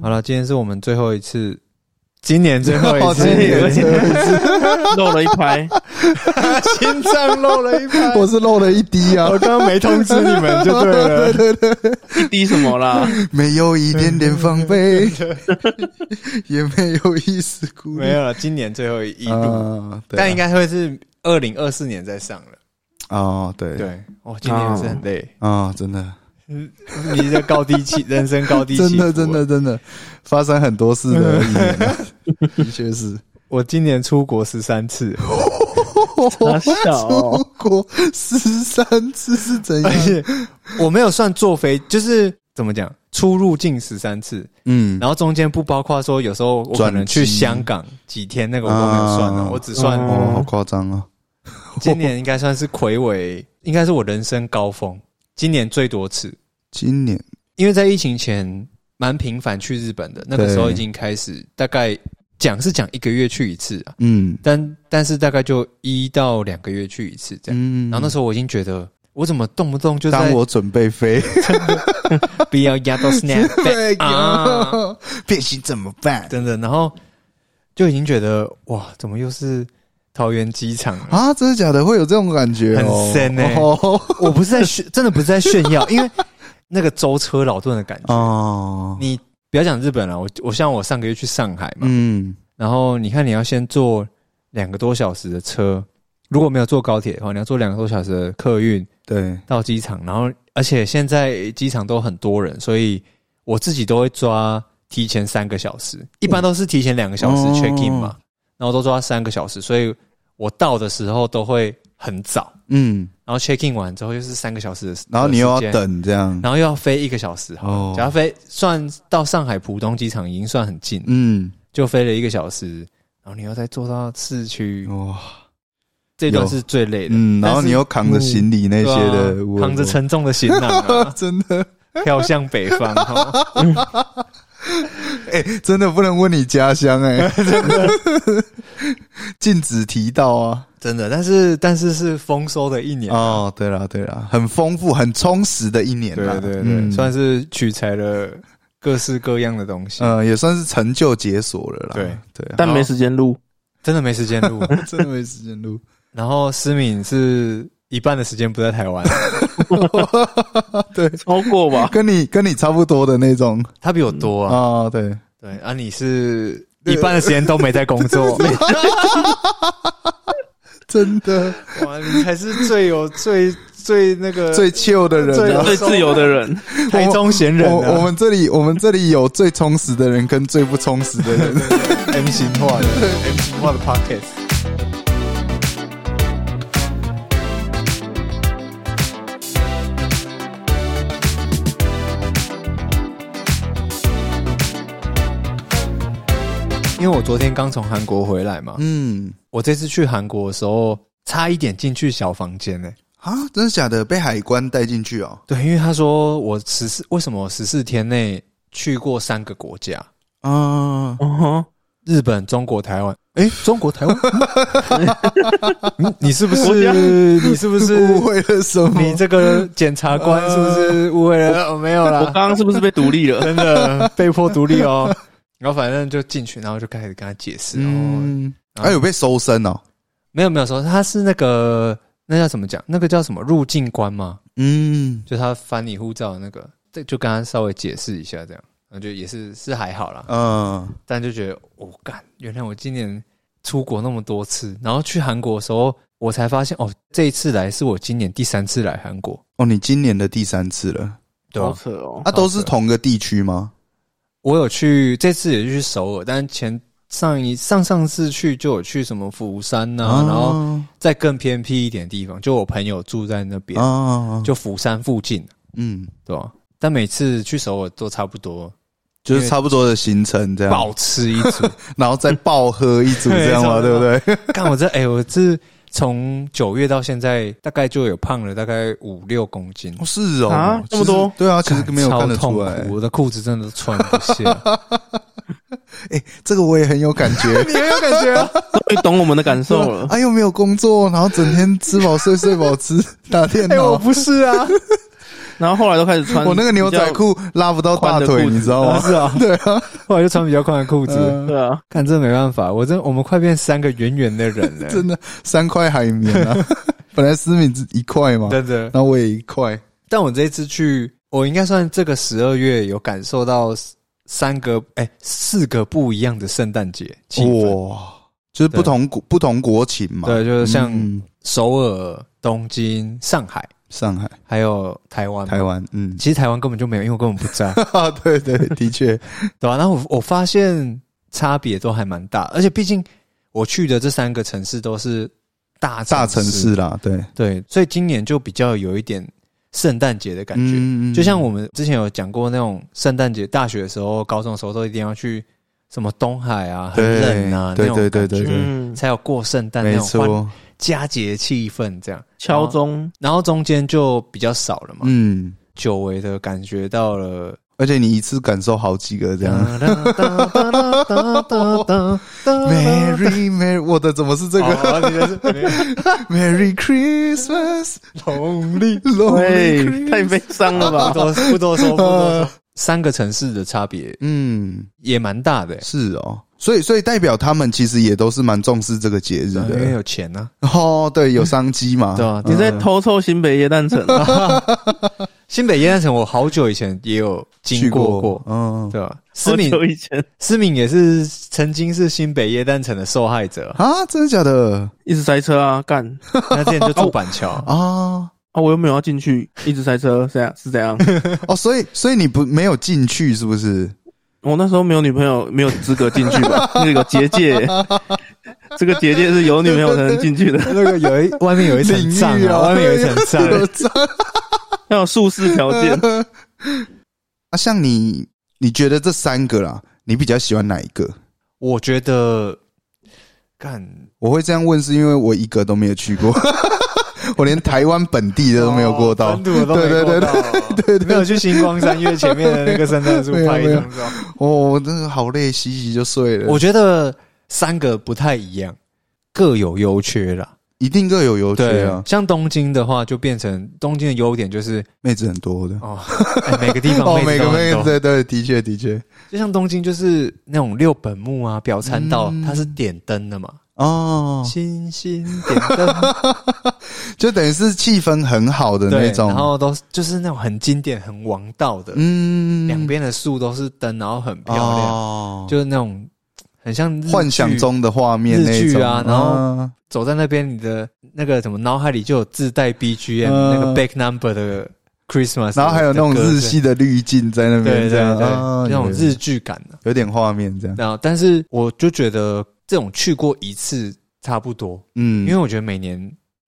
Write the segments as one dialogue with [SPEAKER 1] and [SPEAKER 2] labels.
[SPEAKER 1] 好了，今天是我们最后一次， 今年最后一次，
[SPEAKER 2] 今年最后
[SPEAKER 1] 啊
[SPEAKER 2] 一
[SPEAKER 3] 漏了一拍，
[SPEAKER 1] 心脏漏了一拍。
[SPEAKER 2] 我是漏了一滴啊
[SPEAKER 1] 我，刚刚没通知你们就 对了。
[SPEAKER 3] 一滴什 么啦？
[SPEAKER 2] 没有一点点防 备，也没有一丝顾虑。
[SPEAKER 1] 没有了，今年最后一度，
[SPEAKER 2] 啊，对啊
[SPEAKER 1] 但应该会是二零二四年再上了。
[SPEAKER 2] 哦，对
[SPEAKER 1] 对，哇，今年是很累，
[SPEAKER 2] 啊，真的，
[SPEAKER 1] 你的高低起，人生高低起，
[SPEAKER 2] 真的，真的，。真的，发生很多事的一年啊， 的确是。
[SPEAKER 1] 我今年出国十三次，
[SPEAKER 3] 好
[SPEAKER 1] 啊
[SPEAKER 3] 小哦
[SPEAKER 2] 出国十三次是 怎样
[SPEAKER 1] 而？且我没有算坐飞，就是怎么讲，出入境十三次，
[SPEAKER 2] 嗯，
[SPEAKER 1] 然后中间不包括说有时候我可能去
[SPEAKER 2] 转机
[SPEAKER 1] 香港几天，那个我都没有算
[SPEAKER 2] 啊
[SPEAKER 1] 哦，我只算
[SPEAKER 3] 哦
[SPEAKER 2] 哦，好夸张哦！
[SPEAKER 1] 今年应该算是魁伟，应该是我人生高峰，今年最多次，
[SPEAKER 2] 今年
[SPEAKER 1] 因为在疫情前蛮频繁去日本的，那个时候
[SPEAKER 2] 对
[SPEAKER 1] 已经开始大概讲是讲一个月去一次啊，
[SPEAKER 2] 嗯
[SPEAKER 1] 但但是大概就一到两个月去一次这样。
[SPEAKER 2] 嗯，
[SPEAKER 1] 然后那时候我已经觉得，我怎么动不动就在
[SPEAKER 2] 当我准备飞，
[SPEAKER 1] 不要压到 snap 啊，
[SPEAKER 2] 啊，变形怎么办
[SPEAKER 1] 真的，然后就已经觉得哇，怎么又是桃园机场了？
[SPEAKER 2] 啊？真的假的？会有这种感觉哦？
[SPEAKER 1] 很深欸
[SPEAKER 2] 哦
[SPEAKER 1] 我不是在炫，真的不是在炫耀，因为那个舟车劳顿的感觉。
[SPEAKER 2] 哦，
[SPEAKER 1] 你不要讲日本了，我我像我上个月去上海嘛，
[SPEAKER 2] 嗯
[SPEAKER 1] 然后你看你要先坐两个多小时的车，如果没有坐高铁的话，你要坐两个多小时的客运
[SPEAKER 2] 对，
[SPEAKER 1] 到机场，然后而且现在机场都很多人，所以我自己都会抓提前三个小时，一般都是提前两个小时
[SPEAKER 2] 嗯哦
[SPEAKER 1] check in 嘛，然后都抓三个小时，所以我到的时候都会很早，
[SPEAKER 2] 嗯，
[SPEAKER 1] 然后 check in 完之后又是三个小时的时，
[SPEAKER 2] 然后你又要
[SPEAKER 1] 的时间，
[SPEAKER 2] 等这样，
[SPEAKER 1] 然后又要飞一个小时，
[SPEAKER 2] 哦
[SPEAKER 1] 假如飞算到上海浦东机场已经算很近，
[SPEAKER 2] 嗯，
[SPEAKER 1] 就飞了一个小时，然后你要再坐到市区，
[SPEAKER 2] 哇，
[SPEAKER 1] 这段
[SPEAKER 2] 有
[SPEAKER 1] 是最累的，
[SPEAKER 2] 嗯，然后
[SPEAKER 1] 但是
[SPEAKER 2] 你又扛着行李那
[SPEAKER 1] 对
[SPEAKER 2] 些
[SPEAKER 1] 啊
[SPEAKER 2] 的，我
[SPEAKER 1] 扛着，沉重的行 囊啊、
[SPEAKER 2] 真的，
[SPEAKER 1] 飘向北 方、哦。
[SPEAKER 2] 哎，真的不能问你家 乡哎， 禁止提到啊。
[SPEAKER 1] 真的，但是但是是丰收的一年，
[SPEAKER 2] 哦，对啦，对啦，很丰富、很充实的一年
[SPEAKER 1] 对
[SPEAKER 2] 啦。
[SPEAKER 1] 对对，
[SPEAKER 2] 嗯
[SPEAKER 1] 算是取材了各式各样的东西，
[SPEAKER 2] 呃，也算是成就解锁了啦。
[SPEAKER 1] 对
[SPEAKER 2] 对啊，
[SPEAKER 3] 但没时间录，
[SPEAKER 1] 真的没时间录。
[SPEAKER 2] 真的没时间录。
[SPEAKER 1] 然后思敏是一半的时间不在台 湾，
[SPEAKER 2] 对，
[SPEAKER 3] 超过吧？
[SPEAKER 2] 跟你跟你差不多的那种
[SPEAKER 1] 他比我多啊，
[SPEAKER 2] 啊，对，
[SPEAKER 1] 对啊，你是一半的时间都没在工作，
[SPEAKER 2] 真的
[SPEAKER 1] 哇，你才是最有最 最那个
[SPEAKER 2] 最 chill 的人啊。
[SPEAKER 3] 最自由的人，
[SPEAKER 1] 台中闲人
[SPEAKER 2] 我
[SPEAKER 1] 啊，
[SPEAKER 2] 我们这里我们这里有最充实的人跟最不充实的人。
[SPEAKER 1] M 型化的 M 型化的 Pockets。因为我昨天刚从韩国回来嘛，
[SPEAKER 2] 嗯
[SPEAKER 1] 我这次去韩国的时候，差一点进去小房间呢、
[SPEAKER 2] 啊，真的假的？被海关带进去哦。
[SPEAKER 1] 对，因为他说我十四，为什么十四天内去过三个国家？
[SPEAKER 2] 啊，
[SPEAKER 3] 嗯哼，
[SPEAKER 1] 日本、中国、台湾。哎、中国、台湾， 嗯你是不
[SPEAKER 3] 国
[SPEAKER 1] 是
[SPEAKER 3] 家
[SPEAKER 1] 你是不 是
[SPEAKER 2] 误会了什么？
[SPEAKER 1] 你这个检察官是不是误会了？哦，没有
[SPEAKER 2] 啊
[SPEAKER 3] 我
[SPEAKER 1] 啦
[SPEAKER 3] 刚，刚是不是被独立了？
[SPEAKER 1] 真的被迫独立哦。然后反正就进去，然后就开始跟他解释，哦，
[SPEAKER 2] 嗯，还有被搜身哦。
[SPEAKER 1] 没有没有说他是那个那叫怎么讲？那个叫什么入境官吗？
[SPEAKER 2] 嗯，
[SPEAKER 1] 就他翻你护照的那个，这就跟他稍微解释一下这样，然后就也是是还好啦。
[SPEAKER 2] 啊，
[SPEAKER 1] 但就觉得我干、原来我今年出国那么多次，然后去韩国的时候，我才发现哦，这一次来是我今年第三次来韩国，
[SPEAKER 2] 哦，你今年的第三次了，
[SPEAKER 1] 对
[SPEAKER 3] 好
[SPEAKER 1] 啊，
[SPEAKER 3] 扯哦，
[SPEAKER 2] 啊，都是同个地区吗？
[SPEAKER 1] 我有去这次也去首尔，但前上一上上次去就有去什么釜山呐、
[SPEAKER 2] 啊
[SPEAKER 1] 然后再更偏僻一点的地方，就我朋友住在那边，
[SPEAKER 2] 啊，
[SPEAKER 1] 就釜山附近，
[SPEAKER 2] 嗯，
[SPEAKER 1] 对吧、但每次去首尔都差不多，
[SPEAKER 2] 就是差不多的行程这样，
[SPEAKER 1] 暴吃一组。
[SPEAKER 2] 然后再暴喝一组这样 嘛，
[SPEAKER 1] 对
[SPEAKER 2] 对不对？
[SPEAKER 1] 干 我这哎、我这从九月到现在，大概就有胖了大概五六公斤，
[SPEAKER 2] 哦是哦，
[SPEAKER 3] 啊
[SPEAKER 2] 其实
[SPEAKER 3] 这么多
[SPEAKER 2] 对啊，其实没有看
[SPEAKER 1] 哎超
[SPEAKER 2] 得
[SPEAKER 1] 痛
[SPEAKER 2] 出
[SPEAKER 1] 苦，
[SPEAKER 2] 来，
[SPEAKER 1] 我的裤子真的都穿不 下。
[SPEAKER 2] 这个我也很有感 觉。
[SPEAKER 1] 你没有感觉、啊？
[SPEAKER 3] 终于懂我们的感受了。
[SPEAKER 2] 啊，又没有工作，然后整天吃饱睡，睡饱吃，打电
[SPEAKER 1] 哎、我
[SPEAKER 2] 脑，
[SPEAKER 1] 不是啊，
[SPEAKER 3] 然后后来都开始穿
[SPEAKER 2] 我那个牛
[SPEAKER 3] 比
[SPEAKER 2] 仔
[SPEAKER 3] 较，
[SPEAKER 2] 裤拉不到大
[SPEAKER 3] 宽的
[SPEAKER 2] 腿，
[SPEAKER 3] 裤子
[SPEAKER 2] 你知道
[SPEAKER 1] 啊
[SPEAKER 2] 吗？
[SPEAKER 1] 是啊，
[SPEAKER 2] 对啊，
[SPEAKER 1] 后来就穿比较宽的裤子，
[SPEAKER 2] 嗯
[SPEAKER 3] 对啊，
[SPEAKER 1] 看这没办法，我真我们快变三个圆圆的人了，
[SPEAKER 2] 真的三块海绵啊， 本来思敏只一块嘛，
[SPEAKER 1] 真的。
[SPEAKER 2] 那我也一块，
[SPEAKER 1] 但我这次去，我应该算这个十二月有感受到三个哎、四个不一样的圣诞节气氛。
[SPEAKER 2] 哇，就是不同国不同国情嘛，
[SPEAKER 1] 对，就是像
[SPEAKER 2] 嗯
[SPEAKER 1] 首尔、东京、上海，
[SPEAKER 2] 上海、
[SPEAKER 1] 还有台湾。
[SPEAKER 2] 台湾， 嗯，
[SPEAKER 1] 其实台湾根本就没有，因为我根本不在，
[SPEAKER 2] 啊，对对，的确，
[SPEAKER 1] 对啊吧、然后我我发现差别都还蛮大，而且毕竟我去的这三个城市都是大
[SPEAKER 2] 大城市啦，对，
[SPEAKER 1] 对，所以今年就比较有一点圣诞节的感觉。
[SPEAKER 2] 嗯
[SPEAKER 1] 就像我们之前有讲过，那种圣诞节，大学的时候、高中的时候都一定要去什么东海啊，很
[SPEAKER 2] 对
[SPEAKER 1] 冷啊，
[SPEAKER 2] 对
[SPEAKER 1] 那种
[SPEAKER 2] 对对
[SPEAKER 1] 感觉
[SPEAKER 2] 对对
[SPEAKER 3] 嗯，
[SPEAKER 1] 才有过圣诞那
[SPEAKER 2] 没
[SPEAKER 1] 种欢
[SPEAKER 2] 错，
[SPEAKER 1] 佳节气氛这样。
[SPEAKER 3] 敲钟，
[SPEAKER 1] 然后中间就比较少了嘛，
[SPEAKER 2] 嗯，
[SPEAKER 1] 久违的感觉到了。
[SPEAKER 2] 而且你一次感受好几个这样。Merry Merry，我的怎么是这个、
[SPEAKER 1] 哦你的是
[SPEAKER 2] Merry Christmas
[SPEAKER 1] 红利
[SPEAKER 2] 哦 Lonely
[SPEAKER 3] 喂，太
[SPEAKER 2] Christmas？
[SPEAKER 3] 悲伤了
[SPEAKER 1] 不
[SPEAKER 3] 吧？
[SPEAKER 1] 多不多说，不多说。三个城市的差别
[SPEAKER 2] 嗯，
[SPEAKER 1] 也蛮大的、
[SPEAKER 2] 是哦，所以所以代表他们其实也都是蛮重视这个节日
[SPEAKER 1] 因为
[SPEAKER 2] 的。
[SPEAKER 1] 有钱呢、
[SPEAKER 2] 哦，对，有商机嘛？
[SPEAKER 1] 对啊
[SPEAKER 2] 嗯
[SPEAKER 3] 你在偷凑新北耶诞城？
[SPEAKER 2] 啊
[SPEAKER 1] 新北耶诞城，我好久以前也有经
[SPEAKER 2] 去
[SPEAKER 1] 过过，
[SPEAKER 2] 过，嗯，
[SPEAKER 1] 对吧？思
[SPEAKER 3] 好
[SPEAKER 1] 敏，
[SPEAKER 3] 久以前，
[SPEAKER 1] 思敏也是曾经是新北耶诞城的受害者
[SPEAKER 2] 啊，真的假的
[SPEAKER 3] 一直塞车啊，干
[SPEAKER 1] 那之前就住板桥，
[SPEAKER 2] 啊？
[SPEAKER 3] 啊，我又没有要进去，一直塞车，这样是这样。
[SPEAKER 2] 哦，所以所以你不没有进去是不是？
[SPEAKER 3] 我那时候没有女朋友，没有资格进去吧？ 那个结界，这个结界是有女朋友才能进去的，
[SPEAKER 1] 那个有一外面有一层帐
[SPEAKER 2] 领域
[SPEAKER 1] 啊，
[SPEAKER 2] 啊
[SPEAKER 1] 外面有一层帐，
[SPEAKER 2] 有这
[SPEAKER 3] 要有术士条件。
[SPEAKER 2] 啊，像你，你觉得这三个啦，你比较喜欢哪一个？
[SPEAKER 1] 我觉得干
[SPEAKER 2] 我会这样问，是因为我一个都没有去过， 我连台湾本地的都没有过到。
[SPEAKER 1] 本土的都没
[SPEAKER 2] 对
[SPEAKER 1] 过
[SPEAKER 2] 对
[SPEAKER 1] 到，对对，没有去星光三月前面的那个圣诞树
[SPEAKER 2] 没有
[SPEAKER 1] 拍一
[SPEAKER 2] 没有
[SPEAKER 1] 张照。
[SPEAKER 2] 哦，我真的好累，洗洗就睡了。
[SPEAKER 1] 我觉得三个不太一样，各有优缺啦。
[SPEAKER 2] 一定各有优缺
[SPEAKER 1] 对
[SPEAKER 2] 啊，
[SPEAKER 1] 像东京的话，就变成东京的优点就是
[SPEAKER 2] 妹子很多的。
[SPEAKER 1] 哦，哎每个地方
[SPEAKER 2] 哦，
[SPEAKER 1] 妹子
[SPEAKER 2] 每个
[SPEAKER 1] 都
[SPEAKER 2] 妹
[SPEAKER 1] 很多。
[SPEAKER 2] 子，对对，的确的确。
[SPEAKER 1] 就像东京就是那种六本木啊、表参道，
[SPEAKER 2] 嗯
[SPEAKER 1] 它是点灯的嘛，
[SPEAKER 2] 哦，
[SPEAKER 1] 星星点 灯，
[SPEAKER 2] 就等于是气氛很好的
[SPEAKER 1] 对
[SPEAKER 2] 那，种。
[SPEAKER 1] 然后都是就是那种很经典、很王道的，
[SPEAKER 2] 嗯，
[SPEAKER 1] 两边的树都是灯，然后很漂亮，
[SPEAKER 2] 哦，
[SPEAKER 1] 就是那种很像日剧
[SPEAKER 2] 幻想中的画面那
[SPEAKER 1] 日剧
[SPEAKER 2] 种
[SPEAKER 1] 啊然后
[SPEAKER 2] 啊
[SPEAKER 1] 走在那边，你的那个什么脑海里就有自带 BGM、
[SPEAKER 2] 嗯
[SPEAKER 1] 那个 back number 的 Christmas，
[SPEAKER 2] 然后还有那种
[SPEAKER 1] 的歌
[SPEAKER 2] 日，系的滤镜在那
[SPEAKER 1] 对对
[SPEAKER 2] 边，这
[SPEAKER 1] 对
[SPEAKER 2] 样
[SPEAKER 1] 对，
[SPEAKER 2] 啊
[SPEAKER 1] 那种
[SPEAKER 2] 有
[SPEAKER 1] 日剧感的、
[SPEAKER 2] 有点画面这样。
[SPEAKER 1] 然后，但是我就觉得这种去过一次差不多，因
[SPEAKER 2] 嗯，
[SPEAKER 1] 为我觉得每年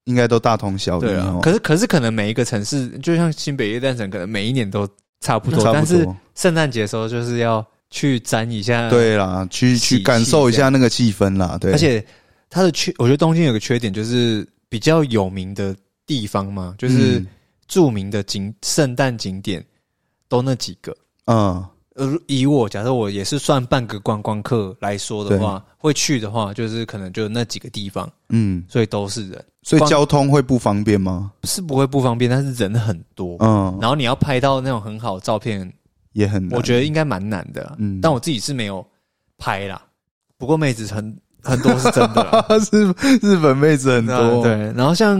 [SPEAKER 2] 应该都大同小异
[SPEAKER 1] 对啊
[SPEAKER 2] 哦，，
[SPEAKER 1] 可是可是可能每一个城市，就像新北夜诞城，可能每一年都差不多，
[SPEAKER 2] 差
[SPEAKER 1] 但
[SPEAKER 2] 不
[SPEAKER 1] 是
[SPEAKER 2] 多。
[SPEAKER 1] 圣诞节的时候就是要去沾一下，，
[SPEAKER 2] 对啦，去
[SPEAKER 1] 喜
[SPEAKER 2] 去感受一下那个气氛啦。对，
[SPEAKER 1] 而且它的缺，我觉得东京有个缺点就是比较有名的地方嘛，就是。
[SPEAKER 2] 嗯
[SPEAKER 1] 著名的景圣诞景点都那几个。
[SPEAKER 2] 嗯
[SPEAKER 1] 呃，以我假设我也是算半个观光客来说的话，会去的话，就是可能就那几个地方，
[SPEAKER 2] 嗯，
[SPEAKER 1] 所以都是人，
[SPEAKER 2] 所以
[SPEAKER 1] 光
[SPEAKER 2] 交通会不方便吗？
[SPEAKER 1] 是不会不方便，但是人很多。
[SPEAKER 2] 嗯，
[SPEAKER 1] 然后你要拍到那种很好的照片，
[SPEAKER 2] 也很难。
[SPEAKER 1] 我觉得应该蛮难的。啊
[SPEAKER 2] 嗯
[SPEAKER 1] 但我自己是没有拍啦。不过妹子很很多是真的啦，
[SPEAKER 2] 得 日日本妹子很
[SPEAKER 1] 那
[SPEAKER 2] 多，，
[SPEAKER 1] 对。然后像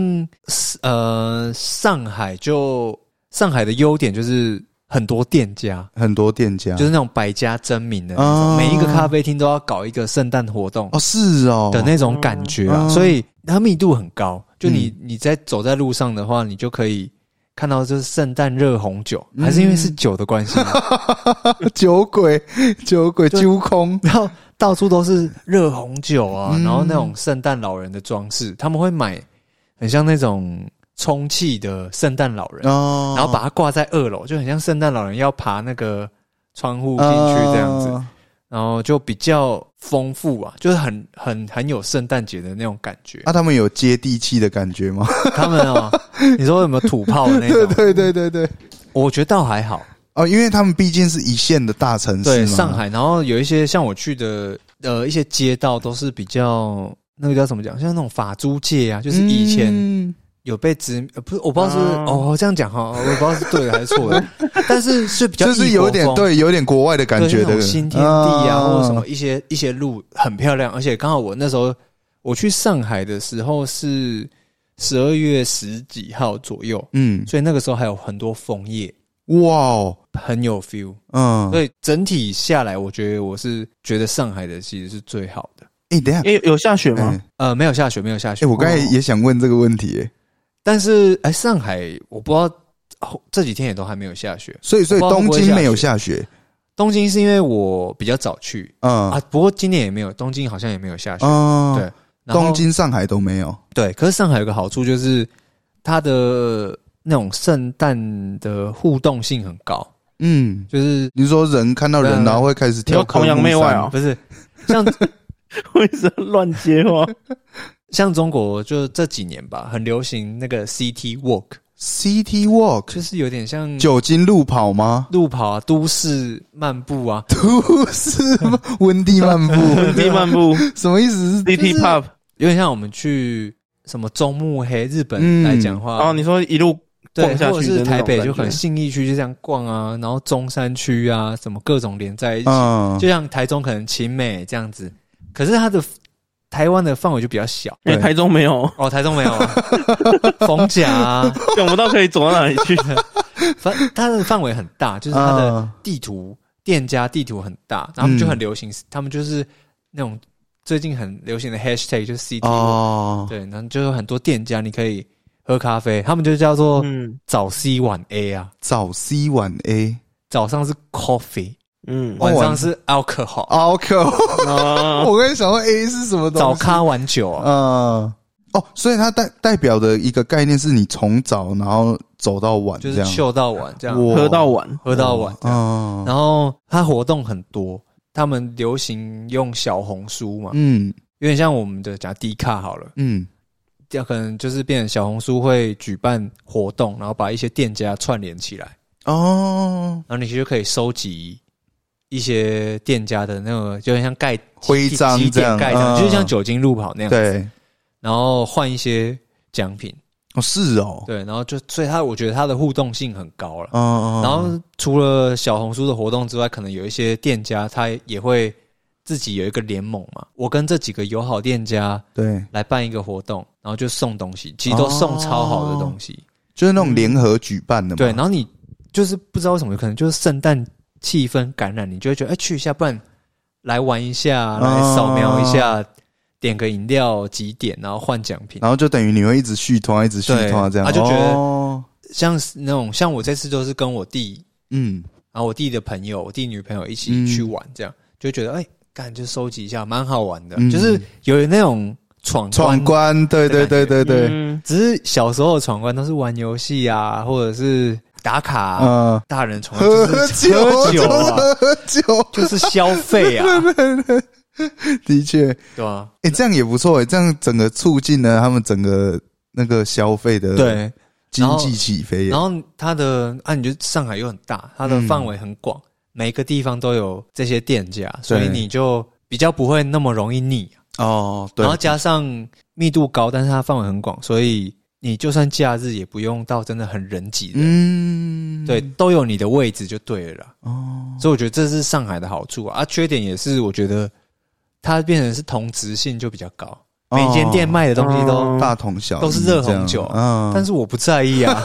[SPEAKER 1] 呃上海就上海的优点就是很多店家，
[SPEAKER 2] 很多店家
[SPEAKER 1] 就是那种百家争鸣的那种，
[SPEAKER 2] 嗯啊
[SPEAKER 1] 每一个咖啡厅都要搞一个圣诞活动
[SPEAKER 2] 哦，是哦
[SPEAKER 1] 的那种感觉啊，
[SPEAKER 2] 哦
[SPEAKER 1] 所以它密度很高。就你
[SPEAKER 2] 嗯
[SPEAKER 1] 你在走在路上的话，你就可以看到就是圣诞热红酒，
[SPEAKER 2] 嗯
[SPEAKER 1] 还是因为是酒的关系，
[SPEAKER 2] 酒鬼，酒鬼
[SPEAKER 1] 对
[SPEAKER 2] 揪空，
[SPEAKER 1] 然后到处都是热红酒啊，
[SPEAKER 2] 嗯
[SPEAKER 1] 然后那种圣诞老人的装饰，他们会买很像那种充气的圣诞老人，
[SPEAKER 2] 哦，
[SPEAKER 1] 然后把它挂在二楼，就很像圣诞老人要爬那个窗户进去这样子。
[SPEAKER 2] 啊
[SPEAKER 1] 然后就比较丰富啊，就是很很很有圣诞节的那种感觉。
[SPEAKER 2] 那啊他们有接地气的感觉吗？
[SPEAKER 1] 他们哦，你说有没有土炮的那
[SPEAKER 2] 对
[SPEAKER 1] 种？
[SPEAKER 2] 对对对对，
[SPEAKER 1] 我觉得倒还好。
[SPEAKER 2] 哦，因为他们毕竟是一线的大城市
[SPEAKER 1] 对，
[SPEAKER 2] 嘛，
[SPEAKER 1] 上海，然后有一些像我去的呃一些街道都是比较那个叫什么讲，像那种法租界啊，就是以前
[SPEAKER 2] 嗯啊
[SPEAKER 1] 有被殖，呃不是我不知道是不是
[SPEAKER 3] 哦
[SPEAKER 1] 哦这样讲哈，我不知道是对的还是错 的，但是是比较
[SPEAKER 2] 就是
[SPEAKER 1] 异
[SPEAKER 2] 有
[SPEAKER 1] 国
[SPEAKER 2] 点
[SPEAKER 1] 风
[SPEAKER 2] 对，有点国外的感
[SPEAKER 1] 对
[SPEAKER 2] 觉
[SPEAKER 1] 那
[SPEAKER 2] 的
[SPEAKER 1] 种新天地啊，或者什么
[SPEAKER 2] 啊
[SPEAKER 1] 一些一些路很漂亮，而且刚好我那时候我去上海的时候是十二月十几号左右，
[SPEAKER 2] 嗯，
[SPEAKER 1] 所以那个时候还有很多枫叶，
[SPEAKER 2] 哇哦，
[SPEAKER 1] 很有 feel。
[SPEAKER 2] 嗯，
[SPEAKER 1] 所以整体下来，我觉得我是觉得上海的其实是最好的。
[SPEAKER 2] 哎，等一下，
[SPEAKER 3] 哎、有下雪吗？
[SPEAKER 2] 哎，
[SPEAKER 1] 呃，没有下雪，没有下雪。
[SPEAKER 2] 哎我刚才
[SPEAKER 1] 哦
[SPEAKER 2] 也想问这个问题，哎
[SPEAKER 1] 但是哎，上海我不知道、哦这几天也都还没有下雪。
[SPEAKER 2] 所以所以
[SPEAKER 1] 我不知道会
[SPEAKER 2] 东
[SPEAKER 1] 不会
[SPEAKER 2] 京
[SPEAKER 1] 下
[SPEAKER 2] 没有
[SPEAKER 1] 雪
[SPEAKER 2] 下雪，
[SPEAKER 1] 东京是因为我比较早去
[SPEAKER 2] 嗯
[SPEAKER 1] 啊，不过今年也没有，东京好像也没有下雪。
[SPEAKER 2] 啊
[SPEAKER 1] 对然后
[SPEAKER 2] 东京、上海都没有，
[SPEAKER 1] 对，可是上海有个好处就是它的那种圣诞的互动性很高，
[SPEAKER 2] 嗯，
[SPEAKER 1] 就是
[SPEAKER 2] 你说人看到人，
[SPEAKER 1] 对
[SPEAKER 2] 然后会开始跳
[SPEAKER 3] 有崇洋
[SPEAKER 2] 科目
[SPEAKER 3] 媚外
[SPEAKER 2] 三
[SPEAKER 3] 哦
[SPEAKER 1] 不是像
[SPEAKER 3] 为什么乱接话？
[SPEAKER 1] 像中国就这几年吧，很流行那个 CT walk，
[SPEAKER 2] ，City Walk
[SPEAKER 1] 就是有点像
[SPEAKER 2] 酒精路跑吗？
[SPEAKER 1] 路跑啊、都市漫步啊，
[SPEAKER 2] 不是吗温蒂漫步，
[SPEAKER 3] 地漫步
[SPEAKER 2] 什么意思？ 是
[SPEAKER 3] ，DT Pub。
[SPEAKER 1] 有点像我们去什么中目黑日
[SPEAKER 2] 嗯
[SPEAKER 1] 本来讲话，
[SPEAKER 3] 哦，你说一路
[SPEAKER 1] 对
[SPEAKER 3] 逛，下去
[SPEAKER 1] 或者是
[SPEAKER 3] 的那种
[SPEAKER 1] 台北就
[SPEAKER 3] 感觉
[SPEAKER 1] 可能信义区就这样逛啊，然后中山区啊，什么各种连在一
[SPEAKER 3] 嗯
[SPEAKER 1] 起，
[SPEAKER 2] 啊，
[SPEAKER 1] 就像台中可能秦美这样子，可是它的台湾的范围就比较小。
[SPEAKER 3] 因为
[SPEAKER 2] 对
[SPEAKER 3] 台中没有，
[SPEAKER 1] 哦，台中没有 啊，逢甲啊，
[SPEAKER 3] 想不到可以走到哪里去。
[SPEAKER 1] 反它的范围很大，就是它的
[SPEAKER 2] 啊
[SPEAKER 1] 地图店家地图很大，然后他们就很流
[SPEAKER 2] 嗯
[SPEAKER 1] 行，他们就是那种最近很流行的 hashtag 就是 CT，、
[SPEAKER 2] 哦，
[SPEAKER 1] 对，然后就有很多店家你可以喝咖啡，他们就叫做
[SPEAKER 3] 嗯
[SPEAKER 1] 早 C 晚 A 啊，
[SPEAKER 2] 早 C 晚 A，
[SPEAKER 1] 早上是 coffee，
[SPEAKER 3] 嗯
[SPEAKER 2] 哦
[SPEAKER 1] 晚上是 alcohol，、
[SPEAKER 2] 好可恶！
[SPEAKER 3] 啊，
[SPEAKER 2] 哦 我刚才想说 A 是什么东西？
[SPEAKER 1] 早咖晚酒啊，
[SPEAKER 2] 嗯，哦，所以它代代表的一个概念是你从早然后走到晚，
[SPEAKER 1] 就
[SPEAKER 2] 这
[SPEAKER 1] 是
[SPEAKER 2] 样。
[SPEAKER 1] 秀到晚这样，
[SPEAKER 2] 哇
[SPEAKER 3] 喝到晚，
[SPEAKER 1] 喝到晚这样，
[SPEAKER 2] 哦，
[SPEAKER 1] 然后它活动很多。他们流行用小红书嘛，
[SPEAKER 2] 嗯
[SPEAKER 1] 有点像我们的讲低卡好了，
[SPEAKER 2] 嗯
[SPEAKER 1] 这样可能就是变成小红书会举办活动，然后把一些店家串联起来，
[SPEAKER 2] 哦，
[SPEAKER 1] 然后你就可以收集一些店家的那个，就很像盖
[SPEAKER 2] 徽章
[SPEAKER 1] 几
[SPEAKER 2] 这
[SPEAKER 1] 点
[SPEAKER 2] 样，
[SPEAKER 1] 盖章，就是像
[SPEAKER 2] 嗯
[SPEAKER 1] 酒精路跑那样，
[SPEAKER 2] 对
[SPEAKER 1] 然后换一些奖品，
[SPEAKER 2] 哦是哦，
[SPEAKER 1] 对，然后就所以它我觉得它的互动性很高了。
[SPEAKER 2] 哦哦，
[SPEAKER 1] 然后除了小红书的活动之外，可能有一些店家他也会自己有一个联盟嘛，我跟这几个友好店家
[SPEAKER 2] 对，
[SPEAKER 1] 来办一个活动，然后就送东西，其实都送超好的东西。
[SPEAKER 2] 就是那种联合举办的嘛，
[SPEAKER 1] 对，然后你就是不知道为什么，可能就是圣诞气氛感染，你就会觉得哎、去一下，不然来玩一下，来扫描一下，点个饮料几点，然后换奖品。
[SPEAKER 2] 然后就等于你会一直续团，一直续团
[SPEAKER 1] 对
[SPEAKER 2] 这样，
[SPEAKER 1] 他就觉得
[SPEAKER 2] 哦
[SPEAKER 1] 像是那种像我这次就是跟我弟，
[SPEAKER 2] 嗯
[SPEAKER 1] 然后我弟的朋友，我弟女朋友一起去玩，这样、就觉得哎，干、就收集一下，蛮好玩的，
[SPEAKER 2] 嗯
[SPEAKER 1] 就是有那种闯
[SPEAKER 2] 闯
[SPEAKER 1] 关。
[SPEAKER 2] 关，对对
[SPEAKER 1] 的
[SPEAKER 2] 对
[SPEAKER 1] 感
[SPEAKER 2] 对对，
[SPEAKER 3] 嗯，
[SPEAKER 1] 只是小时候的闯关都是玩游戏啊，或者是打卡啊、
[SPEAKER 2] 嗯，
[SPEAKER 1] 大人闯关就
[SPEAKER 2] 喝
[SPEAKER 1] 是
[SPEAKER 2] 酒
[SPEAKER 1] 喝酒啊，
[SPEAKER 2] 喝酒，
[SPEAKER 1] 就是消费 啊，
[SPEAKER 2] 的确，
[SPEAKER 1] 对吧？
[SPEAKER 2] 哎，这样也不错哎，这样整个促进了他们整个那个消费的
[SPEAKER 1] 对，
[SPEAKER 2] 经济起飞耶
[SPEAKER 1] 然，后它的啊，你就上海又很大，它的范围很广，
[SPEAKER 2] 嗯
[SPEAKER 1] 每个地方都有这些店家，所以你就比较不会那么容易腻。
[SPEAKER 2] 哦，对
[SPEAKER 1] 然后加上密度高，但是它范围很广，所以你就算假日也不用到真的很人挤人，
[SPEAKER 2] 嗯，
[SPEAKER 1] 对，都有你的位置就对了啦。
[SPEAKER 2] 哦，
[SPEAKER 1] 所以我觉得这是上海的好处啊，啊缺点也是我觉得它变成是同质性就比较高，
[SPEAKER 2] 哦
[SPEAKER 1] 每一间店卖的东西都，
[SPEAKER 3] 哦
[SPEAKER 2] 大同小异
[SPEAKER 1] 嗯都是热红酒
[SPEAKER 2] 这样嗯，
[SPEAKER 1] 但是我不在意 啊，，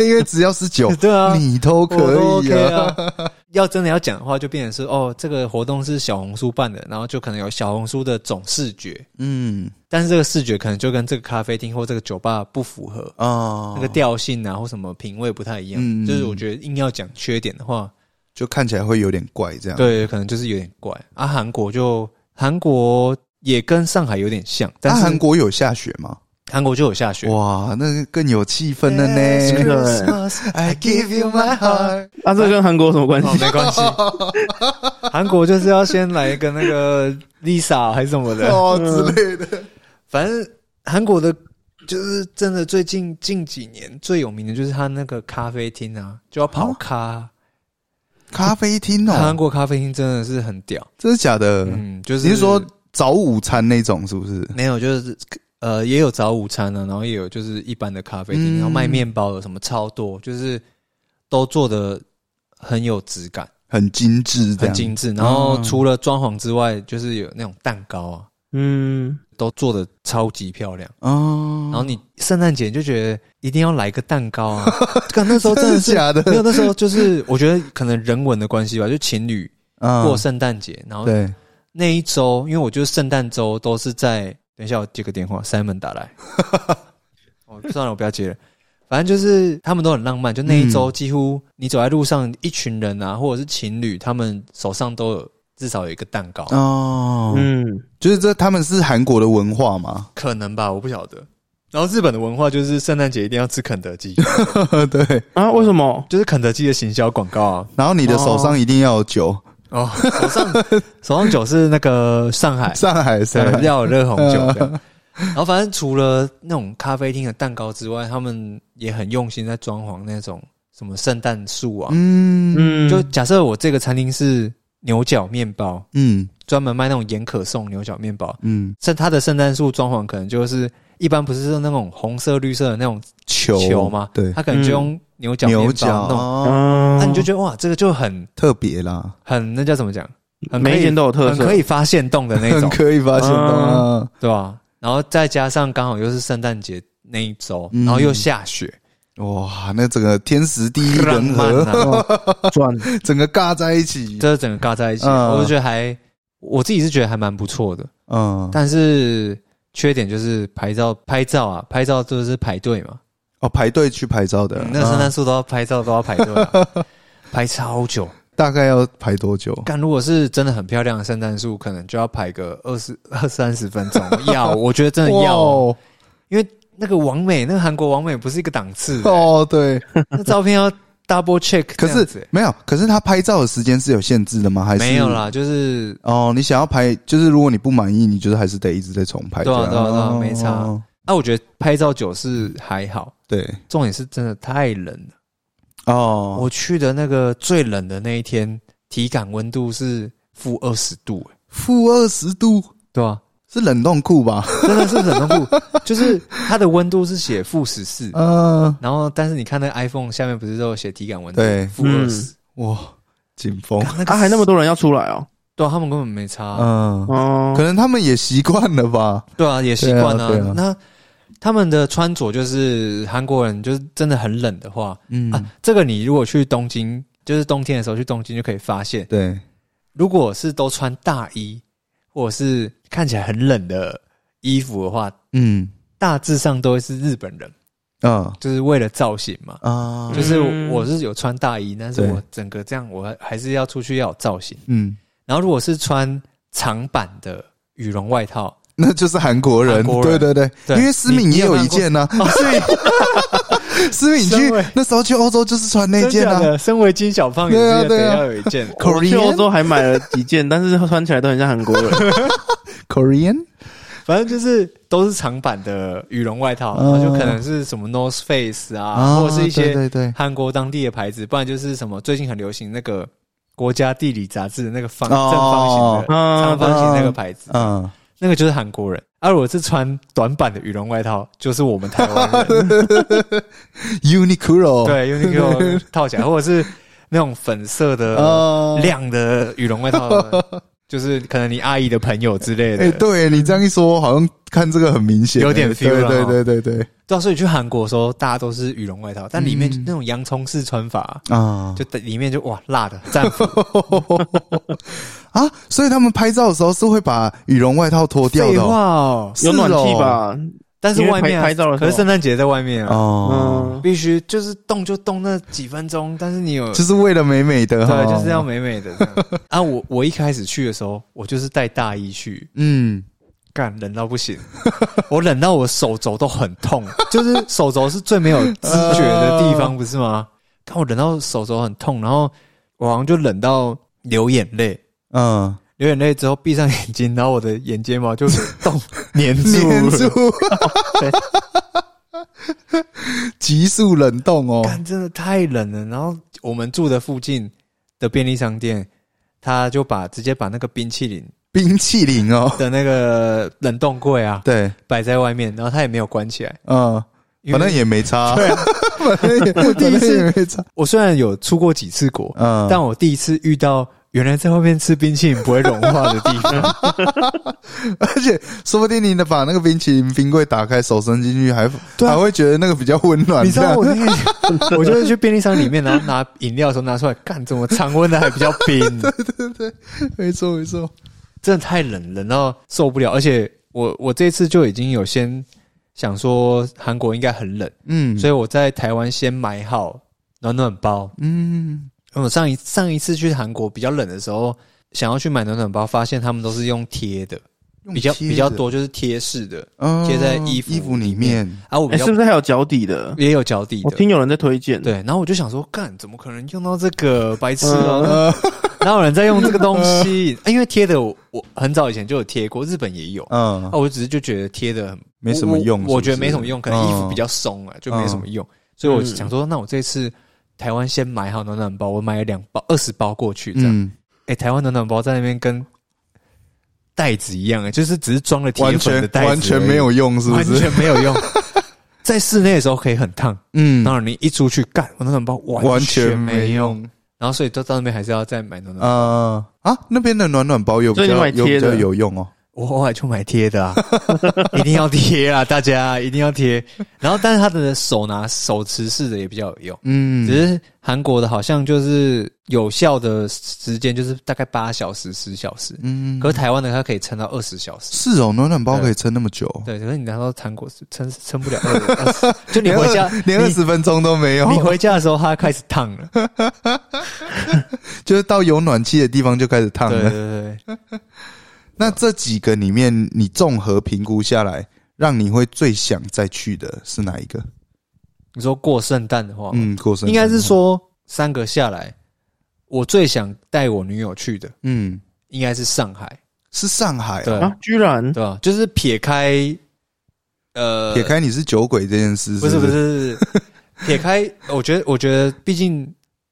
[SPEAKER 2] 因为只要是酒
[SPEAKER 1] 对 啊，
[SPEAKER 2] 你都
[SPEAKER 1] 我都
[SPEAKER 2] 可以
[SPEAKER 1] OK 啊。要真的要讲的话，就变成是哦，这个活动是小红书办的，然后就可能有小红书的总视觉，
[SPEAKER 2] 嗯
[SPEAKER 1] 但是这个视觉可能就跟这个咖啡厅或这个酒吧不符合，
[SPEAKER 2] 哦，
[SPEAKER 1] 那个调性啊或什么品味不太一样。
[SPEAKER 2] 嗯
[SPEAKER 1] 就是我觉得硬要讲缺点的话，
[SPEAKER 2] 就看起来会有点怪这样，，
[SPEAKER 1] 对，可能就是有点怪啊。韩国就韩国也跟上海有点像，但
[SPEAKER 2] 那
[SPEAKER 1] 是
[SPEAKER 2] 啊韩国有下雪吗？
[SPEAKER 1] 韩国就有下雪。
[SPEAKER 2] 哇，那个更有气氛了
[SPEAKER 1] Last
[SPEAKER 2] 呢。
[SPEAKER 1] Christmas, I give you my heart。
[SPEAKER 3] 啊，这跟韩国有什么关系
[SPEAKER 1] 哦，？没关系。韩国就是要先来一个那个 Lisa 还是什么的，
[SPEAKER 2] 哦之类的，
[SPEAKER 1] 反正韩国的，就是真的最近近几年最有名的就是他那个咖啡厅啊，就要跑咖。
[SPEAKER 2] 咖啡厅
[SPEAKER 1] 韩
[SPEAKER 2] 哦，
[SPEAKER 1] 国咖啡厅真的是很屌，
[SPEAKER 2] 真的假的？
[SPEAKER 1] 嗯，就是
[SPEAKER 2] 你是说早午餐那种是不是？
[SPEAKER 1] 没有，就是呃，也有早午餐啊，然后也有就是一般的咖啡
[SPEAKER 2] 嗯
[SPEAKER 1] 厅，然后卖面包的什么超多，就是都做的很有质感，
[SPEAKER 2] 很精致
[SPEAKER 1] 很
[SPEAKER 2] 这样，哦
[SPEAKER 1] 精致。然后除了装潢之外，就是有那种蛋糕啊，
[SPEAKER 3] 嗯，
[SPEAKER 1] 都做的超级漂亮。
[SPEAKER 2] 哦
[SPEAKER 1] 然后你圣诞节就觉得一定要来个蛋糕 啊！干那时候真的是
[SPEAKER 2] 真的假的
[SPEAKER 1] 没有那时候就是我觉得可能人文的关系吧，就情侣
[SPEAKER 2] 啊
[SPEAKER 1] 嗯过圣诞节，然后
[SPEAKER 2] 对，
[SPEAKER 1] 那一周，因为我就是圣诞周都是在，等一下我接个电话，Simon 打来，哦，算了，我不要接了。反正就是他们都很浪漫，就那一周几乎你走在路上，一群人啊，或者是情侣，他们手上都有至少有一个蛋糕，
[SPEAKER 2] 哦，
[SPEAKER 3] 嗯，
[SPEAKER 2] 就是这他们是韩国的文化嘛，
[SPEAKER 1] 可能吧，我不晓得。然后日本的文化就是圣诞节一定要吃肯德基，
[SPEAKER 2] 对。
[SPEAKER 3] 啊，为什么？
[SPEAKER 1] 就是肯德基的行销广告啊。
[SPEAKER 2] 然后你的手上一定要有酒，
[SPEAKER 1] 哦，手上手上酒是那个上海
[SPEAKER 2] 上海上
[SPEAKER 1] 对，
[SPEAKER 2] 海
[SPEAKER 1] 要有热红
[SPEAKER 3] 嗯
[SPEAKER 1] 酒这样。然后反正除了那种咖啡厅的蛋糕之外，他们也很用心在装潢那种什么圣诞树啊。
[SPEAKER 2] 嗯
[SPEAKER 3] 嗯，
[SPEAKER 1] 就假设我这个餐厅是牛角面包，
[SPEAKER 2] 嗯
[SPEAKER 1] 专门卖那种盐可颂牛角面包，
[SPEAKER 2] 嗯，
[SPEAKER 1] 像它的圣诞树装潢可能就是一般不是那种红色、绿色的那种
[SPEAKER 2] 球
[SPEAKER 1] 球吗？
[SPEAKER 2] 对，
[SPEAKER 1] 它可能就用牛角面
[SPEAKER 2] 牛
[SPEAKER 1] 包
[SPEAKER 2] 角
[SPEAKER 1] 弄，
[SPEAKER 2] 哦
[SPEAKER 3] 嗯，
[SPEAKER 1] 啊那你就觉得哇，这个就很
[SPEAKER 2] 特别啦，
[SPEAKER 1] 很那叫怎么讲？很可以
[SPEAKER 3] 每一天都有特
[SPEAKER 1] 很
[SPEAKER 3] 色，
[SPEAKER 1] 可以发现洞的那
[SPEAKER 2] 很
[SPEAKER 1] 种，嗯
[SPEAKER 2] 可以发现啊，
[SPEAKER 1] 对吧、然后再加上刚好又是圣诞节那一周，
[SPEAKER 2] 嗯
[SPEAKER 1] 然后又下雪，
[SPEAKER 2] 哇，那整个天时地利
[SPEAKER 1] 浪
[SPEAKER 2] 人
[SPEAKER 1] 漫
[SPEAKER 2] 和，
[SPEAKER 1] 啊，
[SPEAKER 3] 赚，
[SPEAKER 2] 整个尬在一起，
[SPEAKER 1] 这整个尬在一起，
[SPEAKER 2] 嗯
[SPEAKER 1] 我就觉得还我自己是觉得还蛮不错的，
[SPEAKER 2] 嗯，
[SPEAKER 1] 但是缺点就是拍照拍照啊，拍照就是排队嘛，
[SPEAKER 2] 哦，排队去拍照的
[SPEAKER 1] 嗯，那个圣诞树都要拍照都要排队、 啊，排超久。
[SPEAKER 2] 大概要排多久？
[SPEAKER 1] 但如果是真的很漂亮的圣诞树，可能就要排个二十二三十分钟， 要我觉得真的要哦、
[SPEAKER 2] 哦
[SPEAKER 1] 那个王美，那个韩国王美不是一个档次 的、
[SPEAKER 2] 哦，对，
[SPEAKER 1] 那照片要 double check 这
[SPEAKER 2] 可
[SPEAKER 1] 样子、
[SPEAKER 2] 是没有，可是他拍照的时间是有限制的吗？还是
[SPEAKER 1] 没有？啦，就是
[SPEAKER 2] 哦，你想要拍，就是如果你不满意，你就是还是得一直在重拍这
[SPEAKER 1] 对啊
[SPEAKER 2] 样。
[SPEAKER 1] 对啊对啊
[SPEAKER 2] 哦
[SPEAKER 1] 没差。啊，我觉得拍照酒是还好，
[SPEAKER 2] 对，
[SPEAKER 1] 重点是真的太冷了。
[SPEAKER 2] 哦，
[SPEAKER 1] 我去的那个最冷的那一天，体感温度是负二十度、欸，
[SPEAKER 2] 负二十度
[SPEAKER 1] 对啊，
[SPEAKER 2] 是冷冻库吧？
[SPEAKER 1] 真的是冷到 负，就是它的温度是写负十四，
[SPEAKER 2] 嗯，
[SPEAKER 1] 然后但是你看那 iPhone 下面不是都有写体感温度
[SPEAKER 2] 对嗯
[SPEAKER 1] 负二十，
[SPEAKER 2] 哇，紧绷，
[SPEAKER 1] 那个
[SPEAKER 3] 啊，还那么多人要出来哦，
[SPEAKER 1] 对啊，他们根本没差啊、
[SPEAKER 2] 嗯，
[SPEAKER 3] 哦，
[SPEAKER 2] 可能他们也习惯了吧？
[SPEAKER 1] 对啊，也习惯
[SPEAKER 2] 对啊对啊
[SPEAKER 1] 那他们的穿着就是韩国人，就是真的很冷的话，
[SPEAKER 2] 嗯，
[SPEAKER 1] 啊，这个你如果去东京，就是冬天的时候去东京就可以发现，
[SPEAKER 2] 对，
[SPEAKER 1] 如果是都穿大衣或者是看起来很冷的衣服的话，
[SPEAKER 2] 嗯，
[SPEAKER 1] 大致上都会是日本人，
[SPEAKER 2] 啊
[SPEAKER 1] 就是为了造型嘛。
[SPEAKER 2] 啊，
[SPEAKER 1] 就是
[SPEAKER 3] 嗯
[SPEAKER 1] 我是有穿大衣，但是
[SPEAKER 2] 对
[SPEAKER 1] 我整个这样，我还是要出去要有造型。
[SPEAKER 2] 嗯，
[SPEAKER 1] 然后如果是穿长版的羽绒外 套，
[SPEAKER 2] 那就是韩国人，
[SPEAKER 1] 韩国人
[SPEAKER 2] 对对对，
[SPEAKER 1] 对
[SPEAKER 2] 因为思敏也有一件呢、哦所以思敏去
[SPEAKER 1] 身为
[SPEAKER 2] 那时候去欧洲就是穿那件
[SPEAKER 1] 真假
[SPEAKER 2] 啊，
[SPEAKER 1] 的，身为金小胖也
[SPEAKER 2] 对啊
[SPEAKER 1] 是得
[SPEAKER 2] 对啊
[SPEAKER 1] 要有一 件。
[SPEAKER 3] 我去
[SPEAKER 2] Korean？
[SPEAKER 3] 欧洲还买了几件，但是穿起来都很像 韩国人。
[SPEAKER 2] Korean，
[SPEAKER 1] 反正就是都是长版的羽绒外套，
[SPEAKER 2] 嗯
[SPEAKER 1] 然后就可能是什么 North Face 啊，
[SPEAKER 2] 啊
[SPEAKER 1] 或者是一
[SPEAKER 2] 对
[SPEAKER 1] 些
[SPEAKER 2] 对对，
[SPEAKER 1] 韩国当地的牌子，不然就是什么最近很流行那个国家地理杂志的那个方
[SPEAKER 2] 哦
[SPEAKER 1] 正方形的
[SPEAKER 3] 啊
[SPEAKER 1] 长，方形那个牌子，
[SPEAKER 2] 嗯，
[SPEAKER 1] 那个就是韩国人。而我是穿短版的羽绒外套，就是我们台湾 人，
[SPEAKER 2] Uniqlo，，
[SPEAKER 1] 对，Uniqlo 套起来，或者是那种粉色的
[SPEAKER 2] 啊，
[SPEAKER 1] 亮的羽绒外套，就是可能你阿姨的朋友之类
[SPEAKER 2] 哎、
[SPEAKER 1] 的。
[SPEAKER 2] 对你这样一说，好像看这个很明显，哎
[SPEAKER 1] 有点 feel 了
[SPEAKER 2] 对
[SPEAKER 1] 哈
[SPEAKER 2] 对对对对，
[SPEAKER 1] 对啊，所以去韩国的时候，大家都是羽绒外套，但里面
[SPEAKER 2] 嗯
[SPEAKER 1] 那种洋葱式穿法，
[SPEAKER 2] 啊，
[SPEAKER 1] 就里面就哇辣的战 服
[SPEAKER 2] 啊，所以他们拍照的时候是会把羽绒外套脱掉
[SPEAKER 1] 废
[SPEAKER 2] 的
[SPEAKER 1] 话哦，
[SPEAKER 2] 哦、是
[SPEAKER 3] 有
[SPEAKER 2] 哦
[SPEAKER 3] 暖气？吧？
[SPEAKER 1] 但是外面
[SPEAKER 3] 因为
[SPEAKER 1] 啊
[SPEAKER 3] 拍拍照的时候
[SPEAKER 1] 可是圣诞节在外面啊，
[SPEAKER 2] 哦，
[SPEAKER 3] 嗯，
[SPEAKER 1] 必须就是动就动那几分钟，但是你有
[SPEAKER 2] 就是为了美美的、哦，
[SPEAKER 1] 对，啊就是要，美美的这 样啊。我我一开始去的时候，我就是带大衣去，
[SPEAKER 2] 嗯，
[SPEAKER 1] 干冷到不 行，我冷到我手肘都很痛，就是手肘是最没有知觉的地
[SPEAKER 2] 呃
[SPEAKER 1] 方，不是吗？看我冷到手肘很痛，然后我好像就冷到流眼泪。
[SPEAKER 2] 嗯，
[SPEAKER 1] 流眼泪之后闭上眼睛，然后我的眼睫毛 就动粘住
[SPEAKER 2] 黏
[SPEAKER 1] 了，
[SPEAKER 2] 住， 急速冷冻哦，
[SPEAKER 1] 干真的太冷了。然后我们住的附近的便利商店，他就把直接把那个冰淇淋
[SPEAKER 2] 冰淇淋哦，
[SPEAKER 1] 的那个冷冻柜啊，
[SPEAKER 2] 对，
[SPEAKER 1] 摆在外面，然后他也没有关起来。
[SPEAKER 2] 嗯，
[SPEAKER 1] 因为
[SPEAKER 2] 反正也没差，
[SPEAKER 1] 对啊
[SPEAKER 2] 反 正也
[SPEAKER 1] 我第一次
[SPEAKER 2] 反正也没差，
[SPEAKER 1] 我虽然有出过几次国，
[SPEAKER 2] 嗯，
[SPEAKER 1] 但我第一次遇到原来在外面吃冰淇淋不会融化的地方。
[SPEAKER 2] 而且说不定你把那个冰淇淋冰柜打开，手伸进去还
[SPEAKER 1] 对啊
[SPEAKER 2] 还会觉得那个比较温 暖，
[SPEAKER 1] 你知道
[SPEAKER 2] 这
[SPEAKER 1] 我
[SPEAKER 2] 样
[SPEAKER 1] 那 天，我就是去便利商里面，然后拿饮料的时候拿出来，干怎么常温的还比较 冰，
[SPEAKER 2] 没错没错，
[SPEAKER 1] 真的太冷，冷到受不了。而且我我这次就已经有先想说韩国应该很冷，
[SPEAKER 2] 嗯，
[SPEAKER 1] 所以
[SPEAKER 2] 以
[SPEAKER 1] 我在台湾先买好暖暖包。
[SPEAKER 2] 嗯
[SPEAKER 1] 因为我上一上一次去韩国比较冷的时候，想要去买暖暖包，发现他们都是用贴的，比较比较多就是贴式的，
[SPEAKER 2] 嗯
[SPEAKER 1] 贴在衣服
[SPEAKER 2] 衣服里
[SPEAKER 1] 里面
[SPEAKER 2] 面，
[SPEAKER 1] 啊，我
[SPEAKER 3] 哎、
[SPEAKER 1] 比较
[SPEAKER 3] 是不是还有脚底的？
[SPEAKER 1] 也有脚底
[SPEAKER 3] 我
[SPEAKER 1] 的。
[SPEAKER 3] 听有人在推荐，
[SPEAKER 1] 对，然后我就想说，干怎么可能用到这个白痴哦、
[SPEAKER 2] 呃
[SPEAKER 1] 哪有人在用这个东西？啊因为贴的我我很早以前就有贴过，日本也有。
[SPEAKER 2] 嗯
[SPEAKER 1] 啊，，我只是就觉得贴的很
[SPEAKER 2] 没什么
[SPEAKER 1] 我
[SPEAKER 2] 用是不是
[SPEAKER 1] 我觉得没什么用，可能衣服
[SPEAKER 2] 嗯
[SPEAKER 1] 比较松啊，就没什么用。所以我想说，那我这次台湾先买好暖暖包，我买了两包二十包过去，这样。
[SPEAKER 2] 嗯，
[SPEAKER 1] 哎、台湾暖暖包在那边跟袋子一样、哎，就是只是装了铁
[SPEAKER 2] 完
[SPEAKER 1] 粉的
[SPEAKER 2] 全
[SPEAKER 1] 袋子而已
[SPEAKER 2] 完全没，有用，是不
[SPEAKER 1] 完
[SPEAKER 2] 是？
[SPEAKER 1] 全没有用。 在室内的时候可以很烫，
[SPEAKER 2] 嗯
[SPEAKER 1] 当然你一出去干，我暖暖包完
[SPEAKER 2] 完
[SPEAKER 1] 全
[SPEAKER 2] 全
[SPEAKER 1] 没
[SPEAKER 2] 没
[SPEAKER 1] 用
[SPEAKER 2] 用。
[SPEAKER 1] 然后所以到到那边还是要再买暖暖包。
[SPEAKER 2] 啊啊，那边的暖暖包有比
[SPEAKER 3] 所以你
[SPEAKER 2] 较
[SPEAKER 3] 买
[SPEAKER 2] 有
[SPEAKER 3] 贴
[SPEAKER 2] 比
[SPEAKER 3] 的
[SPEAKER 2] 较有用哦，
[SPEAKER 1] 我后来就买贴的啊， 一定要贴啊，大家一定要贴。然后但是它的手拿手持式的也比较有用。
[SPEAKER 2] 嗯，
[SPEAKER 1] 只是韩国的好像就是有效的时间就是大概八小时、十小时，
[SPEAKER 2] 嗯
[SPEAKER 1] 可是台湾的它可以撑到二十小时。
[SPEAKER 2] 是哦，暖暖包可以撑那么久，
[SPEAKER 1] 对，可是你拿到糖果是撑撑不了二十， 就你回家，
[SPEAKER 2] 连二十分钟都没有
[SPEAKER 1] 你，你回家的时候它开始烫了。
[SPEAKER 2] 就是到有暖气的地方就开始烫
[SPEAKER 1] 对
[SPEAKER 2] 了
[SPEAKER 1] 对。对，对
[SPEAKER 2] 那这几个里面，你综合评估下来，让你会最想再去的是哪一个？
[SPEAKER 1] 你说过圣诞的话，
[SPEAKER 2] 嗯，过生
[SPEAKER 1] 哦
[SPEAKER 2] 日
[SPEAKER 1] 应该是，说三个下来，我最想带我女友去的
[SPEAKER 2] 嗯，
[SPEAKER 1] 应该是上海，
[SPEAKER 2] 是上海、
[SPEAKER 1] 对
[SPEAKER 2] 啊。
[SPEAKER 1] 吧
[SPEAKER 3] 啊，居然
[SPEAKER 1] 对吧？就是撇开呃，
[SPEAKER 2] 撇开你是酒鬼这件事，
[SPEAKER 1] 不
[SPEAKER 2] 是
[SPEAKER 1] 是不
[SPEAKER 2] 不，
[SPEAKER 1] 是，不是撇开，我觉得我觉得毕竟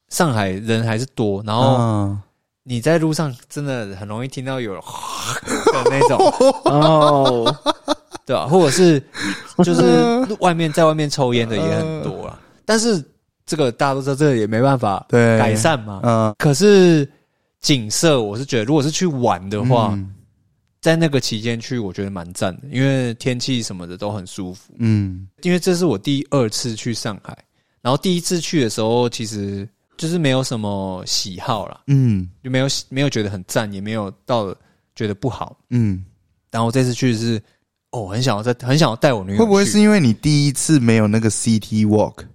[SPEAKER 1] 上海人还是多，然后
[SPEAKER 2] 哦，
[SPEAKER 1] 你在路上真的很容易听到有 的那种。
[SPEAKER 3] 哦，
[SPEAKER 1] 对啊，或者是就是外面在外面抽烟的也很 多啊。但是这个大家都知道，这个也没办法
[SPEAKER 2] 对，
[SPEAKER 1] 改，善嘛。
[SPEAKER 2] 嗯，
[SPEAKER 1] 可是景色，我是觉得如果是去玩的话，
[SPEAKER 2] 嗯
[SPEAKER 1] 在那个期间去，我觉得蛮赞的，因为天气什么的都很舒服。
[SPEAKER 2] 嗯，
[SPEAKER 1] 因为这是我第二次去上海，然后第一次去的时候，其实就是没有什么喜好啦，
[SPEAKER 2] 嗯，
[SPEAKER 1] 就没有没有觉得很赞，也没有到觉得不好。
[SPEAKER 2] 嗯，
[SPEAKER 1] 然后这次去是，哦，很想要在，很想要带我女友去。
[SPEAKER 2] 会不会是因为你第一次没有那个 CT walk？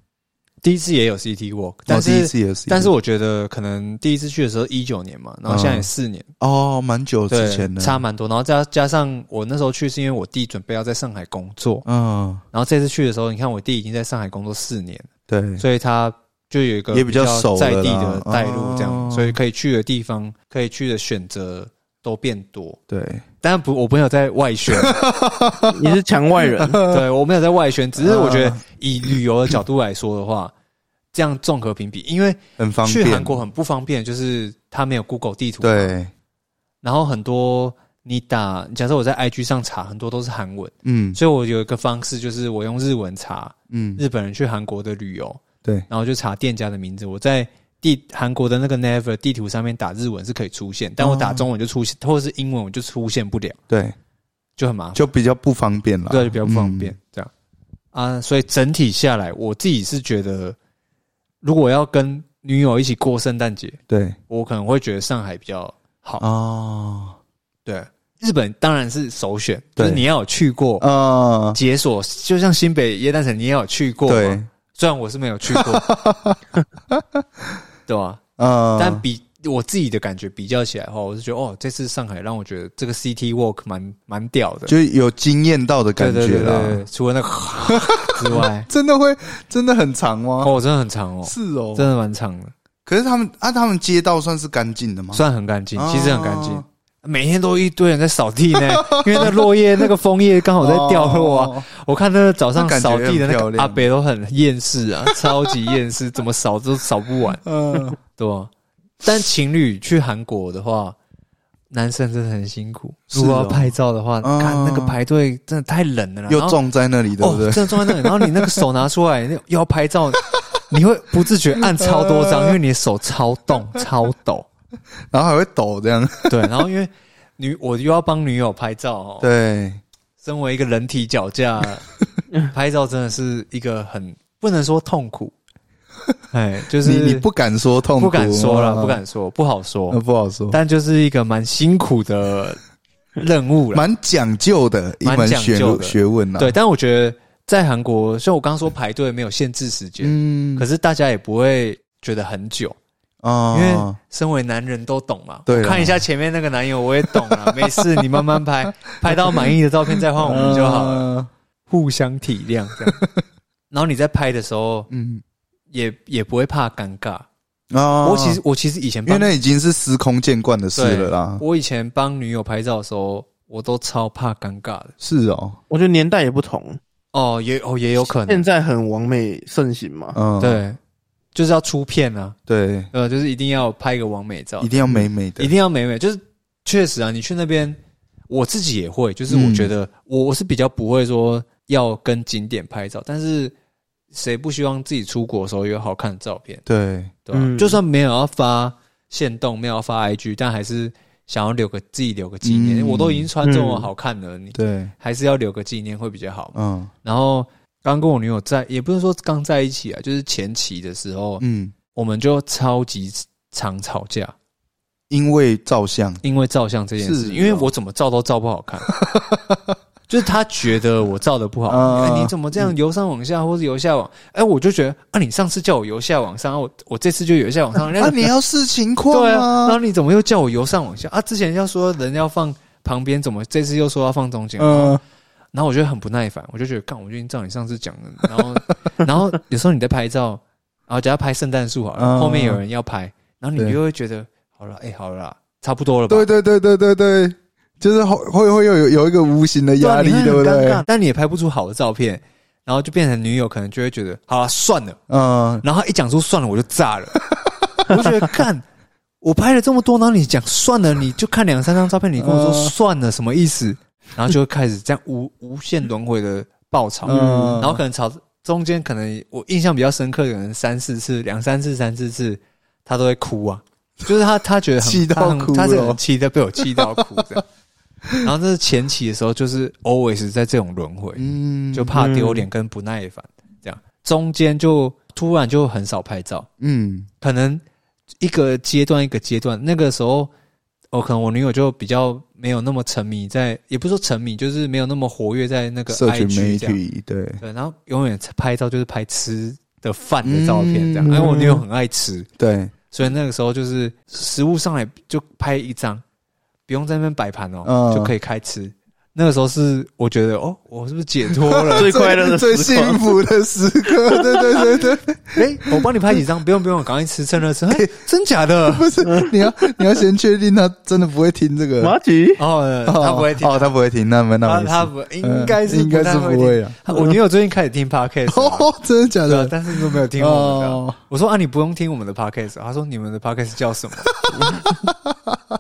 [SPEAKER 1] 第一次也有 CT walk，但
[SPEAKER 2] 哦
[SPEAKER 1] 是、
[SPEAKER 2] 第一次也有 CT，
[SPEAKER 1] 但是我觉得可能第一次去的时候一九年嘛，然后现在也四年，
[SPEAKER 2] 哦，蛮久之前
[SPEAKER 1] 对，
[SPEAKER 2] 的，
[SPEAKER 1] 差，蛮多。然后加加上我那时候去是因为我弟准备要在上海工作，
[SPEAKER 2] 嗯，
[SPEAKER 1] 然后这次去的时候，你看我弟已经在上海工作四年，
[SPEAKER 2] 对，
[SPEAKER 1] 所以他就有一个
[SPEAKER 2] 也比较熟了啦
[SPEAKER 1] 在地的带路，这样，
[SPEAKER 2] 哦
[SPEAKER 1] 所以可以去的地方、可以去的选择都变多。
[SPEAKER 2] 对，
[SPEAKER 1] 当然不，我没有在外 宣，
[SPEAKER 3] 你是墙 外人，
[SPEAKER 1] 对我没有在外宣，只是我觉得
[SPEAKER 2] 啊
[SPEAKER 1] 以旅游的角度来说的 话，这样综合评比，因为。
[SPEAKER 2] 很方便，
[SPEAKER 1] 去韩国很不方便，就是它没有 Google 地图，。
[SPEAKER 2] 对，
[SPEAKER 1] 然后很多你打，假设我在 IG 上查，很多都是韩文，
[SPEAKER 2] 嗯
[SPEAKER 1] 所以我有一个方式，就是我用日文查
[SPEAKER 2] 嗯，
[SPEAKER 1] 日本人去韩国的旅游，
[SPEAKER 2] 对，
[SPEAKER 1] 然后就查店家的名字。我在地韩国的那个 Never 地图上面打日文是可以出现，
[SPEAKER 2] 哦
[SPEAKER 1] 但我打中文就出现，或者是英文我就出现不了，
[SPEAKER 2] 对，
[SPEAKER 1] 就很麻烦，
[SPEAKER 2] 就比较不方便了，
[SPEAKER 1] 对，就比较不方便、
[SPEAKER 2] 嗯
[SPEAKER 1] 这样啊。所以整体下来，我自己是觉得，如果要跟女友一起过圣诞节，
[SPEAKER 2] 对，
[SPEAKER 1] 我可能会觉得上海比较好。
[SPEAKER 2] 哦，
[SPEAKER 1] 对，日本当然是首选，就是
[SPEAKER 2] 对
[SPEAKER 1] 你要有去过
[SPEAKER 2] 啊，
[SPEAKER 1] 解锁，就像新北耶诞城，你也有去过。
[SPEAKER 2] 对，，
[SPEAKER 1] 虽然我是没有去过， 对吧、
[SPEAKER 2] 啊，
[SPEAKER 1] 但比我自己的感觉比较起来的话，我是觉得哦，这次上海让我觉得这个 CT walk 蛮蛮屌的，
[SPEAKER 2] 就有惊艳到的感
[SPEAKER 1] 对
[SPEAKER 2] 觉
[SPEAKER 1] 对对对
[SPEAKER 2] 啦
[SPEAKER 1] 对。除了那个 之外，
[SPEAKER 2] 真的会，真的很长吗？
[SPEAKER 1] 哦，真的很长哦，
[SPEAKER 2] 是哦，
[SPEAKER 1] 真的蛮长的，
[SPEAKER 2] 可是他们啊，他们街道算是干净的吗？
[SPEAKER 1] 算很干净，
[SPEAKER 2] 哦
[SPEAKER 1] 其实很干净。每天都一堆人在扫地呢， 因为那落叶、那个枫叶刚好在掉落啊。
[SPEAKER 2] 哦
[SPEAKER 1] 我看那个早上扫地的
[SPEAKER 2] 那
[SPEAKER 1] 那
[SPEAKER 2] 感觉很漂
[SPEAKER 1] 个
[SPEAKER 2] 亮
[SPEAKER 1] 阿北都很厌世啊，超级厌世， 怎么扫
[SPEAKER 2] 哦
[SPEAKER 1] 都扫不完，
[SPEAKER 2] 嗯，
[SPEAKER 1] 对吧？但情侣去韩国的话，男生真的很辛苦。
[SPEAKER 2] 是哦
[SPEAKER 1] 如果要拍照的话，
[SPEAKER 2] 嗯
[SPEAKER 1] 看那个排队真的太冷了啦，
[SPEAKER 2] 又
[SPEAKER 1] 然后
[SPEAKER 2] 种在那里，对不对
[SPEAKER 1] 哦，？真的撞在那里，然后你那个手拿出来那又要拍照，你会不自觉按超多张，因为你的手超动超抖。
[SPEAKER 2] 然后还会抖这样，
[SPEAKER 1] 对，然后因为女我又要帮女友拍照哦，，
[SPEAKER 2] 对，
[SPEAKER 1] 身为一个人体脚架，拍照真的是一个很不能说痛苦，哎，就是
[SPEAKER 2] 你你不敢说痛苦，
[SPEAKER 1] 不敢说了，
[SPEAKER 2] 啊
[SPEAKER 1] 不，敢说，不好说
[SPEAKER 2] 那，不好说，
[SPEAKER 1] 但就是一个蛮辛苦的任务了。
[SPEAKER 2] 蛮讲究的一门
[SPEAKER 1] 蛮讲
[SPEAKER 2] 学
[SPEAKER 1] 究的
[SPEAKER 2] 学问啊呐。
[SPEAKER 1] 对，，但我觉得在韩国，虽然我刚刚说排队没有限制时间，
[SPEAKER 2] 嗯，
[SPEAKER 1] 可是大家也不会觉得很久，
[SPEAKER 2] 啊，
[SPEAKER 1] 因为身为男人都懂嘛。
[SPEAKER 2] 对啊啦
[SPEAKER 1] 我看一下前面那个男友，我也懂 了，没事，你慢慢拍，拍到满意的照片再换我们就好了，
[SPEAKER 2] 了。
[SPEAKER 1] 互相体谅这 样。然后你在拍的时候，
[SPEAKER 2] 嗯，
[SPEAKER 1] 也也不会怕尴尬。
[SPEAKER 2] 啊，
[SPEAKER 1] 嗯我其实我其实以前
[SPEAKER 2] 因为
[SPEAKER 1] 帮
[SPEAKER 2] 那已经是司空见惯的事
[SPEAKER 1] 对
[SPEAKER 2] 了啦。
[SPEAKER 1] 我以前帮女友拍照的时候，我都超怕尴尬的。
[SPEAKER 2] 是哦，
[SPEAKER 3] 我觉得年代也不同，
[SPEAKER 1] 哦，也哦也有可
[SPEAKER 3] 现
[SPEAKER 1] 能，
[SPEAKER 3] 在很完美盛行嘛。
[SPEAKER 2] 嗯，
[SPEAKER 1] 对，就是要出片啊，
[SPEAKER 2] 对，
[SPEAKER 1] 呃，就是一定要拍一个完美照
[SPEAKER 2] 一，定要美美的，
[SPEAKER 1] 一定要美美。就是确实啊，你去那边，我自己也会，就是我
[SPEAKER 2] 嗯
[SPEAKER 1] 觉得我我是比较不会说要跟景点拍照，但是谁不希望自己出国的时候有好看的照片，
[SPEAKER 2] 对，
[SPEAKER 1] 对吧、
[SPEAKER 3] 嗯
[SPEAKER 1] 就算没有要发现动，没有要发 IG，但还是想要留个自己留个纪念。
[SPEAKER 2] 嗯
[SPEAKER 1] 我都已经穿这么好看了，你
[SPEAKER 2] 对，
[SPEAKER 1] 还是要留个纪念会比较好嘛。
[SPEAKER 2] 嗯
[SPEAKER 1] 然后刚跟我女友在，也不是说刚在一起啊，就是前期的时候，
[SPEAKER 2] 嗯，
[SPEAKER 1] 我们就超级常吵架，
[SPEAKER 2] 因为照相，
[SPEAKER 1] 因为照相这件事，
[SPEAKER 2] 是哦
[SPEAKER 1] 因为我怎么照都照不好看， 就是她觉得我照的不好看，
[SPEAKER 2] 啊
[SPEAKER 1] 哎你怎么这样由上往下，或是由下往？哎，我就觉得啊，你上次叫我由下往上，啊我我这次就由下往上，那
[SPEAKER 2] 啊，你要视情况
[SPEAKER 1] 对啊，然后
[SPEAKER 2] 啊，
[SPEAKER 1] 你怎么又叫我由上往下啊？之前要说人要放旁边，怎么这次又说要放中间？
[SPEAKER 2] 嗯，
[SPEAKER 1] 然后我就很不耐烦，我就觉得，干，我就已经照你上次讲的， 然后，然后有时候你在拍照，然后只要拍圣诞树好了，
[SPEAKER 2] 嗯
[SPEAKER 1] 后面有人要拍，然后你
[SPEAKER 2] 对
[SPEAKER 1] 就会觉得，好了，哎、好了啦，差不多了吧？
[SPEAKER 2] 对对对对对对，就是会会会有有有一个无形的
[SPEAKER 1] 对啊
[SPEAKER 2] 压力
[SPEAKER 1] 你会，很
[SPEAKER 2] 对不
[SPEAKER 1] 尴
[SPEAKER 2] 对
[SPEAKER 1] 尬？但你也拍不出好的照片，然后就变成女友可能就会觉得，好了，算了，
[SPEAKER 2] 嗯，
[SPEAKER 1] 然后她一讲出算了，我就炸了，我就觉得 干。我拍了这么多，然后你讲算了，你就看两三张照片，你跟我说
[SPEAKER 2] 嗯
[SPEAKER 1] 算了，什么意思？然后就会开始这样无无限轮回的爆炒。
[SPEAKER 2] 嗯
[SPEAKER 1] 然后可能吵中间可能我印象比较深刻，可能三四次、两三次、三四次，他都会哭啊，就是他他觉得很
[SPEAKER 2] 气到
[SPEAKER 1] 他很
[SPEAKER 2] 哭
[SPEAKER 1] 他是
[SPEAKER 2] 了
[SPEAKER 1] 很气的，被我气到哭这样。然后这是前期的时候，就是 always 在这种轮回，
[SPEAKER 2] 嗯
[SPEAKER 1] 就怕丢脸跟不耐烦这样。中间就突然就很少拍照，
[SPEAKER 2] 嗯
[SPEAKER 1] 可能一个阶段一个阶段，那个时候。哦，可能我女友就比较没有那么沉迷在，也不是说沉迷，就是没有那么活跃在那个
[SPEAKER 2] 社群
[SPEAKER 1] IG
[SPEAKER 2] 媒
[SPEAKER 1] 这样
[SPEAKER 2] 体，对，
[SPEAKER 1] 对，然后永远拍照就是拍吃的饭的照片这样，因
[SPEAKER 2] 嗯
[SPEAKER 1] 为我女友很爱吃，
[SPEAKER 2] 对，
[SPEAKER 1] 所以那个时候就是食物上来就拍一张，不用在那边摆盘哦，
[SPEAKER 2] 嗯
[SPEAKER 1] 就可以开吃。那个时候是我觉得哦，我是不是解脱 了？
[SPEAKER 3] 最快乐的
[SPEAKER 2] 最
[SPEAKER 3] 时光
[SPEAKER 2] 幸福的时 刻，对对对对，
[SPEAKER 1] 哎、我帮你拍几张，不用不用，赶快吃，趁 热吃。哎、真假的？
[SPEAKER 2] 不是你要你要先确定他真的不会听这个，
[SPEAKER 3] 马吉，
[SPEAKER 1] 哦，他不会听，
[SPEAKER 2] 哦，他不会听，那没那
[SPEAKER 1] 他
[SPEAKER 2] 没事
[SPEAKER 1] 他不应该是
[SPEAKER 2] 嗯应该
[SPEAKER 1] 太
[SPEAKER 2] 是
[SPEAKER 1] 会
[SPEAKER 2] 不
[SPEAKER 1] 听。
[SPEAKER 2] 会啊。
[SPEAKER 1] 他我女友最近开始听 podcast，啊、
[SPEAKER 2] 哦， 真的假
[SPEAKER 1] 对啊
[SPEAKER 2] 的，？
[SPEAKER 1] 但是都没有听我们的。
[SPEAKER 2] 哦，
[SPEAKER 1] 我说啊，你不用听我们的 podcast，他说你们的 podcast 叫什么？ 啊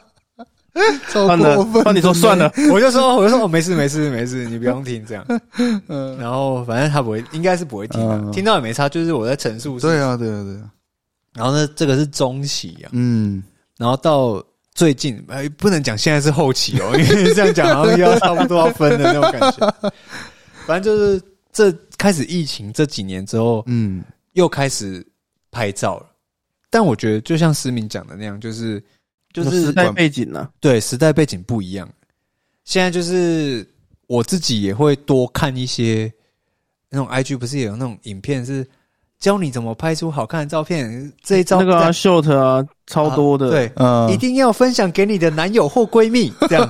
[SPEAKER 2] 超
[SPEAKER 3] 算了
[SPEAKER 2] 过分，，
[SPEAKER 3] 那你说算了，
[SPEAKER 1] 我就说，我就说，哦，没事，没事，没事，你不用听这样。
[SPEAKER 2] 嗯，
[SPEAKER 1] 然后反正他不会，应该是不会听的、
[SPEAKER 2] 嗯
[SPEAKER 1] 听到也没差，就是我在陈述。
[SPEAKER 2] 对。啊，对啊，对啊，
[SPEAKER 1] 然后呢，这个是中期啊，
[SPEAKER 2] 嗯，
[SPEAKER 1] 然后到最近，呃，不能讲现在是后期哦，因 为这样讲好像要差不多要分的那种感觉。反正就是这开始疫情这几年之后，
[SPEAKER 2] 嗯，
[SPEAKER 1] 又开始拍照了。但我觉得，就像思明讲的那样，就是 就
[SPEAKER 3] 有时
[SPEAKER 1] 是
[SPEAKER 3] 代背景啊呢、
[SPEAKER 1] 对，时代背景不一样。现在就是我自己也会多看一些那种 IG，不是也有那种影片是教你怎么拍出好看的照片？这一招
[SPEAKER 3] 那个
[SPEAKER 1] 在
[SPEAKER 3] 啊，short 啊，超多的，，
[SPEAKER 1] 对，
[SPEAKER 2] 嗯
[SPEAKER 1] 一定要分享给你的男友或闺 蜜。这样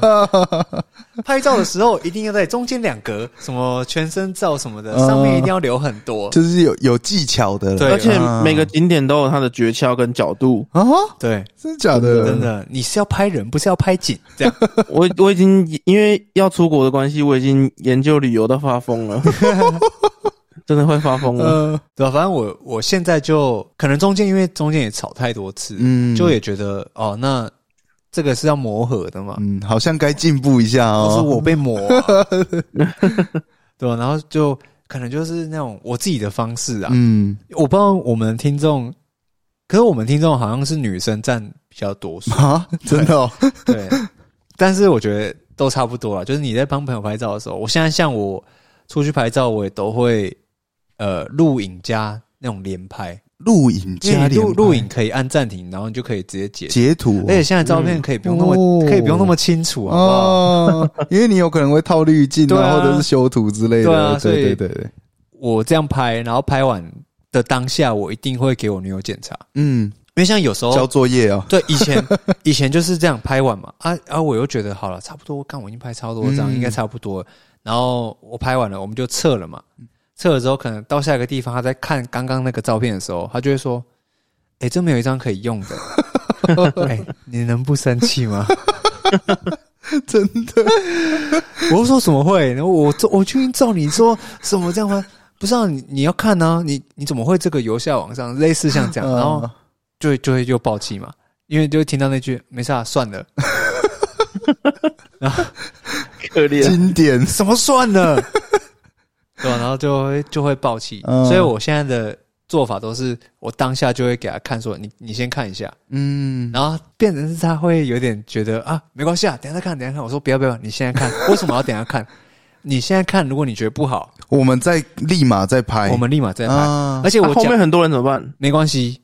[SPEAKER 1] 拍照的时候一定要在中间两格，什么全身照什么的，
[SPEAKER 2] 嗯
[SPEAKER 1] 上面一定要留很多。
[SPEAKER 2] 就是有有技巧的了，
[SPEAKER 1] 对啊
[SPEAKER 3] 而且
[SPEAKER 2] 嗯
[SPEAKER 3] 每个景点都有它的诀窍跟角度。
[SPEAKER 2] 啊，
[SPEAKER 1] 对，
[SPEAKER 2] 真的假的？
[SPEAKER 1] 真，的，你是要拍人，不是要拍景，这样
[SPEAKER 3] 我我已经因为要出国的关系，我已经研究旅游到发疯 了，真的会发疯啊了。
[SPEAKER 2] 呃，
[SPEAKER 1] 对吧？反正我我现在就可能中间因为中间也吵太多次，
[SPEAKER 2] 嗯
[SPEAKER 1] 就也觉得哦，那这个是要磨合的嘛，
[SPEAKER 2] 嗯，好像该进步一下
[SPEAKER 1] 都是
[SPEAKER 2] 哦。
[SPEAKER 1] 我被磨、 啊，对吧？然后就可能就是那种我自己的方式啊，
[SPEAKER 2] 嗯，
[SPEAKER 1] 我不知道我们听众，可是我们听众好像是女生占比较多 数，
[SPEAKER 2] 啊，真的哦，
[SPEAKER 1] 对。但是我觉得都差不多啦，就是你在帮朋友拍照的时候，我现在像我出去拍照，我也都会呃录影加那种连拍，
[SPEAKER 2] 录影
[SPEAKER 1] 因为
[SPEAKER 2] 加
[SPEAKER 1] 你
[SPEAKER 2] 连
[SPEAKER 1] 录
[SPEAKER 2] 拍
[SPEAKER 1] 录影可以按暂停，然后你就可以直接截。
[SPEAKER 2] 截图
[SPEAKER 1] 而且现在照片可以不用那么、
[SPEAKER 2] 嗯
[SPEAKER 1] 可以不用那么清楚，好不好？
[SPEAKER 2] 哦，因为你有可能会套滤镜
[SPEAKER 1] 对啊
[SPEAKER 2] 啊，或者是修图之类
[SPEAKER 1] 对啊
[SPEAKER 2] 的。
[SPEAKER 1] 所以
[SPEAKER 2] 对对对对，
[SPEAKER 1] 我这样拍，然后拍完的当下，我一定会给我女友检查，
[SPEAKER 2] 嗯，
[SPEAKER 1] 因为像有时候
[SPEAKER 2] 交作业哦，
[SPEAKER 1] 对，以 前以前就是这样拍完嘛，啊啊，我又觉得好了，差不多，看我已经拍超多张，
[SPEAKER 2] 嗯
[SPEAKER 1] 应该差不多了。然后我拍完了，我们就撤了嘛。撤了之后，可能到下一个地方，他在看刚刚那个照片的时候，他就会说：“哎、这没有一张可以用的。 哎，你能不生气吗？
[SPEAKER 2] 真的，
[SPEAKER 1] 我就说怎么会？然后我照我去照你说什么这样吗？不是、啊、你你要看呢、你你怎么会这个由下往上，类似像这样，然后
[SPEAKER 2] 啊
[SPEAKER 1] 就会就会就爆气嘛，因为就会听到那句“没事、啊，算了”。
[SPEAKER 3] 可怜。
[SPEAKER 2] 经典
[SPEAKER 1] 什么算了？对吧？啊然后就会就会爆气，
[SPEAKER 2] 嗯
[SPEAKER 1] 所以我现在的做法都是我当下就会给他看说，你你先看一下，
[SPEAKER 2] 嗯，
[SPEAKER 1] 然后变成是他会有点觉得啊，没关系啊，等一下再看，等一下看。我说不要不要，你现在看，为什么要等一下看？你现在看，如果你觉得不好，
[SPEAKER 2] 我们再立马再拍，
[SPEAKER 1] 我们立马再拍。
[SPEAKER 2] 哎啊
[SPEAKER 1] 而且
[SPEAKER 3] 那
[SPEAKER 1] 我
[SPEAKER 3] 后
[SPEAKER 1] 讲、
[SPEAKER 3] 面很多人怎么办？
[SPEAKER 1] 没关系，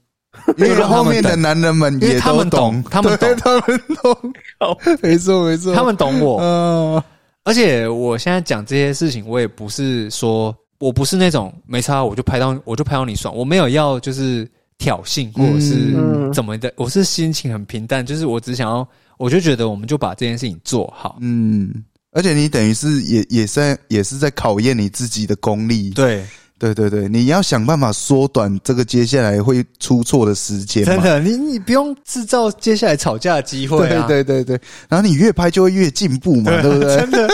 [SPEAKER 2] 因为
[SPEAKER 1] 让他
[SPEAKER 2] 后
[SPEAKER 1] 们
[SPEAKER 2] 面的
[SPEAKER 1] 等
[SPEAKER 2] 男人们
[SPEAKER 1] 因为
[SPEAKER 2] 也
[SPEAKER 1] 他
[SPEAKER 2] 都
[SPEAKER 1] 们懂他们
[SPEAKER 2] 对他们懂
[SPEAKER 3] 靠，
[SPEAKER 2] 没错没错，
[SPEAKER 1] 他们懂我。
[SPEAKER 2] 嗯
[SPEAKER 1] 而且我现在讲这些事情，我也不是说我不是那种没差，我就拍到我就拍到你爽，我没有要就是挑衅或者是
[SPEAKER 3] 嗯
[SPEAKER 1] 怎么的，我是心情很平淡，就是我只想要，我就觉得我们就把这件事情做好。
[SPEAKER 2] 嗯，而且你等于是也也在也是在考验你自己的功力，
[SPEAKER 1] 对，
[SPEAKER 2] 对对对，你要想办法缩短这个接下来会出错的时间嘛，
[SPEAKER 1] 真的，你你不用制造接下来吵架的机会
[SPEAKER 2] 对
[SPEAKER 1] 啊，
[SPEAKER 2] 对对对，然后你越拍就会越进步嘛，对不对？
[SPEAKER 1] 真的。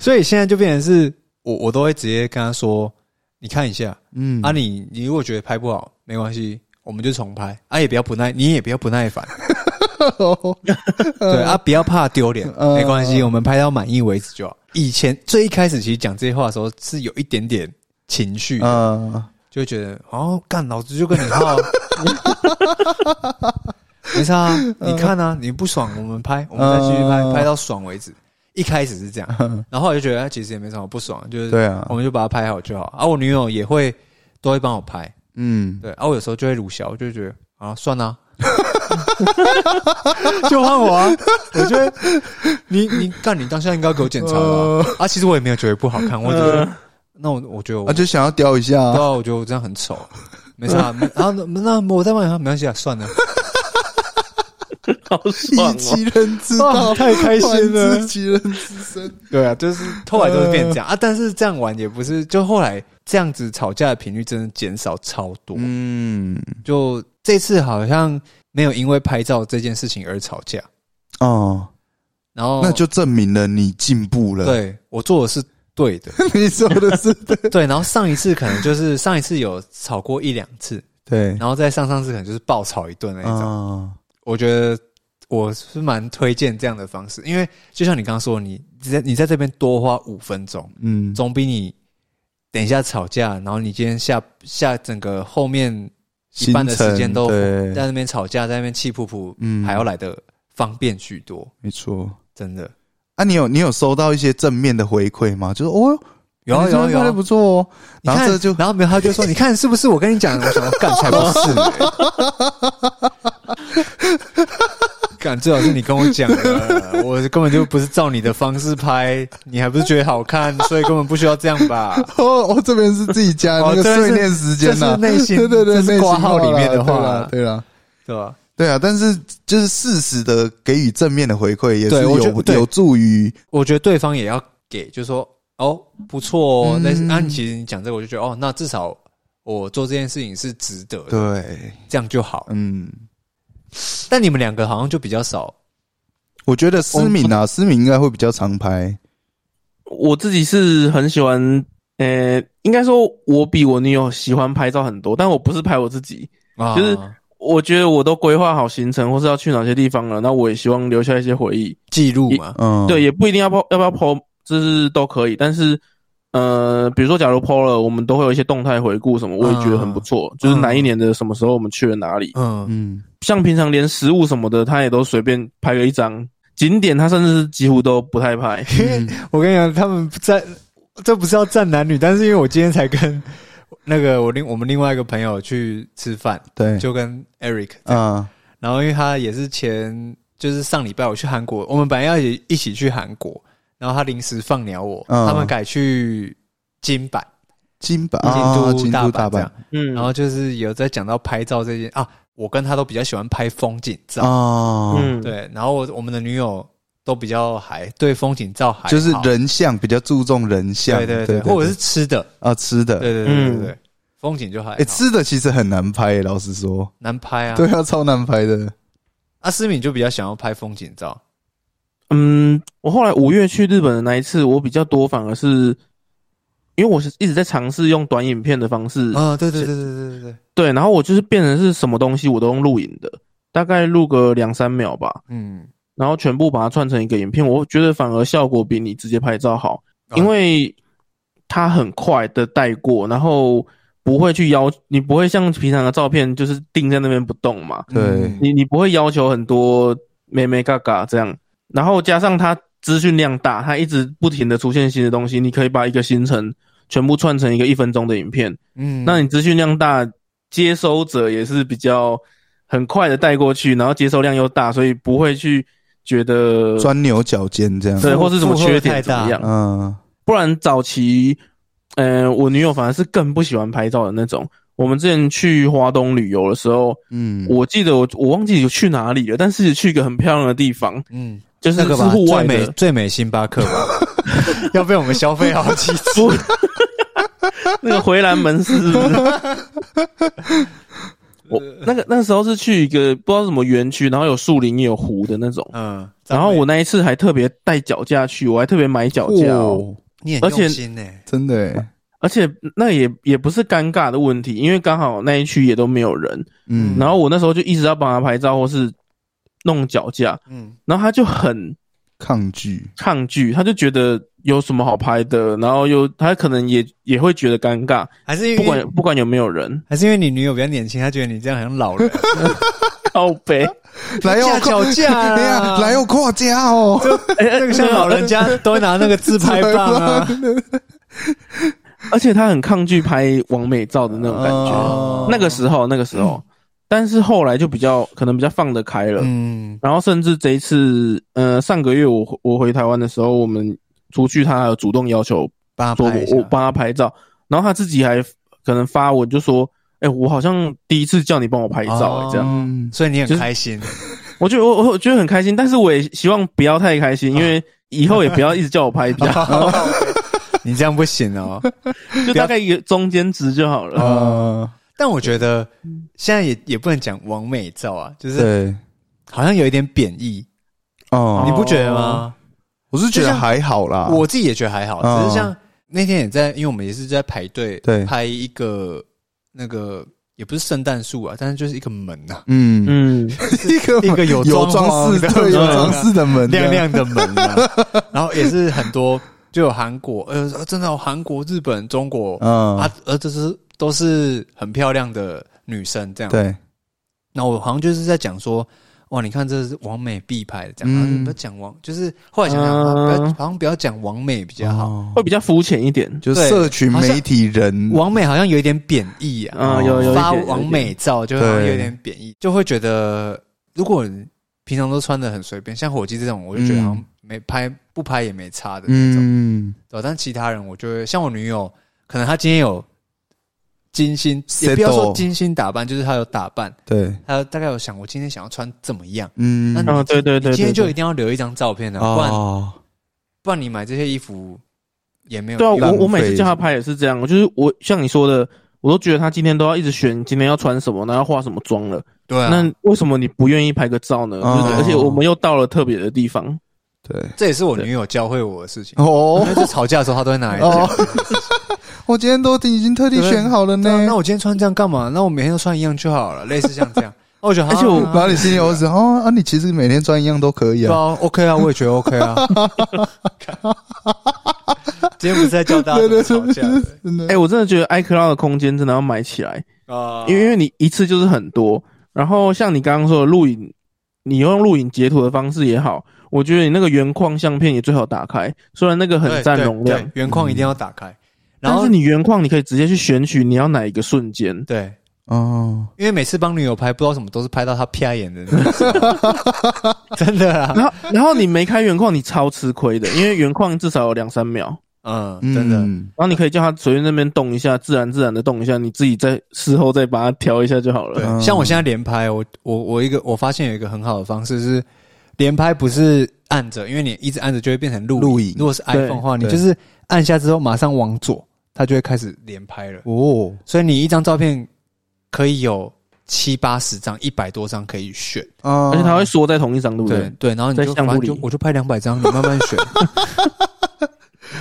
[SPEAKER 1] 所以现在就变成是我我都会直接跟他说，你看一下，
[SPEAKER 2] 嗯
[SPEAKER 1] 啊你，你如果觉得拍不好，没关系，我们就重拍。啊，也不要不耐，你也不要不耐烦。对啊，不要怕丢脸，
[SPEAKER 2] 嗯
[SPEAKER 1] 没关系，我们拍到满意为止就好。以前最一开始其实讲这些话的时候是有一点点情绪的，
[SPEAKER 2] 啊，
[SPEAKER 1] 就会觉得哦，干老子就跟你耗啊，没差、啊，你看啊，你不爽我们拍，我们再继续拍，
[SPEAKER 2] 嗯
[SPEAKER 1] 拍到爽为止。一开始是这样，然后我就觉得哎其实也没什么不爽，就是
[SPEAKER 2] 对啊
[SPEAKER 1] 我们就把它拍好就好。啊，我女友也会都会帮我拍，
[SPEAKER 2] 嗯，
[SPEAKER 1] 对，啊，我有时候就会鲁小，我就会觉得啊，算 啦、就换我啊！我觉得你你干，你当下应该给我检查了啊啊！其实我也没有觉得不好看，我只是那我我觉得我
[SPEAKER 2] 啊，就想要雕一下
[SPEAKER 1] 对
[SPEAKER 2] 啊，
[SPEAKER 1] 啊，我觉得我这样很丑， 没事啊。没啊，那那我再问一下，没关系啊，算了。
[SPEAKER 3] 好
[SPEAKER 2] 一
[SPEAKER 3] 爽哦！
[SPEAKER 2] 其人之道，
[SPEAKER 1] 哇太开心 了
[SPEAKER 2] 还治其人之身。
[SPEAKER 1] 对啊，就是后来都是变这样啊，但是这样玩也不是，就后来这样子吵架的频率真的减少超多。
[SPEAKER 2] 嗯，
[SPEAKER 1] 就这次好像没有因为拍照这件事情而吵架，
[SPEAKER 2] 哦，
[SPEAKER 1] 然后
[SPEAKER 2] 那就证明了你进步了。，
[SPEAKER 1] 对我做的是对的。
[SPEAKER 2] 你说的是对，
[SPEAKER 1] 对，然后上一次可能就是上一次有吵过一两次，
[SPEAKER 2] 对，
[SPEAKER 1] 然后再上上次可能就是暴吵一顿那一种。
[SPEAKER 2] 啊，
[SPEAKER 1] 我觉得我是蛮推荐这样的方式，因为就像你刚刚说，你你在你在这边多花五分钟，
[SPEAKER 2] 嗯，
[SPEAKER 1] 总比你等一下吵架，然后你今天下下整个后面一半的时间都
[SPEAKER 2] 行程
[SPEAKER 1] 在
[SPEAKER 2] 对，
[SPEAKER 1] 那边吵架，在那边气噗噗，
[SPEAKER 2] 嗯
[SPEAKER 1] 还要来的方便许多，
[SPEAKER 2] 没错。
[SPEAKER 1] 真的。
[SPEAKER 2] 啊，你有你有收到一些正面的回馈吗？就是哦哟，
[SPEAKER 1] 有啊
[SPEAKER 2] 你这
[SPEAKER 1] 有啊
[SPEAKER 2] 边
[SPEAKER 1] 有
[SPEAKER 2] 拍的
[SPEAKER 1] 啊，
[SPEAKER 2] 不错哦。
[SPEAKER 1] 你
[SPEAKER 2] 然后
[SPEAKER 1] 看
[SPEAKER 2] 这就
[SPEAKER 1] 然后没有，他就说：“你看是不是？我跟你讲，我想要干才不是、 干最好是你跟我讲的，我根本就不是照你的方式拍，你还不是觉得好看，所以根本不需要这样吧？
[SPEAKER 2] 哦， 哦，这边是自己加那
[SPEAKER 1] 哦
[SPEAKER 2] 个
[SPEAKER 1] 这边是
[SPEAKER 2] 碎念时间呐、
[SPEAKER 1] 这是内心
[SPEAKER 2] 对对对，
[SPEAKER 1] 这是
[SPEAKER 2] 内心
[SPEAKER 1] 挂号里面的
[SPEAKER 2] 话
[SPEAKER 1] 话
[SPEAKER 2] 啦，对啦对啦，
[SPEAKER 1] 对吧？
[SPEAKER 2] 对啊。但是就是适时的给予正面的回馈，也
[SPEAKER 1] 对
[SPEAKER 2] 是
[SPEAKER 1] 我觉
[SPEAKER 2] 有
[SPEAKER 1] 对
[SPEAKER 2] 有助于
[SPEAKER 1] 我觉得对方也要给，就说哦，不错哦。
[SPEAKER 2] 嗯
[SPEAKER 1] 但是，那、你其实你讲这个，我就觉得哦，那至少我做这件事情是值得的，
[SPEAKER 2] 对，
[SPEAKER 1] 这样就好。
[SPEAKER 2] 嗯，
[SPEAKER 1] 但你们两个好像就比较少，
[SPEAKER 2] 我觉得思敏啊，思敏应该会比较常拍，
[SPEAKER 3] 我自己是很喜欢，呃，应该说我比我女友喜欢拍照很多，但我不是拍我自己，
[SPEAKER 1] 啊、
[SPEAKER 3] 就是我觉得我都规划好行程或是要去哪些地方了，那我也希望留下一些回忆。
[SPEAKER 1] 记录嘛，
[SPEAKER 2] 嗯，
[SPEAKER 3] 对，，也不一定要 po 要不要 po，就是都可以。但是，呃，比如说假如 po 了，我们都会有一些动态回顾什么，我也觉得很不错。就是哪一年的什么时候我们去了哪里，
[SPEAKER 1] 嗯，
[SPEAKER 2] 嗯，
[SPEAKER 3] 像平常连食物什么的，他也都随便拍个一张。景点他甚至是几乎都不太 拍，
[SPEAKER 1] 我跟你讲，他们在这不是要站男女，但是因为我今天才跟那个我另我们另外一个朋友去吃饭，
[SPEAKER 2] 对，
[SPEAKER 1] 就跟 Eric，这样
[SPEAKER 2] 啊，
[SPEAKER 1] 然后因为他也是前就是上礼拜我去韩国，我们本来要一一起去韩国，然后他临时放鸟我，
[SPEAKER 2] 嗯
[SPEAKER 1] 他们改去金板，
[SPEAKER 2] 金版
[SPEAKER 1] 京
[SPEAKER 2] 啊京
[SPEAKER 1] 都
[SPEAKER 2] 都
[SPEAKER 1] 大
[SPEAKER 2] 大
[SPEAKER 1] 阪这
[SPEAKER 2] 阪
[SPEAKER 1] 样
[SPEAKER 3] 嗯，
[SPEAKER 1] 然后就是有在讲到拍照这件啊，我跟他都比较喜欢拍风景照，
[SPEAKER 2] 啊，
[SPEAKER 3] 嗯，，
[SPEAKER 1] 对，然后我我们的女友都比较还对风景照还好
[SPEAKER 2] 就是人像比较注重人像，
[SPEAKER 1] 对对
[SPEAKER 2] 对
[SPEAKER 1] 对，，或者是吃的，
[SPEAKER 2] 啊吃的，
[SPEAKER 1] 对对对对
[SPEAKER 3] 嗯
[SPEAKER 1] 对，风景就还好
[SPEAKER 2] 哎，吃的其实很难拍，老实说，
[SPEAKER 1] 难拍啊。
[SPEAKER 2] 对啊，超难拍的，
[SPEAKER 1] 啊，思敏就比较想要拍风景照，
[SPEAKER 3] 嗯，我后来五月去日本的那一次，我比较多反而是，因为我是一直在尝试用短影片的方式，
[SPEAKER 1] 啊，对对对对对对对，
[SPEAKER 3] 对，然后我就是变成是什么东西我都用录影的，大概录个两三秒吧，
[SPEAKER 1] 嗯，
[SPEAKER 3] 然后全部把它串成一个影片，我觉得反而效果比你直接拍照好，
[SPEAKER 1] 啊
[SPEAKER 3] 因为它很快的带过，然后不会去要你不会像平常的照片就是定在那边不动嘛，
[SPEAKER 2] 对
[SPEAKER 1] 嗯
[SPEAKER 3] 你你不会要求很多妹妹嘎嘎这样，然后加上它资讯量大，它一直不停的出现新的东西，你可以把一个行程全部串成一个一分钟的影片，
[SPEAKER 1] 嗯，
[SPEAKER 3] 那你资讯量大，接收者也是比较很快的带过去，然后接收量又大，所以不会去觉得
[SPEAKER 2] 钻牛角尖这样，
[SPEAKER 3] 对，
[SPEAKER 1] 负
[SPEAKER 3] 或是什么
[SPEAKER 1] 负荷
[SPEAKER 3] 缺
[SPEAKER 1] 太
[SPEAKER 3] 点怎
[SPEAKER 1] 大
[SPEAKER 3] 么样。
[SPEAKER 2] 嗯
[SPEAKER 3] 不然早期，呃，我女友反而是更不喜欢拍照的那种。我们之前去华东旅游的时候，
[SPEAKER 2] 嗯，
[SPEAKER 3] 我记得我我忘记有去哪里了，但是去一个很漂亮的 地方，
[SPEAKER 1] 嗯，
[SPEAKER 3] 就是
[SPEAKER 1] 那
[SPEAKER 3] 是
[SPEAKER 1] 个吧，
[SPEAKER 3] 户外
[SPEAKER 1] 最美
[SPEAKER 3] 的，
[SPEAKER 1] 最美星巴克 吧，要被我们消费好几次，
[SPEAKER 3] 不 那个回蓝门寺是不是。 我那个那时候是去一个不知道什么园区，然后有树林也有湖的那种。
[SPEAKER 1] 嗯，
[SPEAKER 3] 然后我那一次还特别带脚架去，我还特别买脚架、哦，
[SPEAKER 2] 哇
[SPEAKER 1] 你很
[SPEAKER 3] 而且
[SPEAKER 1] 用心呢，
[SPEAKER 2] 真的欸，
[SPEAKER 3] 而且那也也不是尴尬的问题，因为刚好那一区也都没有人。
[SPEAKER 2] 嗯，
[SPEAKER 3] 然后我那时候就一直要帮他拍照或是弄脚架，
[SPEAKER 1] 嗯，
[SPEAKER 3] 然后他就很
[SPEAKER 2] 抗 拒，
[SPEAKER 3] 抗拒，他就觉得有什么好拍的，然后又他可能也也会觉得尴尬，
[SPEAKER 1] 还是
[SPEAKER 3] 不
[SPEAKER 1] 因为
[SPEAKER 3] 管不管有没有人，
[SPEAKER 1] 还是因为你女友比较年轻，她觉得你这样很像老 人，
[SPEAKER 3] 靠背，
[SPEAKER 2] 来哦
[SPEAKER 1] 架脚架啊
[SPEAKER 2] 哎呀，来哦，跨家哦，
[SPEAKER 3] 哎
[SPEAKER 1] 那个像老人家都会拿那个自拍棒啊，
[SPEAKER 3] 而且他很抗拒拍完美照的那种感觉。
[SPEAKER 2] 哦
[SPEAKER 3] 那个时候，那个时候，但是后来就比较可能比较放得开了。
[SPEAKER 1] 嗯
[SPEAKER 3] 然后甚至这一次，呃，上个月我回我回台湾的时候，我们出去，他还有主动要求
[SPEAKER 1] 帮
[SPEAKER 3] 说
[SPEAKER 1] 他
[SPEAKER 3] 我
[SPEAKER 1] 拍一下
[SPEAKER 3] 我帮他拍照，然后他自己还可能发文就说，哎、我好像第一次叫你帮我拍照、
[SPEAKER 1] 哦
[SPEAKER 3] 哎，这样，
[SPEAKER 2] 嗯，
[SPEAKER 1] 所以你
[SPEAKER 3] 就
[SPEAKER 1] 很
[SPEAKER 3] 是
[SPEAKER 1] 开心，
[SPEAKER 3] 我觉得我我我觉得很开心，但是我也希望不要太开心，因为以后也不要一直叫我拍，比较
[SPEAKER 1] 哦
[SPEAKER 3] 好，
[SPEAKER 1] 你这样不行 哦。
[SPEAKER 3] 就大概一个中间值就好了。
[SPEAKER 2] 啊，
[SPEAKER 1] 但我觉得现在也也不能讲完美照啊，就是
[SPEAKER 2] 对，
[SPEAKER 1] 好像有一点贬义，
[SPEAKER 2] 哦
[SPEAKER 1] 你，不觉得吗？
[SPEAKER 2] 我是觉
[SPEAKER 1] 就
[SPEAKER 2] 得
[SPEAKER 1] 像
[SPEAKER 2] 还好啦，
[SPEAKER 1] 我自己也觉得还好，
[SPEAKER 2] 嗯
[SPEAKER 1] 只是像那天也在，因为我们也是在排队
[SPEAKER 2] 对
[SPEAKER 1] 拍一个那个也不是圣诞树啊，但是就是一个门 呐、啊，
[SPEAKER 2] 嗯，
[SPEAKER 3] 嗯，
[SPEAKER 2] 一个
[SPEAKER 1] 一个有
[SPEAKER 2] 有
[SPEAKER 1] 装
[SPEAKER 2] 装
[SPEAKER 1] 饰
[SPEAKER 2] 饰
[SPEAKER 1] 的
[SPEAKER 2] 对有装饰的门，
[SPEAKER 1] 亮亮的门啊， 然后也是很多就有韩国，呃，真的有韩国、日本、中国、
[SPEAKER 2] 嗯，
[SPEAKER 1] 啊，呃，这是都是很漂亮的女生这样。
[SPEAKER 2] 对，
[SPEAKER 1] 那我好像就是在讲说，哇，你看这是王美必拍的，这样、
[SPEAKER 2] 嗯
[SPEAKER 1] 然后就不要讲王，就是后来想想，啊不要
[SPEAKER 3] 嗯
[SPEAKER 1] 好像不要讲王美比较好，
[SPEAKER 2] 哦
[SPEAKER 3] 会比较肤浅一点。
[SPEAKER 2] 就
[SPEAKER 1] 对
[SPEAKER 2] 社群
[SPEAKER 1] 好像
[SPEAKER 2] 媒体人，
[SPEAKER 1] 王美好像有一点贬义啊，
[SPEAKER 3] 嗯，有有一
[SPEAKER 1] 发
[SPEAKER 3] 点
[SPEAKER 1] 王，美照就好像
[SPEAKER 2] 对
[SPEAKER 1] 有点贬义，就会觉得如果平常都穿的很随便，像火鸡这种，我就觉得
[SPEAKER 2] 嗯
[SPEAKER 1] 好像没拍不拍也没差的那种，
[SPEAKER 2] 嗯，
[SPEAKER 1] 对，但其他人我就会像我女友，可能她今天有。精心，
[SPEAKER 2] Settle
[SPEAKER 1] 也不要说精心打扮，就是她有打扮，
[SPEAKER 2] 对，
[SPEAKER 1] 她大概有想，我今天想要穿怎么样，
[SPEAKER 2] 嗯
[SPEAKER 1] 那，
[SPEAKER 3] 有一点嗯，对对对，
[SPEAKER 1] 你今天
[SPEAKER 3] 对
[SPEAKER 1] 就一定要留一张照片啊，不然
[SPEAKER 2] 哦，
[SPEAKER 1] 不然你买这些衣服也没有
[SPEAKER 3] 对啊，
[SPEAKER 1] 用
[SPEAKER 3] 我
[SPEAKER 2] 浪
[SPEAKER 3] 我每次
[SPEAKER 2] 费
[SPEAKER 3] 叫他拍也是这样，我就是我像你说的，我都觉得他今天都要一直选今天要穿什么，然后要化什么妆了。
[SPEAKER 1] 对啊，
[SPEAKER 3] 那为什么你不愿意拍个照呢？
[SPEAKER 2] 哦
[SPEAKER 3] 就是而且我们又到了特别的地方，
[SPEAKER 2] 对，
[SPEAKER 1] 这也是我女友教会我的事情。
[SPEAKER 2] 哦
[SPEAKER 1] 每，次吵架的时候，她都会拿来讲。
[SPEAKER 2] 哦 我今天都已经特地选好了
[SPEAKER 1] 对啊
[SPEAKER 2] 呢，
[SPEAKER 1] 那我今天穿这样干嘛？那我每天都穿一样就好了，类似像这样。我觉得
[SPEAKER 3] 而且我
[SPEAKER 1] 啊
[SPEAKER 2] 然后你心里我想，哦啊，你其实每天穿一样都可以
[SPEAKER 1] 对
[SPEAKER 2] 啊。
[SPEAKER 1] 啊，OK 啊，我也觉得 OK 啊。今天不是在教大家
[SPEAKER 2] 对
[SPEAKER 1] 怎么
[SPEAKER 2] 对
[SPEAKER 1] 吵
[SPEAKER 2] 对
[SPEAKER 1] 架的
[SPEAKER 2] 真的
[SPEAKER 3] 哎、我真的觉得 iCloud 的空间真的要买起来，
[SPEAKER 1] 啊，
[SPEAKER 3] 因为因为你一次就是很多。然后像你刚刚说的录影，你用录影截图的方式也好，我觉得你那个原框相片也最好打开，虽然那个很
[SPEAKER 1] 对
[SPEAKER 3] 占
[SPEAKER 1] 对
[SPEAKER 3] 容量嗯
[SPEAKER 1] 对，原框一定要打开。然
[SPEAKER 3] 但
[SPEAKER 1] 后
[SPEAKER 3] 是你原框你可以直接去选取你要哪一个瞬间。
[SPEAKER 1] 对，
[SPEAKER 2] 哦，
[SPEAKER 1] 因为每次帮女友拍，不知道什么都是拍到她啪眼的那 种，真的啊，
[SPEAKER 3] 然后，然后你没开原框，你超吃亏的，因为原框至少有两三秒，
[SPEAKER 1] 嗯，
[SPEAKER 2] 嗯
[SPEAKER 1] 真的。
[SPEAKER 3] 然后你可以叫他随便那边动一下，自然自然的动一下，你自己再事后再把它调一下就好了。
[SPEAKER 1] 对，
[SPEAKER 2] 嗯
[SPEAKER 1] 像我现在连拍，我我我一个我发现有一个很好的方式是，连拍不是按着，因为你一直按着就会变成录
[SPEAKER 2] 录影
[SPEAKER 1] 如果是 iPhone 的话，你
[SPEAKER 2] 对
[SPEAKER 1] 就是按下之后马上往左，它就会开始连拍了。
[SPEAKER 2] 哦，
[SPEAKER 1] 所以你一张照片可以有七八十张、一百多张可以选。
[SPEAKER 2] 啊
[SPEAKER 3] 而且它会缩在同一张，对不对？
[SPEAKER 1] 对对，然后你就
[SPEAKER 3] 在相
[SPEAKER 1] 反正
[SPEAKER 3] 簿里
[SPEAKER 1] 就我就拍两百张，你慢慢选。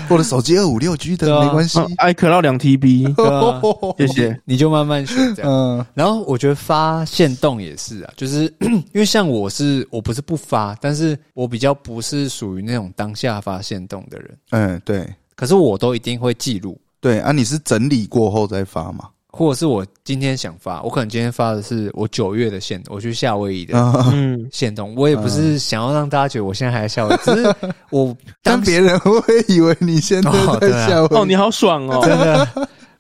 [SPEAKER 2] 我的手机二五六 G
[SPEAKER 1] 对
[SPEAKER 2] 的
[SPEAKER 1] 啊
[SPEAKER 2] 没关系，
[SPEAKER 3] 嗯，iCloud 两 TB，
[SPEAKER 1] 对 啊
[SPEAKER 3] 谢谢。
[SPEAKER 1] 你就慢慢选这样。
[SPEAKER 2] 嗯
[SPEAKER 1] 然后我觉得发现动也是啊，就是 因为像我是我不是不发，但是我比较不是属于那种当下发现动的人，
[SPEAKER 2] 嗯，对
[SPEAKER 1] 可是我都一定会记录，
[SPEAKER 2] 对啊，你是整理过后再发嘛？
[SPEAKER 1] 或者是我今天想发，我可能今天发的是我九月的线，我去夏威夷的
[SPEAKER 2] 啊，
[SPEAKER 3] 嗯，
[SPEAKER 1] 线动，我也不是想要让大家觉得我现在还在夏威夷，只 是我
[SPEAKER 2] 但
[SPEAKER 1] 当时
[SPEAKER 2] 别人会以为你现在
[SPEAKER 1] 哦
[SPEAKER 2] 在
[SPEAKER 1] 对啊
[SPEAKER 2] 下
[SPEAKER 3] 哦，
[SPEAKER 2] 回
[SPEAKER 3] 你好爽哦，
[SPEAKER 1] 真的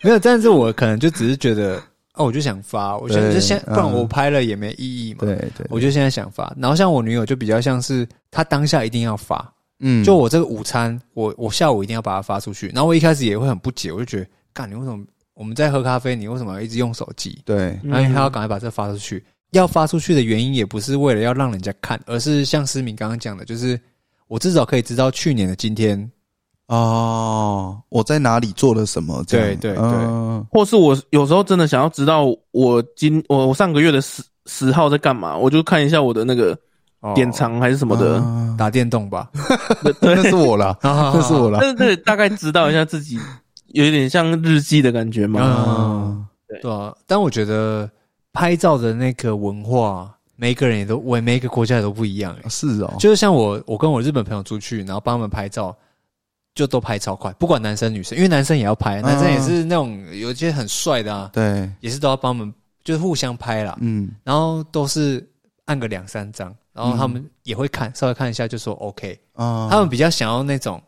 [SPEAKER 1] 没有，但是我可能就只是觉得哦，我就想发，我想
[SPEAKER 2] 对
[SPEAKER 1] 就先，不然
[SPEAKER 2] 嗯
[SPEAKER 1] 我拍了也没意义嘛。
[SPEAKER 2] 对对，
[SPEAKER 1] 我就现在想发，然后像我女友就比较像是她当下一定要发，
[SPEAKER 2] 嗯
[SPEAKER 1] 就我这个午餐，我我下午一定要把它发出去。然后我一开始也会很不解，我就觉得，干你为什么我们在喝咖啡，你为什么要一直用手机？
[SPEAKER 2] 对
[SPEAKER 3] 嗯
[SPEAKER 1] 然后因为他要赶快把这发出去。要发出去的原因也不是为了要让人家看，而是像思明刚刚讲的，就是我至少可以知道去年的今天，
[SPEAKER 2] 哦，我在哪里做了什么？这样
[SPEAKER 1] 对对
[SPEAKER 2] 嗯
[SPEAKER 3] 或是我有时候真的想要知道我今我我上个月的十十号在干嘛，我就看一下我的那个
[SPEAKER 1] 哦
[SPEAKER 3] 典藏还是什么的，
[SPEAKER 2] 啊
[SPEAKER 1] 打电动吧， 啊
[SPEAKER 2] 那是我啦， 那
[SPEAKER 1] 那
[SPEAKER 2] 是我啦
[SPEAKER 3] 但。是这个大概知道一下自己， 有点像日记的感觉嘛。
[SPEAKER 1] 嗯，对啊。但我觉得拍照的那个文化，每一个人也都，我每一个国家也都不一样、欸。
[SPEAKER 2] 是哦，
[SPEAKER 1] 就是像我，我跟我日本朋友出去，然后帮他们拍照，就都拍超快，不管男生女生，因为男生也要拍，男
[SPEAKER 2] 嗯
[SPEAKER 1] 生也是那种有一些很帅的啊，
[SPEAKER 2] 对，
[SPEAKER 1] 也是都要帮我们，就是互相拍啦，
[SPEAKER 2] 嗯
[SPEAKER 1] 然后都是按个两三张，然后他
[SPEAKER 2] 嗯
[SPEAKER 1] 们也会看，稍微看一下就说 OK，
[SPEAKER 2] 啊，
[SPEAKER 1] 他们比较想要那种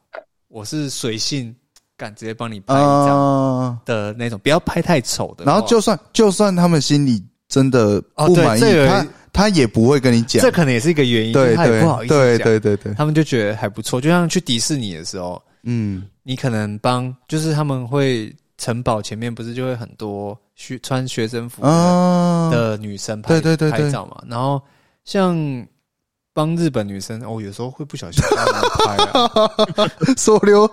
[SPEAKER 1] 我是随性敢直接帮你拍一张
[SPEAKER 2] 啊，
[SPEAKER 1] 的那种，不要拍太丑的话，
[SPEAKER 2] 嗯然后就算就算他们心里真的
[SPEAKER 1] 哦
[SPEAKER 2] 不
[SPEAKER 1] 对
[SPEAKER 2] 满意，
[SPEAKER 1] 这有
[SPEAKER 2] 他他也不会跟你讲
[SPEAKER 1] 这。可能也是一个原因，就是
[SPEAKER 2] 对
[SPEAKER 1] 他也
[SPEAKER 2] 对
[SPEAKER 1] 不好意思
[SPEAKER 2] 对
[SPEAKER 1] 讲
[SPEAKER 2] 对对对，
[SPEAKER 1] 他们就觉得还不错，就像去迪士尼的时候。
[SPEAKER 2] 嗯
[SPEAKER 1] 你可能帮，就是他们会城堡前面不是就会很多学穿学生服的,、
[SPEAKER 2] 啊，
[SPEAKER 1] 女生拍
[SPEAKER 2] 对对对对
[SPEAKER 1] 拍照嘛，然后像帮日本女生，哦，有时候会不小心帮他们拍 啊。
[SPEAKER 2] 说溜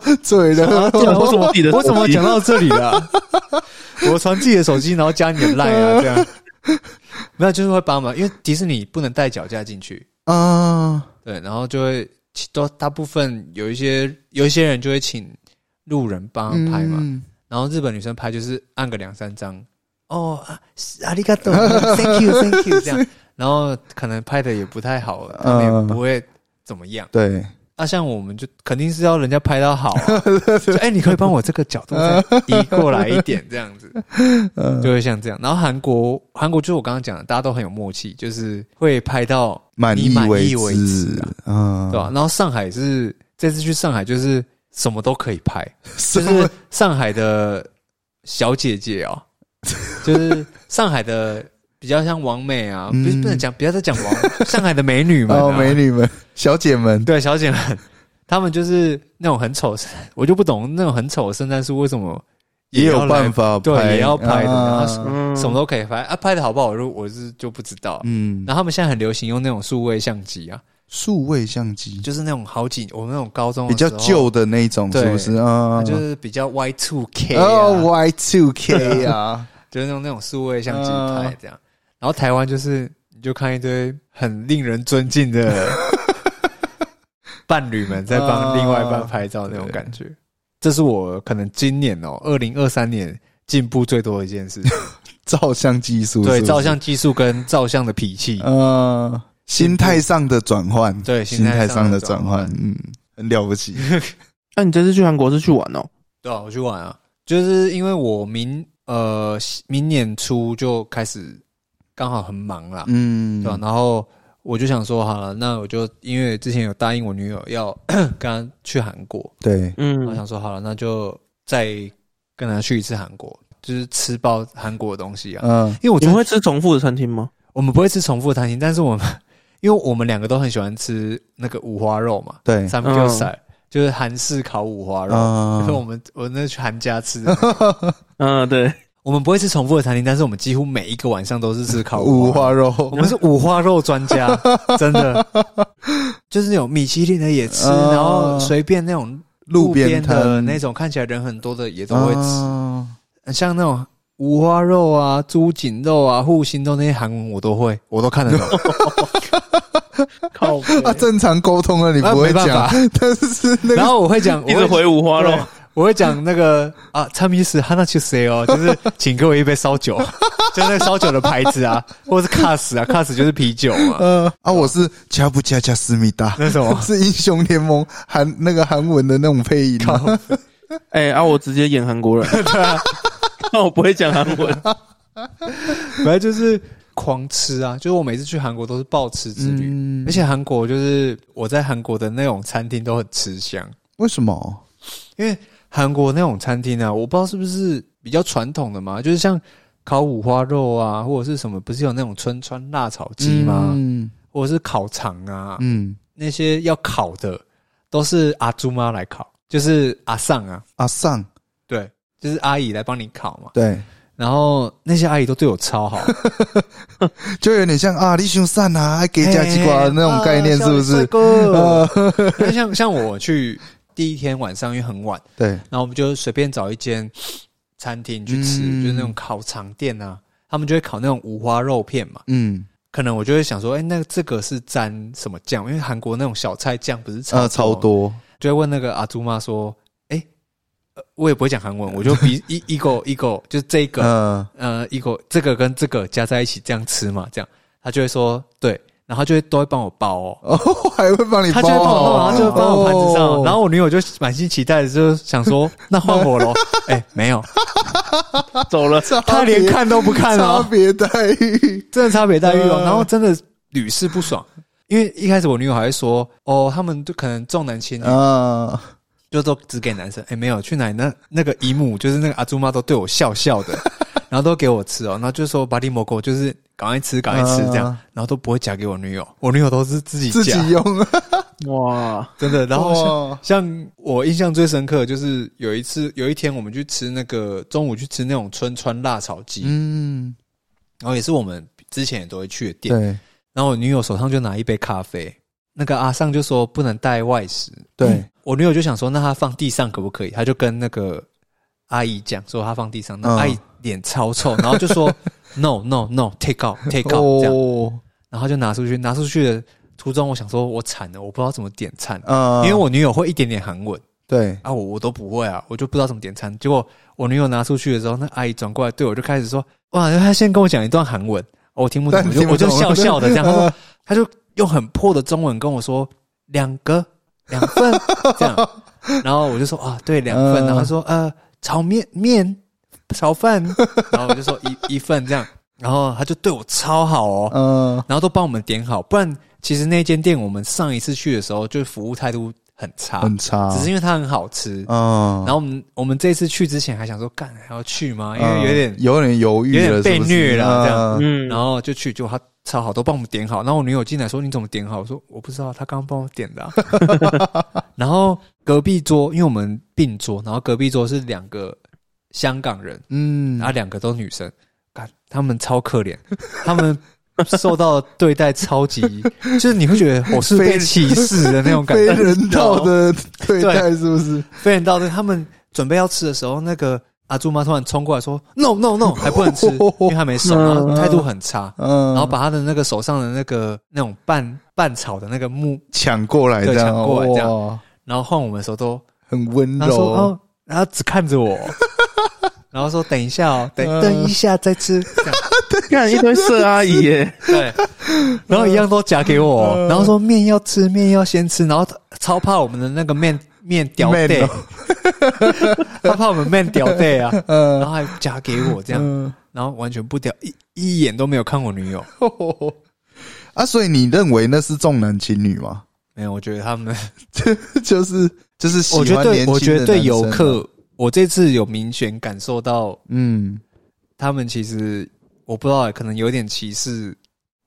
[SPEAKER 2] 嘴了，
[SPEAKER 3] 对啊我怎么自己的手
[SPEAKER 1] 我
[SPEAKER 3] 机
[SPEAKER 1] 怎么讲到这里了、 我传自己的手机，然后加你的赖啊，这样没有就是会帮忙，因为迪士尼不能带脚架进去，
[SPEAKER 2] 啊，
[SPEAKER 1] 对，然后就会其都大部分有一些有一些人就会请路人帮他啊拍嘛，
[SPEAKER 2] 嗯
[SPEAKER 1] 然后日本女生拍就是按个两三张，哦，啊阿里嘎多，thank you，thank you 这样， 嗯然后可能拍的也不太好，他们也不会怎么样。
[SPEAKER 2] 对，
[SPEAKER 1] 那、像我们就肯定是要人家拍到好、 啊，就哎、你可以帮我这个角度再移过来一点，这 样子
[SPEAKER 2] 嗯
[SPEAKER 1] 就会像这样。然后韩国，韩国就是我刚刚讲的，大家都很有默契，就是会拍到
[SPEAKER 2] 满
[SPEAKER 1] 你
[SPEAKER 2] 意
[SPEAKER 1] 满
[SPEAKER 2] 为
[SPEAKER 1] 意为止、 啊，
[SPEAKER 2] 啊，
[SPEAKER 1] 对吧、然后上海是这次去上海就是什么都可以拍，
[SPEAKER 2] 什
[SPEAKER 1] 就
[SPEAKER 2] 么
[SPEAKER 1] 是上海的小姐姐 哦，就是上海的比较像王美啊，
[SPEAKER 2] 嗯
[SPEAKER 1] 不是不能讲，不要再讲王， 上海的美女们、啊，
[SPEAKER 2] 哦，美女们、小姐们，
[SPEAKER 1] 对小姐们，她们就是那种很丑，我就不懂那种很丑的圣诞树为什么
[SPEAKER 2] 也
[SPEAKER 1] 要
[SPEAKER 2] 有
[SPEAKER 1] 来
[SPEAKER 2] 办法
[SPEAKER 1] 对
[SPEAKER 2] 拍，
[SPEAKER 1] 也要拍的
[SPEAKER 2] 啊
[SPEAKER 1] 然后是
[SPEAKER 3] 嗯，
[SPEAKER 1] 什么都可以拍啊，拍的好不好，我就我是就不知道。
[SPEAKER 2] 嗯，
[SPEAKER 1] 然后他们现在很流行用那种数位相机啊，
[SPEAKER 2] 数位相机
[SPEAKER 1] 就是那种好几我们那种高中的
[SPEAKER 2] 比较
[SPEAKER 1] 时候
[SPEAKER 2] 旧，的那种，
[SPEAKER 1] 对
[SPEAKER 2] 是不是啊？
[SPEAKER 1] 就是比较 Y two K 啊，
[SPEAKER 2] 哦，Y two K 啊，
[SPEAKER 1] 就是用那种数位相机
[SPEAKER 2] 嗯
[SPEAKER 1] 拍这样。然后台湾就是你就看一堆很令人尊敬 的伴侣们在帮另外一半拍照那种感觉。这是我可能今年哦，二零二三年进步最多的一件事情。
[SPEAKER 2] 照相技 术，
[SPEAKER 1] 对
[SPEAKER 2] 是不是
[SPEAKER 1] 照，相技术跟照相的脾气，
[SPEAKER 2] 呃，心态上的转换，
[SPEAKER 1] 对
[SPEAKER 2] 心
[SPEAKER 1] 心
[SPEAKER 2] 态
[SPEAKER 1] 态
[SPEAKER 2] 上
[SPEAKER 1] 上
[SPEAKER 2] 的
[SPEAKER 1] 的
[SPEAKER 2] 转
[SPEAKER 1] 转
[SPEAKER 2] 换
[SPEAKER 1] 换，
[SPEAKER 2] 嗯，很了 不起，
[SPEAKER 3] 那、啊你这次去韩国是去玩哦？
[SPEAKER 1] 对啊，我去玩啊，就是因为我明呃明年初就开始刚好很忙啦，
[SPEAKER 2] 嗯，
[SPEAKER 1] 对吧、然后我就想说，好了，那我就因为之前有答应我女友要 跟她去韩国，
[SPEAKER 2] 对，
[SPEAKER 1] 我
[SPEAKER 3] 嗯，
[SPEAKER 1] 想说好了，那就再跟她去一次韩国，就是吃爆韩国的东西啊。
[SPEAKER 2] 嗯，
[SPEAKER 1] 因为我
[SPEAKER 3] 你
[SPEAKER 1] 觉
[SPEAKER 3] 们
[SPEAKER 1] 得
[SPEAKER 3] 会吃重复的餐 厅吗？
[SPEAKER 1] 我们不会吃重复的餐厅，但是我们因为我们两个都很喜欢吃那个五花肉嘛，
[SPEAKER 2] 对，
[SPEAKER 1] 三不就塞，
[SPEAKER 2] 嗯
[SPEAKER 1] 就是韩式烤五花肉。就是我
[SPEAKER 2] 啊，
[SPEAKER 1] 们我那去韩家吃的那个，
[SPEAKER 3] 嗯，对，
[SPEAKER 1] 我们不会吃重复的餐厅，但是我们几乎每一个晚上都是吃烤
[SPEAKER 2] 五
[SPEAKER 1] 肉
[SPEAKER 2] 花肉，
[SPEAKER 1] 我们是五花肉专 家，真的，就是那种米其林的也吃，
[SPEAKER 2] 啊
[SPEAKER 1] 然后随便那种
[SPEAKER 2] 路
[SPEAKER 1] 边的
[SPEAKER 2] 摊
[SPEAKER 1] 那种看起来人很多的也都会吃，
[SPEAKER 2] 啊
[SPEAKER 1] 像那种五花肉啊、猪颈肉啊、护心肉那些韩文我都会，我都看得懂。
[SPEAKER 3] 靠北，
[SPEAKER 2] 啊， 正常沟通了，你不会讲
[SPEAKER 1] 啊，
[SPEAKER 2] 但是 那
[SPEAKER 1] 然
[SPEAKER 2] 个
[SPEAKER 1] 后我会讲，
[SPEAKER 3] 一
[SPEAKER 1] 我会
[SPEAKER 3] 直回五花肉
[SPEAKER 1] 对，我会讲那个啊，参米斯哈纳去谁哦，就是请给我一杯烧酒， 就是那个烧酒的牌子啊，或者是 Cass 啊，Cass 就是啤酒嘛，
[SPEAKER 2] 呃啊，我是加布加加思密达，
[SPEAKER 1] 那什 么
[SPEAKER 2] 是英雄联盟韩那个韩文的那种配音吗，啊
[SPEAKER 3] 哎、啊，我直接演韩 国人，那我不会讲韩文，
[SPEAKER 1] 反正就是狂吃啊，就是我每次去韩国都是暴吃之旅。
[SPEAKER 2] 嗯
[SPEAKER 1] 而且韩国就是我在韩国的那种餐厅都很吃香，
[SPEAKER 2] 为什么？
[SPEAKER 1] 因为韩国那种餐厅啊，我不知道是不是比较传统的嘛，就是像烤五花肉啊，或者是什么，不是有那种春川辣炒鸡吗？
[SPEAKER 2] 嗯
[SPEAKER 1] 或者是烤肠啊，
[SPEAKER 2] 嗯，
[SPEAKER 1] 那些要烤的都是阿朱妈来烤，就是阿上啊，
[SPEAKER 2] 阿尚
[SPEAKER 1] 对，就是阿姨来帮你烤嘛。
[SPEAKER 2] 对，
[SPEAKER 1] 然后那些阿姨都对我超 好，
[SPEAKER 2] 就有点像啊，你想善啊，还给加鸡瓜的那种概
[SPEAKER 1] 哦
[SPEAKER 2] 念，是不是？
[SPEAKER 1] 呃，那像像我去第一天晚上，因为很晚，
[SPEAKER 2] 对，
[SPEAKER 1] 然后我们就随便找一间餐厅去吃，
[SPEAKER 2] 嗯
[SPEAKER 1] 就是那种烤肠店啊，他们就会烤那种五花肉片嘛。
[SPEAKER 2] 嗯，
[SPEAKER 1] 可能我就会想说，哎、那这个是沾什么酱？因为韩国那种小菜酱不是超
[SPEAKER 2] 呃，超
[SPEAKER 1] 吗
[SPEAKER 2] 多，
[SPEAKER 1] 就会问那个阿朱妈说：“哎、呃我也不会讲 韩文，我就比一一个一个，就是这一个
[SPEAKER 2] 呃，
[SPEAKER 1] 呃一个这个跟这个加在一起这样吃嘛，这样。”他就会说：“对。”然后他就会都会帮我包哦，
[SPEAKER 2] 哦， 还会帮你
[SPEAKER 1] 他
[SPEAKER 2] 包
[SPEAKER 1] 就会帮我包，
[SPEAKER 2] 哦，
[SPEAKER 1] 然后就会帮我盘子上。
[SPEAKER 2] 哦
[SPEAKER 1] 然后我女友就满心期待的就想 说：“那换我喽？”哎、没有，
[SPEAKER 3] 走了，
[SPEAKER 1] 他连
[SPEAKER 2] 差别
[SPEAKER 1] 看都不看
[SPEAKER 2] 差
[SPEAKER 1] 哦，
[SPEAKER 2] 别待遇，
[SPEAKER 1] 真的 差别待遇哦
[SPEAKER 2] 呃。
[SPEAKER 1] 然后真的屡试不爽，因为一开始我女友还会说：“哦，他们就可能重男轻女。”
[SPEAKER 2] 啊，
[SPEAKER 1] 就都只给男生。哎、没有，去哪里那那个姨母，就是那个阿朱妈，都对我笑笑 的，然后都给我吃哦，然后就说巴蒂蘑菇，就是赶快吃，赶快吃这样，
[SPEAKER 2] 啊
[SPEAKER 1] 然后都不会夹给我女友，我女友都是嗯自己
[SPEAKER 2] 自
[SPEAKER 1] 夹，
[SPEAKER 2] 己用，啊
[SPEAKER 3] 哇，
[SPEAKER 1] 真的。然后像
[SPEAKER 2] 哇
[SPEAKER 1] 像我印象最深刻，就是有一次有一天我们去吃那个中午去吃那种春川辣炒鸡，
[SPEAKER 2] 嗯，
[SPEAKER 1] 然后也是我们之前也都会去的店，
[SPEAKER 2] 对
[SPEAKER 1] 然后我女友手上就拿一杯咖啡，那个阿尚就说不能带外食，嗯
[SPEAKER 2] 对，
[SPEAKER 1] 我女友就想说，那她放地上可不可以？她就跟那个阿姨讲说，她放地上，那
[SPEAKER 2] 嗯
[SPEAKER 1] 阿姨脸超臭， 然后就说 no no no take out take out、这样，
[SPEAKER 2] 哦，
[SPEAKER 1] 然后就拿出去，拿出去的途中，我想说我惨了，我不知道怎么点餐，
[SPEAKER 2] 啊，
[SPEAKER 1] 因为我女友会一点点韩文
[SPEAKER 2] 对，
[SPEAKER 1] 啊，我我都不会啊，我就不知道怎么点餐。结果我女友拿出去的时候，那阿姨转过来对我就开始说，哇，她先跟我讲一段韩文，哦我听不懂，我
[SPEAKER 2] 但你
[SPEAKER 1] 就
[SPEAKER 2] 听不
[SPEAKER 1] 我就
[SPEAKER 2] 懂
[SPEAKER 1] 笑笑的这样，她
[SPEAKER 2] 呃
[SPEAKER 1] 说，她就用很破的中文跟我说两个两份这 样，然后我就说啊，对，两份，
[SPEAKER 2] 嗯
[SPEAKER 1] 然后她说呃，炒面面炒饭，然后我就说一一份这样，然后她就对我超好哦，
[SPEAKER 2] 嗯，
[SPEAKER 1] 然后都帮我们点好，不然其实那间店我们上一次去的时候，就是服务态度很差，
[SPEAKER 2] 很差，
[SPEAKER 1] 啊只是因为它很好吃。
[SPEAKER 2] 啊嗯，
[SPEAKER 1] 然后我们我们这次去之前还想说，干还要去吗？因为有点，
[SPEAKER 2] 嗯有点犹豫了，
[SPEAKER 1] 有点被虐了这样
[SPEAKER 2] 样，
[SPEAKER 3] 嗯，
[SPEAKER 1] 然后就去，就他超好，都帮我们点好。然后我女友进来说：“你怎么点好？”我说：“我不知道，他刚刚帮我点的啊、 然后隔壁桌，因为我们并桌，然后隔壁桌是两个香港人，
[SPEAKER 2] 嗯，
[SPEAKER 1] 啊，两个都女生，干他们超可怜，他们受到对待超级， 就是你会觉得我是被歧视的那种感
[SPEAKER 2] 非
[SPEAKER 1] 觉，
[SPEAKER 2] 人道的对待是不是？
[SPEAKER 1] 非人道的。他们准备要吃的时候，那个阿朱妈突然冲过来说：“No No No，还不能 吃，因为还没熟，然后态度很差。”
[SPEAKER 2] 嗯，
[SPEAKER 1] 然后把他的那个手上的那个那种拌拌炒的那个木，
[SPEAKER 2] 抢过来这
[SPEAKER 1] 对
[SPEAKER 2] 样，
[SPEAKER 1] 抢过来这样
[SPEAKER 2] 哇
[SPEAKER 1] 然后换我们的时候都，
[SPEAKER 2] 很温
[SPEAKER 1] 他说哦
[SPEAKER 2] 柔，
[SPEAKER 1] 哦，然后只看着我， 然后说等一下哦，等
[SPEAKER 2] 嗯
[SPEAKER 1] 等一下再 吃，这样
[SPEAKER 3] 看一堆色阿姨耶，
[SPEAKER 1] 对，然后一样都夹给我，哦
[SPEAKER 2] 嗯
[SPEAKER 1] 然后说面要吃，面要先吃，然后他超怕我们的那个面面掉
[SPEAKER 2] 面
[SPEAKER 1] 队
[SPEAKER 2] 哦，
[SPEAKER 1] 他怕我们面掉队啊，然
[SPEAKER 2] 嗯
[SPEAKER 1] 后还夹给我这样，
[SPEAKER 2] 嗯
[SPEAKER 1] 然后完全不屌，一一眼都没有看我女友，
[SPEAKER 2] 啊，所以你认为那是重男轻女吗？
[SPEAKER 1] 没有，我觉得他 们，
[SPEAKER 2] 就是就是喜
[SPEAKER 1] 我觉得
[SPEAKER 2] 欢
[SPEAKER 1] 对，
[SPEAKER 2] 年轻的
[SPEAKER 1] 我觉得对
[SPEAKER 2] 男生
[SPEAKER 1] 游
[SPEAKER 2] 啊，
[SPEAKER 1] 客，我这次有明显感受到
[SPEAKER 2] 嗯，
[SPEAKER 1] 他们其实我不知道欸，可能有点歧视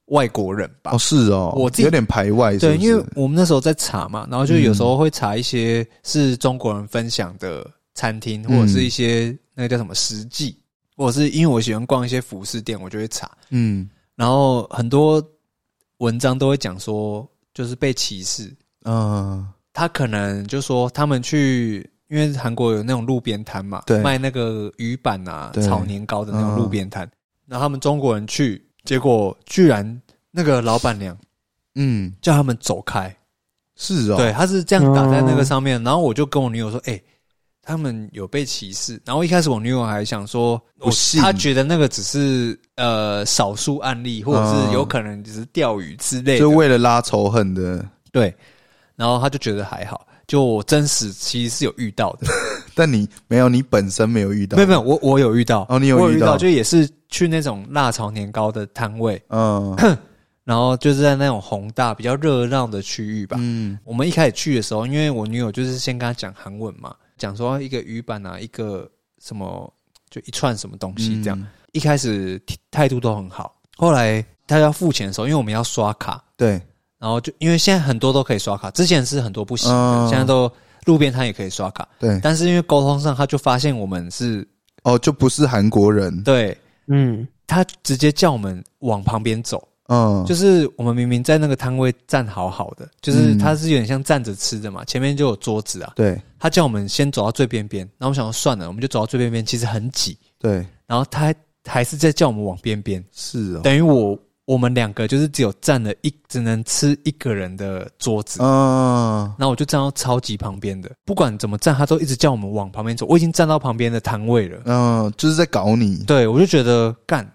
[SPEAKER 1] 外国人吧
[SPEAKER 2] 哦，是哦，
[SPEAKER 1] 我自己
[SPEAKER 2] 有点排外是不
[SPEAKER 1] 对，
[SPEAKER 2] 是，
[SPEAKER 1] 因为我们那时候在查嘛，然后就有时候会查一些是中国人分享的餐厅，
[SPEAKER 2] 嗯
[SPEAKER 1] 或者是一些那个叫什么实际，或者是因为我喜欢逛一些服饰店，我就会查。
[SPEAKER 2] 嗯
[SPEAKER 1] 然后很多文章都会讲说，就是被歧视，
[SPEAKER 2] 嗯
[SPEAKER 1] 他可能就说他们去。因为韩国有那种路边摊嘛，
[SPEAKER 2] 对
[SPEAKER 1] 卖那个鱼板啊、
[SPEAKER 2] 对
[SPEAKER 1] 炒年糕的那种路边摊，然后他们中国人去，结果居然那个老板娘
[SPEAKER 2] 嗯，
[SPEAKER 1] 叫他们走开，
[SPEAKER 2] 是哦，
[SPEAKER 1] 对，他是这样打在那个上面，然后我就跟我女友说：“哎、他们有被歧视。”然后一开始我女友还想说，
[SPEAKER 2] 不
[SPEAKER 1] 我
[SPEAKER 2] 信
[SPEAKER 1] 她觉得那个只是呃少数案例，或者
[SPEAKER 2] 嗯
[SPEAKER 1] 是有可能只是钓鱼之类的
[SPEAKER 2] 就，为了拉仇恨的，
[SPEAKER 1] 对。然后她就觉得还好，就我真实其实是有遇到的，
[SPEAKER 2] 但你没有，你本身没有遇到，
[SPEAKER 1] 没有没有，我我有遇到，
[SPEAKER 2] 哦你有
[SPEAKER 1] 我
[SPEAKER 2] 遇
[SPEAKER 1] 遇
[SPEAKER 2] 到
[SPEAKER 1] 就也是去那种辣炒年糕的摊位，
[SPEAKER 2] 嗯
[SPEAKER 1] 然后就是在那种宏大比较热闹的区域吧，
[SPEAKER 2] 嗯
[SPEAKER 1] 我们一开始去的时候，因为我女友就是先跟她讲韩文嘛，讲说一个鱼板啊，一个什么就一串什么东西这样。，
[SPEAKER 2] 嗯
[SPEAKER 1] 一开始态度都很好，后来她要付钱的时候，因为我们要刷卡，
[SPEAKER 2] 对，
[SPEAKER 1] 然后就因为现在很多都可以刷卡，之前是很多不行的，
[SPEAKER 2] 嗯
[SPEAKER 1] 现在都路边摊也可以刷卡，
[SPEAKER 2] 对，
[SPEAKER 1] 但是因为沟通上，她就发现我们是
[SPEAKER 2] 哦，就不是韩国人，
[SPEAKER 1] 对。
[SPEAKER 3] 嗯，
[SPEAKER 1] 她直接叫我们往旁边走，
[SPEAKER 2] 嗯，
[SPEAKER 1] 就是是我们明明在那个摊位站好好的，就是
[SPEAKER 2] 嗯
[SPEAKER 1] 它是有点像站着吃的嘛，前面就有桌子啊，
[SPEAKER 2] 对
[SPEAKER 1] 他叫我们先走到最边边，然后我想说算了，我们就走到最边边，其实很挤。
[SPEAKER 2] 对
[SPEAKER 1] 然后他还还是在叫我们往边边，
[SPEAKER 2] 是哦，
[SPEAKER 1] 等于我我们两个就是只有占了一，只能吃一个人的桌子。
[SPEAKER 2] 嗯
[SPEAKER 1] 然后我就站到超级旁边的，不管怎么站，他都一直叫我们往旁边走。我已经站到旁边的摊位了，
[SPEAKER 2] 嗯，就是在搞你，
[SPEAKER 1] 对我就觉得干，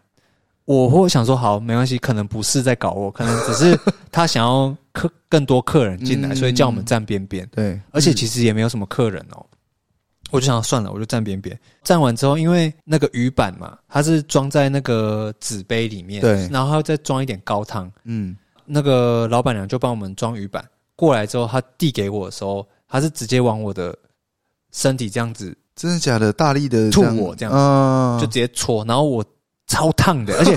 [SPEAKER 1] 我会想说好没关系，可能不是在搞我，可能只是他想要客更多客人进来，
[SPEAKER 2] 嗯
[SPEAKER 1] 所以叫我们站边边。
[SPEAKER 2] 对，嗯
[SPEAKER 1] 而且其实也没有什么客人哦。我就想算了，我就站边边。站完之后，因为那个鱼板嘛，它是装在那个纸杯里面，
[SPEAKER 2] 对
[SPEAKER 1] 然后还要再装一点高汤。
[SPEAKER 2] 嗯
[SPEAKER 1] 那个老板娘就帮我们装鱼板。过来之后，她递给我的时候，她是直接往我的身体这样子
[SPEAKER 2] 真的假的？大力的
[SPEAKER 1] 吐我这样
[SPEAKER 2] 嗯，
[SPEAKER 1] 就直接戳，然后我超烫的，而且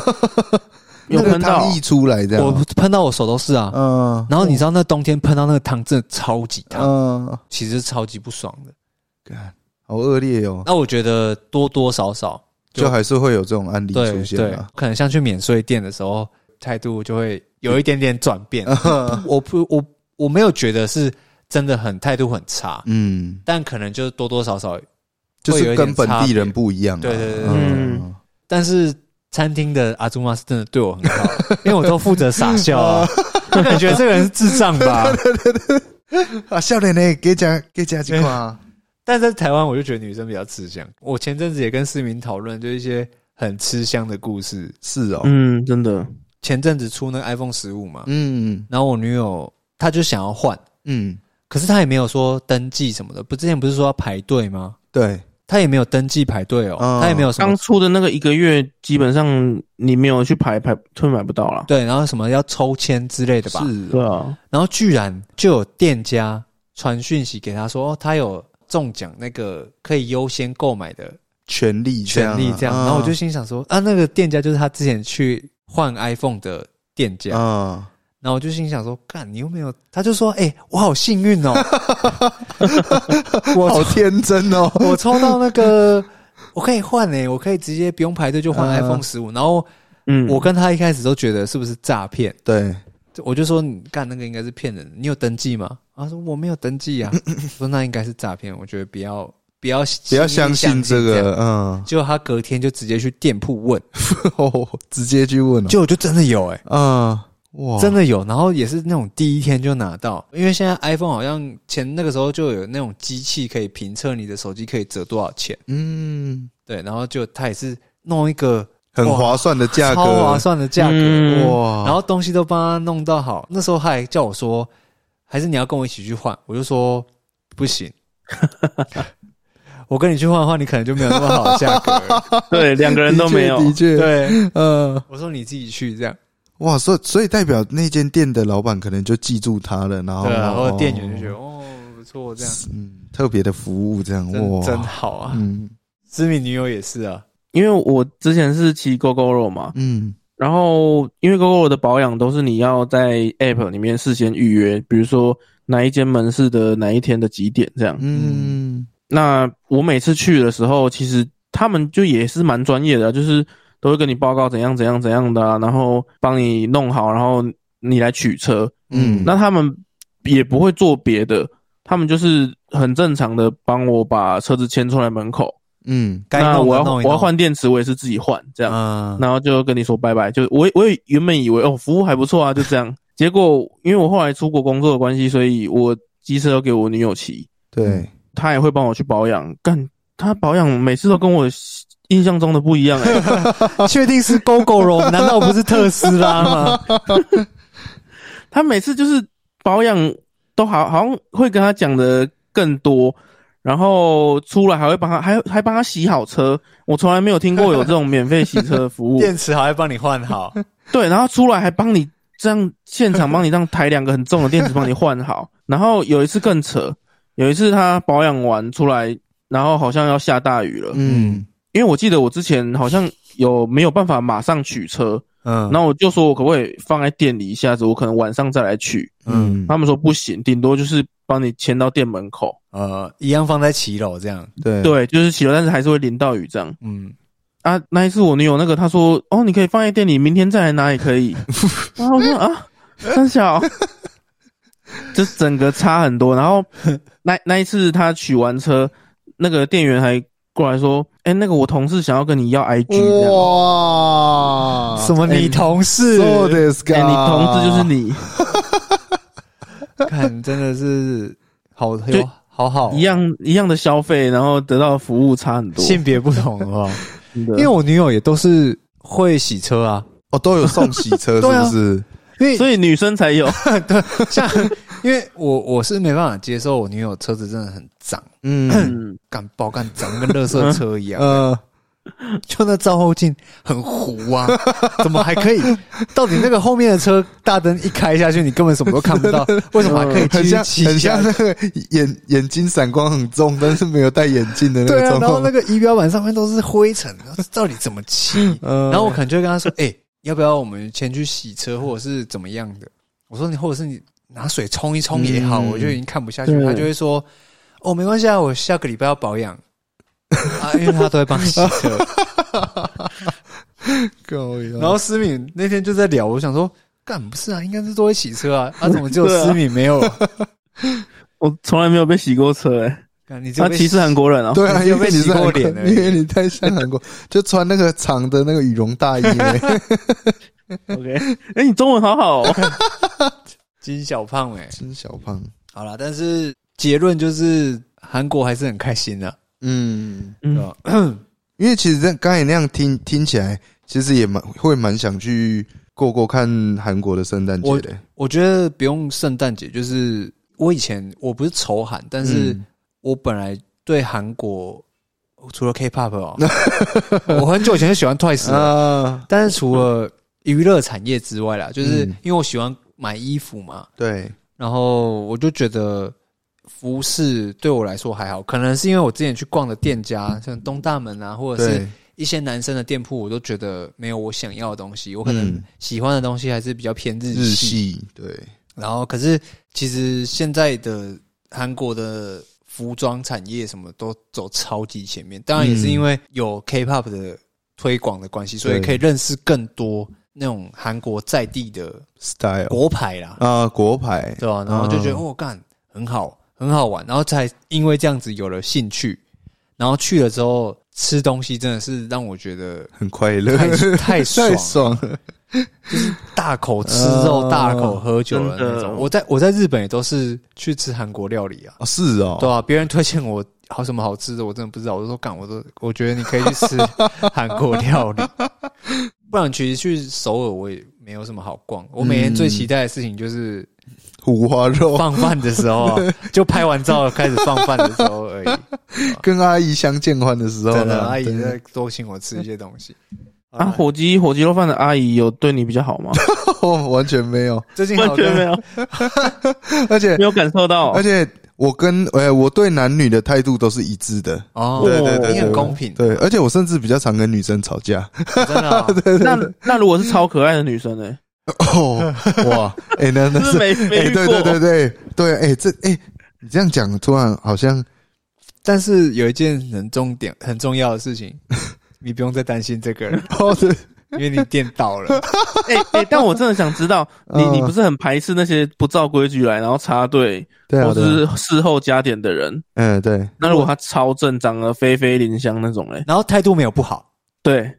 [SPEAKER 3] 有
[SPEAKER 2] 那个
[SPEAKER 3] 喷到
[SPEAKER 2] 汤溢出来这样，
[SPEAKER 1] 我喷到我手都是啊。
[SPEAKER 2] 嗯
[SPEAKER 1] 然后你知道那冬天喷到那个汤真的超级烫，
[SPEAKER 2] 嗯，
[SPEAKER 1] 其实超级不爽的。
[SPEAKER 2] 干好恶劣哦，
[SPEAKER 1] 那我觉得多多少少就
[SPEAKER 2] 就还是会有这种案例出现啊，
[SPEAKER 1] 可能像去免税店的时候，态度就会有一点点转变。
[SPEAKER 2] 嗯
[SPEAKER 1] 我不，我我没有觉得是真的很态度很差，
[SPEAKER 2] 嗯，
[SPEAKER 1] 但可能就是多多少少。
[SPEAKER 2] 就是
[SPEAKER 1] 会有一点
[SPEAKER 2] 跟本地人不一样啊，
[SPEAKER 1] 差别对对对
[SPEAKER 3] 对
[SPEAKER 2] 嗯
[SPEAKER 1] 但是餐厅的阿朱妈是真的对我很好， 因为我都负责傻笑啊。他可能觉得这个人是智障吧？
[SPEAKER 2] 啊，笑脸呢，给讲给讲几块啊，
[SPEAKER 1] 但在台湾，我就觉得女生比较吃香。我前阵子也跟市民讨论，就一些很吃香的故事。
[SPEAKER 2] 是哦，
[SPEAKER 3] 嗯，真的，
[SPEAKER 1] 前阵子出那个 iPhone 十五嘛，
[SPEAKER 2] 嗯
[SPEAKER 1] 然后我女友她就想要换，
[SPEAKER 2] 嗯，
[SPEAKER 1] 可是他也没有说登记什么的，不之前不是说要排队吗？
[SPEAKER 2] 对，
[SPEAKER 1] 他也没有登记排队哦，
[SPEAKER 2] 嗯
[SPEAKER 1] 他也没有什
[SPEAKER 3] 刚
[SPEAKER 1] 么
[SPEAKER 3] 出的那个一个月，基本上你没有去排排，退买不到啦。
[SPEAKER 1] 对，然后什么要抽签之类的吧。
[SPEAKER 2] 是
[SPEAKER 3] 对啊，
[SPEAKER 1] 然后居然就有店家传讯息给他说，哦，他有中奖那个可以优先购买的
[SPEAKER 2] 权利
[SPEAKER 1] 权利，
[SPEAKER 2] 啊
[SPEAKER 1] 这样。然
[SPEAKER 2] 嗯
[SPEAKER 1] 后我就心想说，啊，那个店家就是他之前去换 iPhone 的店家。
[SPEAKER 2] 啊，
[SPEAKER 1] 然后我就心想说，干，你又没有？他就说，哎、我好幸运 哦，我
[SPEAKER 2] 好天真哦，
[SPEAKER 1] 我抽到那个，我可以换诶、我可以直接不用排队就换
[SPEAKER 2] 嗯
[SPEAKER 1] iPhone 十五、然后
[SPEAKER 3] 嗯，
[SPEAKER 1] 我跟他一开始都觉得是不是诈骗，
[SPEAKER 2] 对，
[SPEAKER 1] 我就说你干那个应该是骗人的，你有登记吗？他说我没有登记 啊，我说那应该是诈骗，我觉得不要不要
[SPEAKER 2] 不
[SPEAKER 1] 不
[SPEAKER 2] 要相信这。个，嗯，
[SPEAKER 1] 结果他隔 天就直接去店铺问，
[SPEAKER 2] 直接去问了，
[SPEAKER 1] 结果就真的有诶、欸
[SPEAKER 2] 啊，哇，
[SPEAKER 1] 真的有，然后也是那种第一天就拿到，因为现在 iPhone 好像前那个时候就有那种机器可以评测你的手机可以折多少钱，
[SPEAKER 2] 嗯，
[SPEAKER 1] 对，然后就他也是弄一个
[SPEAKER 2] 很划算的价格，
[SPEAKER 1] 超划算的价格，
[SPEAKER 3] 嗯
[SPEAKER 2] 哇，
[SPEAKER 1] 然后东西都帮他弄到好。那时候他还叫我说，还是你要跟我一起去换，我就说不行， 我跟你去换的话，你可能就没有那么好的价格 了。
[SPEAKER 3] 对，两个人都没有。
[SPEAKER 2] 的确，的确
[SPEAKER 1] 对，
[SPEAKER 2] 呃，
[SPEAKER 1] 我说你自己去这样，
[SPEAKER 2] 哇，所以所以代表那间店的老板可能就记住他了，然后
[SPEAKER 1] 对啊，然后店员就觉
[SPEAKER 2] 哦
[SPEAKER 1] 得哦不错，这样
[SPEAKER 2] 嗯，特别的服务这样，
[SPEAKER 1] 真
[SPEAKER 2] 哇，
[SPEAKER 1] 真好啊。
[SPEAKER 2] 嗯
[SPEAKER 1] 知名女友也是啊，
[SPEAKER 3] 因为我之前是骑 GoGoRo 嘛，
[SPEAKER 2] 嗯
[SPEAKER 3] 然后因为 GoGoRo 的保养都是你要在 App 里面事先预约，比如说哪一间门市的哪一天的几点这样。
[SPEAKER 2] 嗯
[SPEAKER 3] 那我每次去的时候，其实他们就也是蛮专业的啊，就是都会跟你报告怎样怎样怎样的、啊，然后帮你弄好，然后你来取车。
[SPEAKER 2] 嗯，
[SPEAKER 3] 那他们也不会做别的，他们就是很正常的帮我把车子牵出来门口。
[SPEAKER 2] 嗯
[SPEAKER 1] 该
[SPEAKER 3] 那
[SPEAKER 1] 弄
[SPEAKER 3] 我
[SPEAKER 1] 的
[SPEAKER 3] 要
[SPEAKER 1] 弄
[SPEAKER 3] 我
[SPEAKER 1] 一弄
[SPEAKER 3] 要换电池，我也是自己换这样。
[SPEAKER 1] 嗯，
[SPEAKER 3] 然后就跟你说拜拜。就我我也原本以为哦，服务还不错啊，就这样。 结果因为我后来出国工作的关系，所以我机车都给我女友骑，
[SPEAKER 2] 对，
[SPEAKER 3] 她也会帮我去保养。干，她保养每次都跟我印象中的不一样 哎、
[SPEAKER 1] 确定是 GoGo 肉？难道不是特斯拉 吗？
[SPEAKER 3] 她每次就是保养都好，好像会跟她讲的更多。然后出来还会帮她，还还帮她洗好车。我从来没有听过有这种免费洗车的服 务。
[SPEAKER 1] 电池还会帮你换好，
[SPEAKER 3] 对，然后出来还帮你这样现场帮你这样抬两个很重的电池帮你换好。然后有一次更扯，有一次他保养完出来，然后好像要下大雨了，
[SPEAKER 2] 嗯
[SPEAKER 3] 因为我记得我之前好像有没有办法马上取车，
[SPEAKER 1] 嗯，
[SPEAKER 3] 那我就说我可不可以放在店里一下子，我可能晚上再来取。
[SPEAKER 1] 嗯
[SPEAKER 2] 嗯，
[SPEAKER 3] 他们说不行，顶多就是帮你牵到店门口，
[SPEAKER 1] 呃，一样放在骑楼这样，
[SPEAKER 2] 对，
[SPEAKER 3] 对，就是洗了，但是还是会淋到雨这样。
[SPEAKER 1] 嗯，
[SPEAKER 3] 啊，那一次我女友那个，她说哦，你可以放在店里，明天再来拿也 可以。然后我说啊，真小，这整个差很多。然后那那一次她取完车，那个店员还过来说，哎、那个我同事想要跟你要 IG 这样。
[SPEAKER 2] 哇，
[SPEAKER 1] 什么你同事？
[SPEAKER 2] そうですか
[SPEAKER 3] 哎、你同事就是你，
[SPEAKER 1] 看，真的是好
[SPEAKER 3] 就
[SPEAKER 1] 有好好
[SPEAKER 3] 一样一样的消费，然后得到的服务差很多。
[SPEAKER 1] 性别不同 哦。
[SPEAKER 3] 真的
[SPEAKER 1] 因为我女友也都是会洗车啊，
[SPEAKER 2] 哦，都有送洗 车
[SPEAKER 1] 对啊
[SPEAKER 2] 是不是？
[SPEAKER 1] 因为
[SPEAKER 3] 所以女生才 有，
[SPEAKER 1] 像因为我我是没办法接受我女友车子真的很脏，
[SPEAKER 2] 嗯
[SPEAKER 3] 嗯，
[SPEAKER 1] 干爆干脏，跟垃圾车一样，
[SPEAKER 2] 呃，
[SPEAKER 1] 就那照后镜很糊 啊，怎么还可以？到底那个后面的车大灯一开下去，你根本什么都看 不到，为什么还可以继
[SPEAKER 2] 很
[SPEAKER 1] 续
[SPEAKER 2] 像
[SPEAKER 1] 骑
[SPEAKER 2] 呃很
[SPEAKER 1] 下
[SPEAKER 2] 像
[SPEAKER 1] 去？
[SPEAKER 2] 那个眼眼睛闪光很重，但是没有戴眼镜的那
[SPEAKER 1] 对
[SPEAKER 2] 个
[SPEAKER 1] 啊，
[SPEAKER 2] 状
[SPEAKER 1] 然后
[SPEAKER 2] 况
[SPEAKER 1] 那。个仪表板上面都是灰尘，到底怎么骑？
[SPEAKER 2] 嗯
[SPEAKER 1] 然后我可能就会跟他说：“哎、要不要我们先去洗车，或者是怎么样的？”我说：“你或者是你拿水冲一冲也好，
[SPEAKER 2] 嗯
[SPEAKER 1] 我就已经看不下去。”
[SPEAKER 3] 对
[SPEAKER 1] 他就会说：“哦，没关系啊，我下个礼拜要保养啊，因为他都会帮你洗 车。
[SPEAKER 2] 狗一”样
[SPEAKER 1] 然后思敏那天就在聊，我想说：“干不是啊，应该是都会洗车啊，啊，怎么只有
[SPEAKER 3] 对啊
[SPEAKER 1] 思敏没有？
[SPEAKER 3] 我从来没有被洗过车、哎，
[SPEAKER 1] 干你这
[SPEAKER 3] 她歧视韩国人哦、
[SPEAKER 2] 对啊，
[SPEAKER 1] 你只有
[SPEAKER 2] 因为
[SPEAKER 1] 被
[SPEAKER 2] 你
[SPEAKER 1] 洗
[SPEAKER 2] 是
[SPEAKER 1] 过
[SPEAKER 2] 韩国
[SPEAKER 1] 脸欸而已
[SPEAKER 2] 因为你太像韩国， 就穿那个长的那个羽绒大衣欸。
[SPEAKER 3] OK，哎、你中文好好、哦。
[SPEAKER 1] 金小胖哎、
[SPEAKER 2] 真小胖，
[SPEAKER 1] 好啦，但是结论就是韩国还是很开心的、啊，
[SPEAKER 2] 嗯，
[SPEAKER 1] 对
[SPEAKER 3] 嗯
[SPEAKER 1] 吧？
[SPEAKER 2] 因为其实这刚才那样听听起来，其实也蛮会蛮想去过过看韩国的圣诞节的。
[SPEAKER 1] 我觉得不用圣诞节，就是我以前我不是仇韩，但是
[SPEAKER 2] 嗯
[SPEAKER 1] 我本来对韩国除了 K-pop 哦， 我很久以前就喜欢 Twice，了、
[SPEAKER 2] 啊，
[SPEAKER 1] 但是除了娱乐产业之外啦，就是
[SPEAKER 2] 嗯
[SPEAKER 1] 因为我喜欢买衣服嘛，
[SPEAKER 2] 对，
[SPEAKER 1] 然后我就觉得服饰对我来说还好，可能是因为我之前去逛的店家，像东大门啊，或者是
[SPEAKER 2] 对，
[SPEAKER 1] 一些男生的店铺，我都觉得没有我想要的东西，我可能
[SPEAKER 2] 嗯
[SPEAKER 1] 喜欢的东西还是比较偏日
[SPEAKER 2] 日
[SPEAKER 1] 系
[SPEAKER 2] 系，对，
[SPEAKER 1] 然后，可是其实现在的韩国的服装产业什么都走超级前面，当然也是因为有 K-pop 的推广的关系，所以
[SPEAKER 2] 嗯对
[SPEAKER 1] 可以认识更多那种韩国在地的
[SPEAKER 2] style
[SPEAKER 1] 国牌啦，
[SPEAKER 2] 啊，国牌，
[SPEAKER 1] 对吧、然后就觉得、
[SPEAKER 2] 嗯
[SPEAKER 1] 哦，干很好，很好玩，然后才因为这样子有了兴趣，然后去了之后吃东西真的是让我觉得
[SPEAKER 2] 很快乐，
[SPEAKER 1] 太太爽
[SPEAKER 2] 太
[SPEAKER 1] 了
[SPEAKER 2] 爽了，
[SPEAKER 1] 大口吃肉、
[SPEAKER 3] 哦
[SPEAKER 1] 大口喝酒的那
[SPEAKER 3] 真的
[SPEAKER 1] 种。我在我在日本也都是去吃韩国料理啊，
[SPEAKER 2] 哦，是哦，
[SPEAKER 1] 对啊，别人推荐我好什么好吃的，我真的不知道。我就说干，我都我觉得你可以去 吃韩国料理，不然其实去首尔我也没有什么好逛。我每天最期待的事情就是
[SPEAKER 2] 五花肉
[SPEAKER 1] 放饭的时候 啊，就拍完照开始放饭的时候而 已。
[SPEAKER 2] 跟阿姨相见欢的时候
[SPEAKER 1] 真的，
[SPEAKER 2] 呢，
[SPEAKER 1] 阿姨
[SPEAKER 2] 真的
[SPEAKER 1] 在多请我吃一些东西。
[SPEAKER 3] 啊，火鸡火鸡肉饭的阿姨有对你比较好 吗？
[SPEAKER 2] 哦完全没有，
[SPEAKER 1] 最近
[SPEAKER 3] 完
[SPEAKER 1] 好
[SPEAKER 3] 全没
[SPEAKER 1] 像
[SPEAKER 3] 有，
[SPEAKER 2] 而且
[SPEAKER 3] 没有感受到
[SPEAKER 2] 而。且我跟呃我对男女的态度都是一致的，
[SPEAKER 1] 哦，
[SPEAKER 2] 对对对
[SPEAKER 1] 你
[SPEAKER 2] 对
[SPEAKER 1] 很公平，
[SPEAKER 2] 对，而且我甚至比较常跟女生吵架。
[SPEAKER 1] 真的 啊。
[SPEAKER 3] 那那如果是超可爱的女生呢？
[SPEAKER 2] 哦，哇，哎、那那
[SPEAKER 3] 是
[SPEAKER 2] 是，
[SPEAKER 3] 没没
[SPEAKER 2] 哎、
[SPEAKER 3] 遇
[SPEAKER 2] 对
[SPEAKER 3] 过。
[SPEAKER 2] 对对对对，哎、这哎、你这样讲，突然好像
[SPEAKER 1] 但是有一件很重点、很重要的事 情，你不用再担心这个了，
[SPEAKER 2] 哦，对，
[SPEAKER 1] 因为你电到 了。
[SPEAKER 3] 哎、哎、但我真的想知道，你
[SPEAKER 2] 嗯
[SPEAKER 3] 你不是很排斥那些不照规矩来然后插队
[SPEAKER 2] 对啊，
[SPEAKER 3] 或
[SPEAKER 2] 对啊，
[SPEAKER 3] 是事后加点的人？
[SPEAKER 2] 嗯，对，
[SPEAKER 3] 那如果他超正，长得飞飞林香那种嘞？
[SPEAKER 1] 然后态度没有不好，
[SPEAKER 3] 对，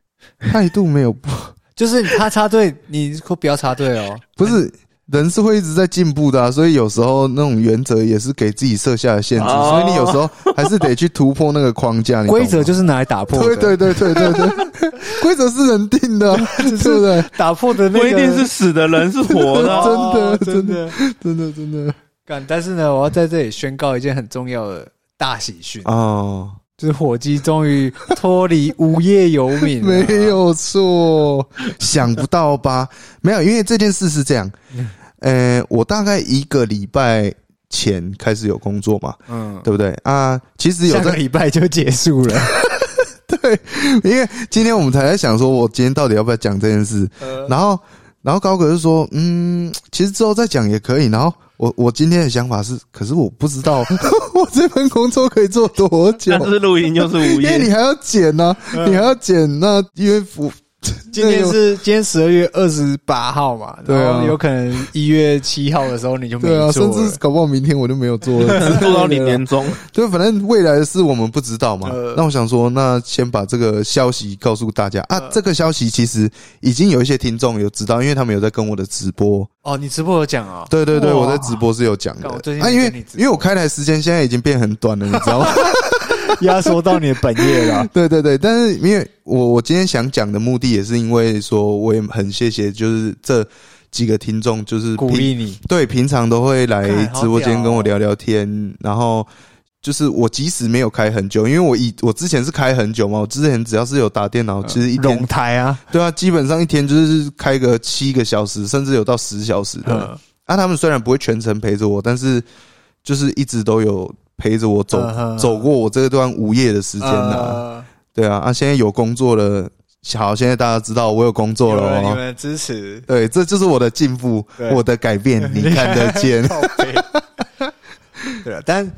[SPEAKER 2] 态度没有不
[SPEAKER 1] 就是他插队，你可不要插队哦。
[SPEAKER 2] 不是。人是会一直在进步的、啊，所以有时候那种原则也是给自己设下的限制，
[SPEAKER 3] 哦
[SPEAKER 2] 所以你有时候还是得去突破那个框架。你懂吗
[SPEAKER 1] 规则就是拿来打破的，
[SPEAKER 2] 对对对对对对，规则是人定的啊、 对不对？
[SPEAKER 1] 打破的那个
[SPEAKER 3] 不一定是死的人是活 的啊、
[SPEAKER 1] 哦真
[SPEAKER 2] 真的
[SPEAKER 1] 的
[SPEAKER 2] 真的真的
[SPEAKER 1] 干。但是呢，我要在这里宣告一件很重要的大喜讯，
[SPEAKER 2] 哦，
[SPEAKER 1] 就是火鸡终于脱离无业游民了。
[SPEAKER 2] 没有错，想不到吧？没有，因为这件事是这样，呃，我大概一个礼拜前开始有工作嘛，
[SPEAKER 1] 嗯，
[SPEAKER 2] 对不对啊？其实有
[SPEAKER 1] 下个
[SPEAKER 2] 在，
[SPEAKER 1] 礼拜就结束 了。
[SPEAKER 2] 因为今天我们才在想说，我今天到底要不要讲这件事？
[SPEAKER 3] 呃
[SPEAKER 2] 然后，然后高哥就说，嗯，其实之后再讲也可以。然后我我今天的想法是，可是我不知 道我这份工作可以做多久
[SPEAKER 3] 但，是嗯录音又是无
[SPEAKER 2] 啊因为
[SPEAKER 3] 业
[SPEAKER 2] 你，还要剪呢、你还要剪那、因为我
[SPEAKER 1] 今天是今天十二月二十八号嘛，
[SPEAKER 2] 对啊
[SPEAKER 1] 然后有可能一月七号的时候你就没
[SPEAKER 2] 对啊，
[SPEAKER 1] 做
[SPEAKER 2] 甚
[SPEAKER 1] 了
[SPEAKER 2] 至。搞不好明天我就没有做了，
[SPEAKER 3] 只 做到你年终，
[SPEAKER 2] 对，啊反正未来的事我们不知道嘛。
[SPEAKER 1] 呃
[SPEAKER 2] 那我想说，那先把这个消息告诉大家啊。
[SPEAKER 1] 呃
[SPEAKER 2] 这个消息其实已经有一些听众有知道，因为他们有在跟我的直播。
[SPEAKER 1] 哦，你直播有讲啊、
[SPEAKER 2] 对对对，
[SPEAKER 3] 哇
[SPEAKER 2] 我在直播是有讲的
[SPEAKER 1] 干我最近
[SPEAKER 2] 啊，
[SPEAKER 1] 没
[SPEAKER 2] 因为
[SPEAKER 1] 跟你直播嗯
[SPEAKER 2] 因为我开台时间现在已经变很短了，你知道吗？
[SPEAKER 1] 压缩到你的本业了。
[SPEAKER 2] 对对对，但是因为我我今天想讲的目的也是因为说，我也很谢谢就是这几个听众，就是
[SPEAKER 1] 鼓
[SPEAKER 2] 平
[SPEAKER 1] 励你，
[SPEAKER 2] 对，平常都会来
[SPEAKER 1] 看好
[SPEAKER 2] 直播间
[SPEAKER 1] 屌哦
[SPEAKER 2] 跟我聊聊天，然后就是我即使没有开很久，因为我以我之前是开很久嘛，我之前只要是有打电脑，哦其实一
[SPEAKER 1] 龙
[SPEAKER 2] 天
[SPEAKER 1] 台啊，
[SPEAKER 2] 对啊，基本上一天就是开个七个小时，甚至有到十小时的。
[SPEAKER 1] 嗯，
[SPEAKER 2] 啊，他们虽然不会全程陪着我，但是就是一直都有陪着我走、
[SPEAKER 1] 嗯哼
[SPEAKER 2] 走过我这段午夜的时间呐、
[SPEAKER 1] 呃
[SPEAKER 2] 对啊，啊，现在有工作了，好，现在大家知道我有工作了
[SPEAKER 1] 有了你
[SPEAKER 2] 哦。
[SPEAKER 1] 们的支持，
[SPEAKER 2] 对，这就是我的进步，
[SPEAKER 1] 对
[SPEAKER 2] 我的改 变，你看得见。
[SPEAKER 1] 靠背 对了，但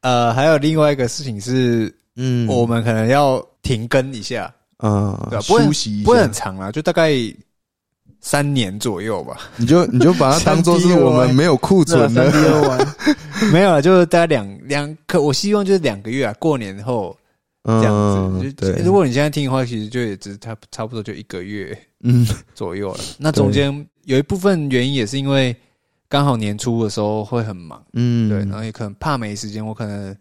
[SPEAKER 1] 呃，还有另外一个事情是，
[SPEAKER 2] 嗯，
[SPEAKER 1] 我们可能要停更一下，
[SPEAKER 2] 嗯
[SPEAKER 1] 对啊吧，不会
[SPEAKER 2] 休息一
[SPEAKER 1] 不会很
[SPEAKER 2] 下，
[SPEAKER 1] 长啦，就大概三年左右吧。
[SPEAKER 2] 你就你就把它当做是我们没有库
[SPEAKER 3] 这
[SPEAKER 2] 存
[SPEAKER 1] 啊
[SPEAKER 3] 三 D
[SPEAKER 2] 的，
[SPEAKER 3] 二玩，
[SPEAKER 1] 没有啦，就是大概两两，可我希望就是两个月啊，过年后这样子。
[SPEAKER 2] 嗯，
[SPEAKER 1] 就
[SPEAKER 2] 对
[SPEAKER 1] 如，果你现在听的话，其实就也只差差不多就一个月
[SPEAKER 2] 嗯，
[SPEAKER 1] 左右了。那中间有一部分原因也是因为刚好年初的时候会很忙，
[SPEAKER 2] 嗯，
[SPEAKER 1] 对，啊然后也可能怕没时间，我可能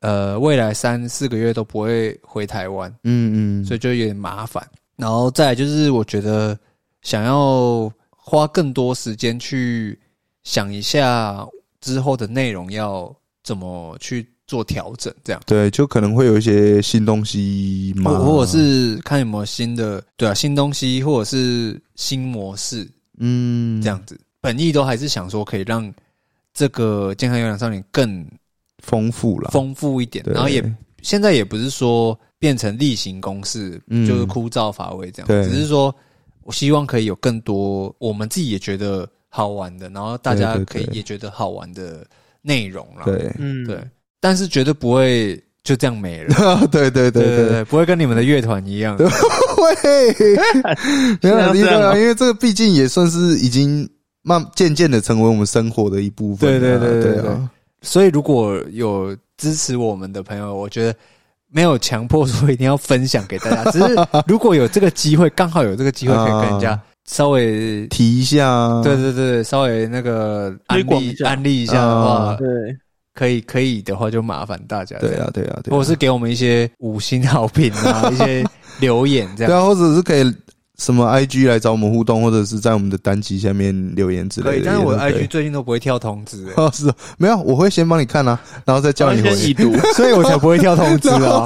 [SPEAKER 1] 呃未来三四个月都不会回台湾，
[SPEAKER 2] 嗯嗯，
[SPEAKER 1] 所以就有点麻烦。然后再来就是我觉得想要花更多时间去想一下之后的内容要怎么去做调整，这样。
[SPEAKER 2] 对，就可能会有一些新东西嘛，
[SPEAKER 1] 或者是看有没有新的，对啊，新东西或者是新模式
[SPEAKER 2] 嗯
[SPEAKER 1] 这样子，本意都还是想说可以让这个健康有氧少年更
[SPEAKER 2] 丰富了，
[SPEAKER 1] 丰富一点，
[SPEAKER 2] 对
[SPEAKER 1] 然后也现在也不是说变成例行公事，
[SPEAKER 2] 嗯
[SPEAKER 1] 就是枯燥乏味这样，
[SPEAKER 2] 对
[SPEAKER 1] 只是说我希望可以有更多我们自己也觉得好玩的，然后大家
[SPEAKER 2] 对对
[SPEAKER 1] 可
[SPEAKER 2] 对
[SPEAKER 1] 以也觉得好玩的内容啦，
[SPEAKER 2] 对
[SPEAKER 3] 嗯，
[SPEAKER 1] 对，但是绝对不会就这样没了。
[SPEAKER 2] 啊对 对对
[SPEAKER 1] 对对
[SPEAKER 2] 对
[SPEAKER 1] 对，不会跟你们的乐团一样，
[SPEAKER 2] 会， 没有
[SPEAKER 3] 现在要
[SPEAKER 2] 对
[SPEAKER 3] 这样
[SPEAKER 2] 啊，
[SPEAKER 3] 吗
[SPEAKER 2] 因为这个毕竟也算是已经慢渐渐的成为我们生活的一部分了，
[SPEAKER 1] 对对对对
[SPEAKER 2] 对啊，
[SPEAKER 1] 所以如果有支持我们的朋友，我觉得没有
[SPEAKER 2] 啊
[SPEAKER 1] 强迫说一定要分享给大家，只是如果有这个机会，刚好有这个机会可以跟人家稍微，
[SPEAKER 2] 提一下啊，
[SPEAKER 1] 对对对，稍微那个
[SPEAKER 3] 推
[SPEAKER 1] 安
[SPEAKER 3] 广一
[SPEAKER 1] 利
[SPEAKER 3] 下
[SPEAKER 1] 安利一下
[SPEAKER 2] 嗯
[SPEAKER 1] 的话，
[SPEAKER 3] 对，
[SPEAKER 1] 可以可以的话就麻烦大家，
[SPEAKER 2] 对啊，对啊，对啊，
[SPEAKER 1] 或者是给我们一些五星好评 啊，一些留言这
[SPEAKER 2] 对
[SPEAKER 1] 样，
[SPEAKER 2] 啊，或者是可以什么 IG 来找我们互动，或者是在我们的单集下面留言之类的。
[SPEAKER 1] 可以。但是
[SPEAKER 2] 也
[SPEAKER 1] 我
[SPEAKER 2] 都可以
[SPEAKER 1] IG 最近都不会跳通知、欸
[SPEAKER 2] 哦是哦没有，我会先帮你看啊，然后再叫你回
[SPEAKER 1] 哦
[SPEAKER 3] 先，已读，
[SPEAKER 1] 所以我才不会跳通 知啊。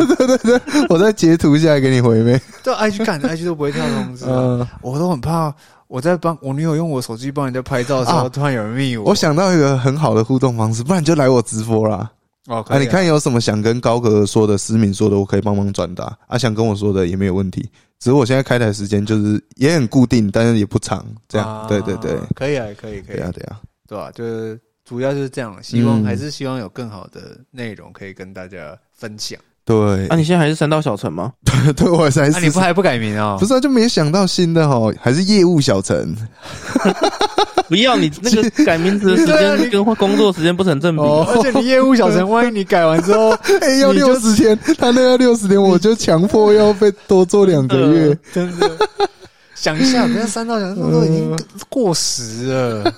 [SPEAKER 2] 我再截图下来给你 回呗。
[SPEAKER 1] 对，IG 干 IG 都不会跳通知、啊，
[SPEAKER 2] 嗯，
[SPEAKER 1] 我都很怕。我在帮我女友用我手机帮人家拍照的时候，
[SPEAKER 2] 啊
[SPEAKER 1] 突然有人密我，
[SPEAKER 2] 我想到一个很好的互动方式，不然就来我直播啦。
[SPEAKER 1] 哦，可以
[SPEAKER 2] 啊，你看有什么想跟高格说的、思敏说的，我可以帮忙转达。啊，想跟我说的也没有问题。只是我现在开台时间就是也很固定，但是也不长，这样。
[SPEAKER 1] 啊
[SPEAKER 2] 对对对，
[SPEAKER 1] 可以啊，可以可
[SPEAKER 2] 对
[SPEAKER 1] 以，
[SPEAKER 2] 啊对啊，
[SPEAKER 1] 对吧、就是主要就是这样，希望、
[SPEAKER 2] 嗯
[SPEAKER 1] 还是希望有更好的内容可以跟大家分享。
[SPEAKER 2] 对
[SPEAKER 3] 啊，你现在还是三道小城吗？
[SPEAKER 2] 对我才
[SPEAKER 1] 那、啊、你不还不改名啊、
[SPEAKER 2] 不是啊，就没想到新的哈，还是业务小 陈
[SPEAKER 3] 不要，你那个改名字的时
[SPEAKER 1] 对啊你
[SPEAKER 3] 间跟工作时间不成正 比。
[SPEAKER 2] 哦。
[SPEAKER 1] 而且你业务小陈，万一你改完之后，
[SPEAKER 2] 哎，要
[SPEAKER 1] 你就
[SPEAKER 2] 六十天，他那要六十天，我就强迫要被多做两个 月。
[SPEAKER 1] 真的想一下，人家三道小陈都已经过时了，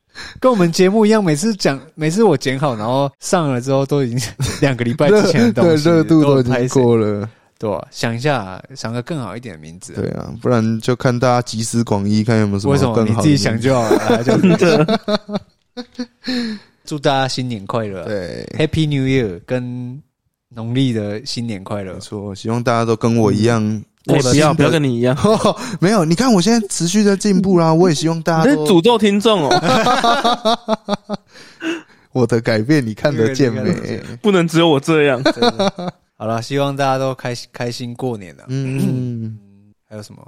[SPEAKER 1] 跟我们节目一样，每次讲，每次我剪好，然后上了之后，都已经 两个礼拜之前的东
[SPEAKER 2] 热 对
[SPEAKER 1] 西，
[SPEAKER 2] 热度都已
[SPEAKER 1] 拍
[SPEAKER 2] 经
[SPEAKER 1] 谁，
[SPEAKER 2] 过了，
[SPEAKER 1] 对吧、想一下，想个更好一点的名字、
[SPEAKER 2] 对啊，不然就看大家集思广益，看有没有什
[SPEAKER 1] 为什么
[SPEAKER 2] 更
[SPEAKER 1] 你
[SPEAKER 2] 好的
[SPEAKER 1] 自己想
[SPEAKER 2] 名字
[SPEAKER 1] 就好了啊？就祝大家新年快 乐
[SPEAKER 2] 对，
[SPEAKER 1] ，Happy New Year，跟农历的新年快乐
[SPEAKER 2] 没。错，希望大家都跟我一样。
[SPEAKER 3] 哎，不 要，不要
[SPEAKER 2] 跟
[SPEAKER 3] 跟你一样，
[SPEAKER 2] 没有，你看我现在持续在进步啦，我也希望
[SPEAKER 3] 你
[SPEAKER 2] 大家
[SPEAKER 3] 在
[SPEAKER 2] 都
[SPEAKER 3] 诅咒听众 哦，
[SPEAKER 2] 我的改变你看得见
[SPEAKER 1] 这个
[SPEAKER 2] 没？
[SPEAKER 3] 不能只有我这样。
[SPEAKER 1] 真的好了，希望大家都开心开心过年了。
[SPEAKER 2] 嗯，
[SPEAKER 1] 还有什么？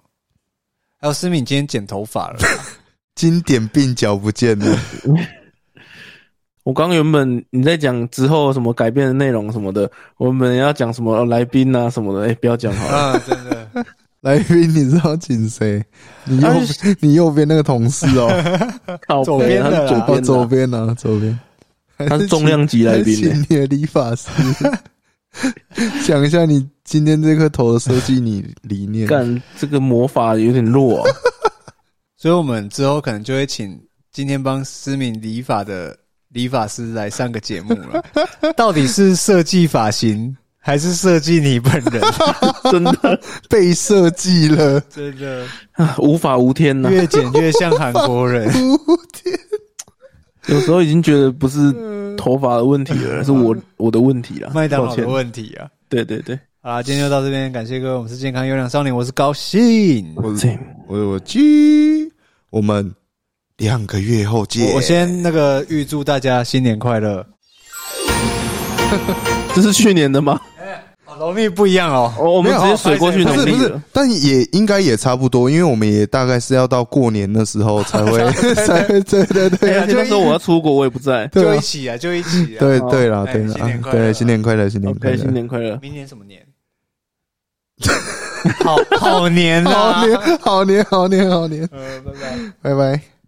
[SPEAKER 1] 还有思敏今天剪头发了，
[SPEAKER 2] 经典鬓角不见了，
[SPEAKER 3] 我刚原本你在讲之后什么改变的内容什么的，我们要讲什么呃来宾啊什么的，哎，不要讲好 了。
[SPEAKER 1] 啊，真的，
[SPEAKER 2] 来宾你知道请谁？你右
[SPEAKER 3] 啊
[SPEAKER 2] 你右边那个同事哦。
[SPEAKER 3] 靠
[SPEAKER 1] 左
[SPEAKER 3] 北
[SPEAKER 1] 边
[SPEAKER 3] 他
[SPEAKER 1] 的啦
[SPEAKER 3] 是左
[SPEAKER 2] 哦，左
[SPEAKER 3] 边的啊，
[SPEAKER 2] 边啊，左边，
[SPEAKER 3] 他是重量级来宾
[SPEAKER 2] 还
[SPEAKER 3] 欸
[SPEAKER 2] 是你的理发师，讲一下你今天这颗头的设计你理念。
[SPEAKER 3] 干这个魔法有点弱啊。
[SPEAKER 1] 所以我们之后可能就会请今天帮思敏理发的理发师来上个节目了。 到底是设计发型，还是设计你本人？
[SPEAKER 3] 真的
[SPEAKER 2] 被设计了，
[SPEAKER 1] 真的，
[SPEAKER 3] 啊无法无天呐、
[SPEAKER 1] 越剪越像韩国 人。
[SPEAKER 3] 有时候已经觉得不是头发的问题了，是我我的问题了。
[SPEAKER 1] 嗯麦当劳
[SPEAKER 3] 抱
[SPEAKER 1] 的
[SPEAKER 3] 歉
[SPEAKER 1] 问题啊！
[SPEAKER 3] 对对对，
[SPEAKER 1] 好啦，今天就到这边，感谢各位，我们是健康优良少年，我是高兴。
[SPEAKER 2] 我
[SPEAKER 3] 这
[SPEAKER 2] 我我鸡，我们两个月后见。
[SPEAKER 1] 我我先那个预祝大家新年快乐。
[SPEAKER 3] 这是去年的吗？
[SPEAKER 1] 哦，农历不一样哦。
[SPEAKER 3] 哦，我
[SPEAKER 2] 没
[SPEAKER 3] 们
[SPEAKER 2] 有
[SPEAKER 3] 直接水过去
[SPEAKER 2] 不
[SPEAKER 3] 农
[SPEAKER 2] 是不
[SPEAKER 3] 历
[SPEAKER 2] 是
[SPEAKER 3] 了。，
[SPEAKER 2] 但也应该也差不多，因为我们也大概是要到过年的时候才会 才会对对对
[SPEAKER 3] 哎而且那时候我要出国，我也不在。
[SPEAKER 1] 就
[SPEAKER 2] 对
[SPEAKER 1] 一
[SPEAKER 2] 啊
[SPEAKER 1] 起啊，就一起啊。
[SPEAKER 2] 对对啦
[SPEAKER 1] 哎
[SPEAKER 2] 对
[SPEAKER 1] 新年
[SPEAKER 2] 啦，
[SPEAKER 1] 快乐
[SPEAKER 2] 对新年快乐新年快
[SPEAKER 3] OK，
[SPEAKER 2] 乐
[SPEAKER 3] 新年快乐！
[SPEAKER 1] 明年什么 年？好好年
[SPEAKER 2] 好
[SPEAKER 1] 啊！
[SPEAKER 2] 年好年好年好年，
[SPEAKER 1] 呃，拜拜。
[SPEAKER 2] 拜拜。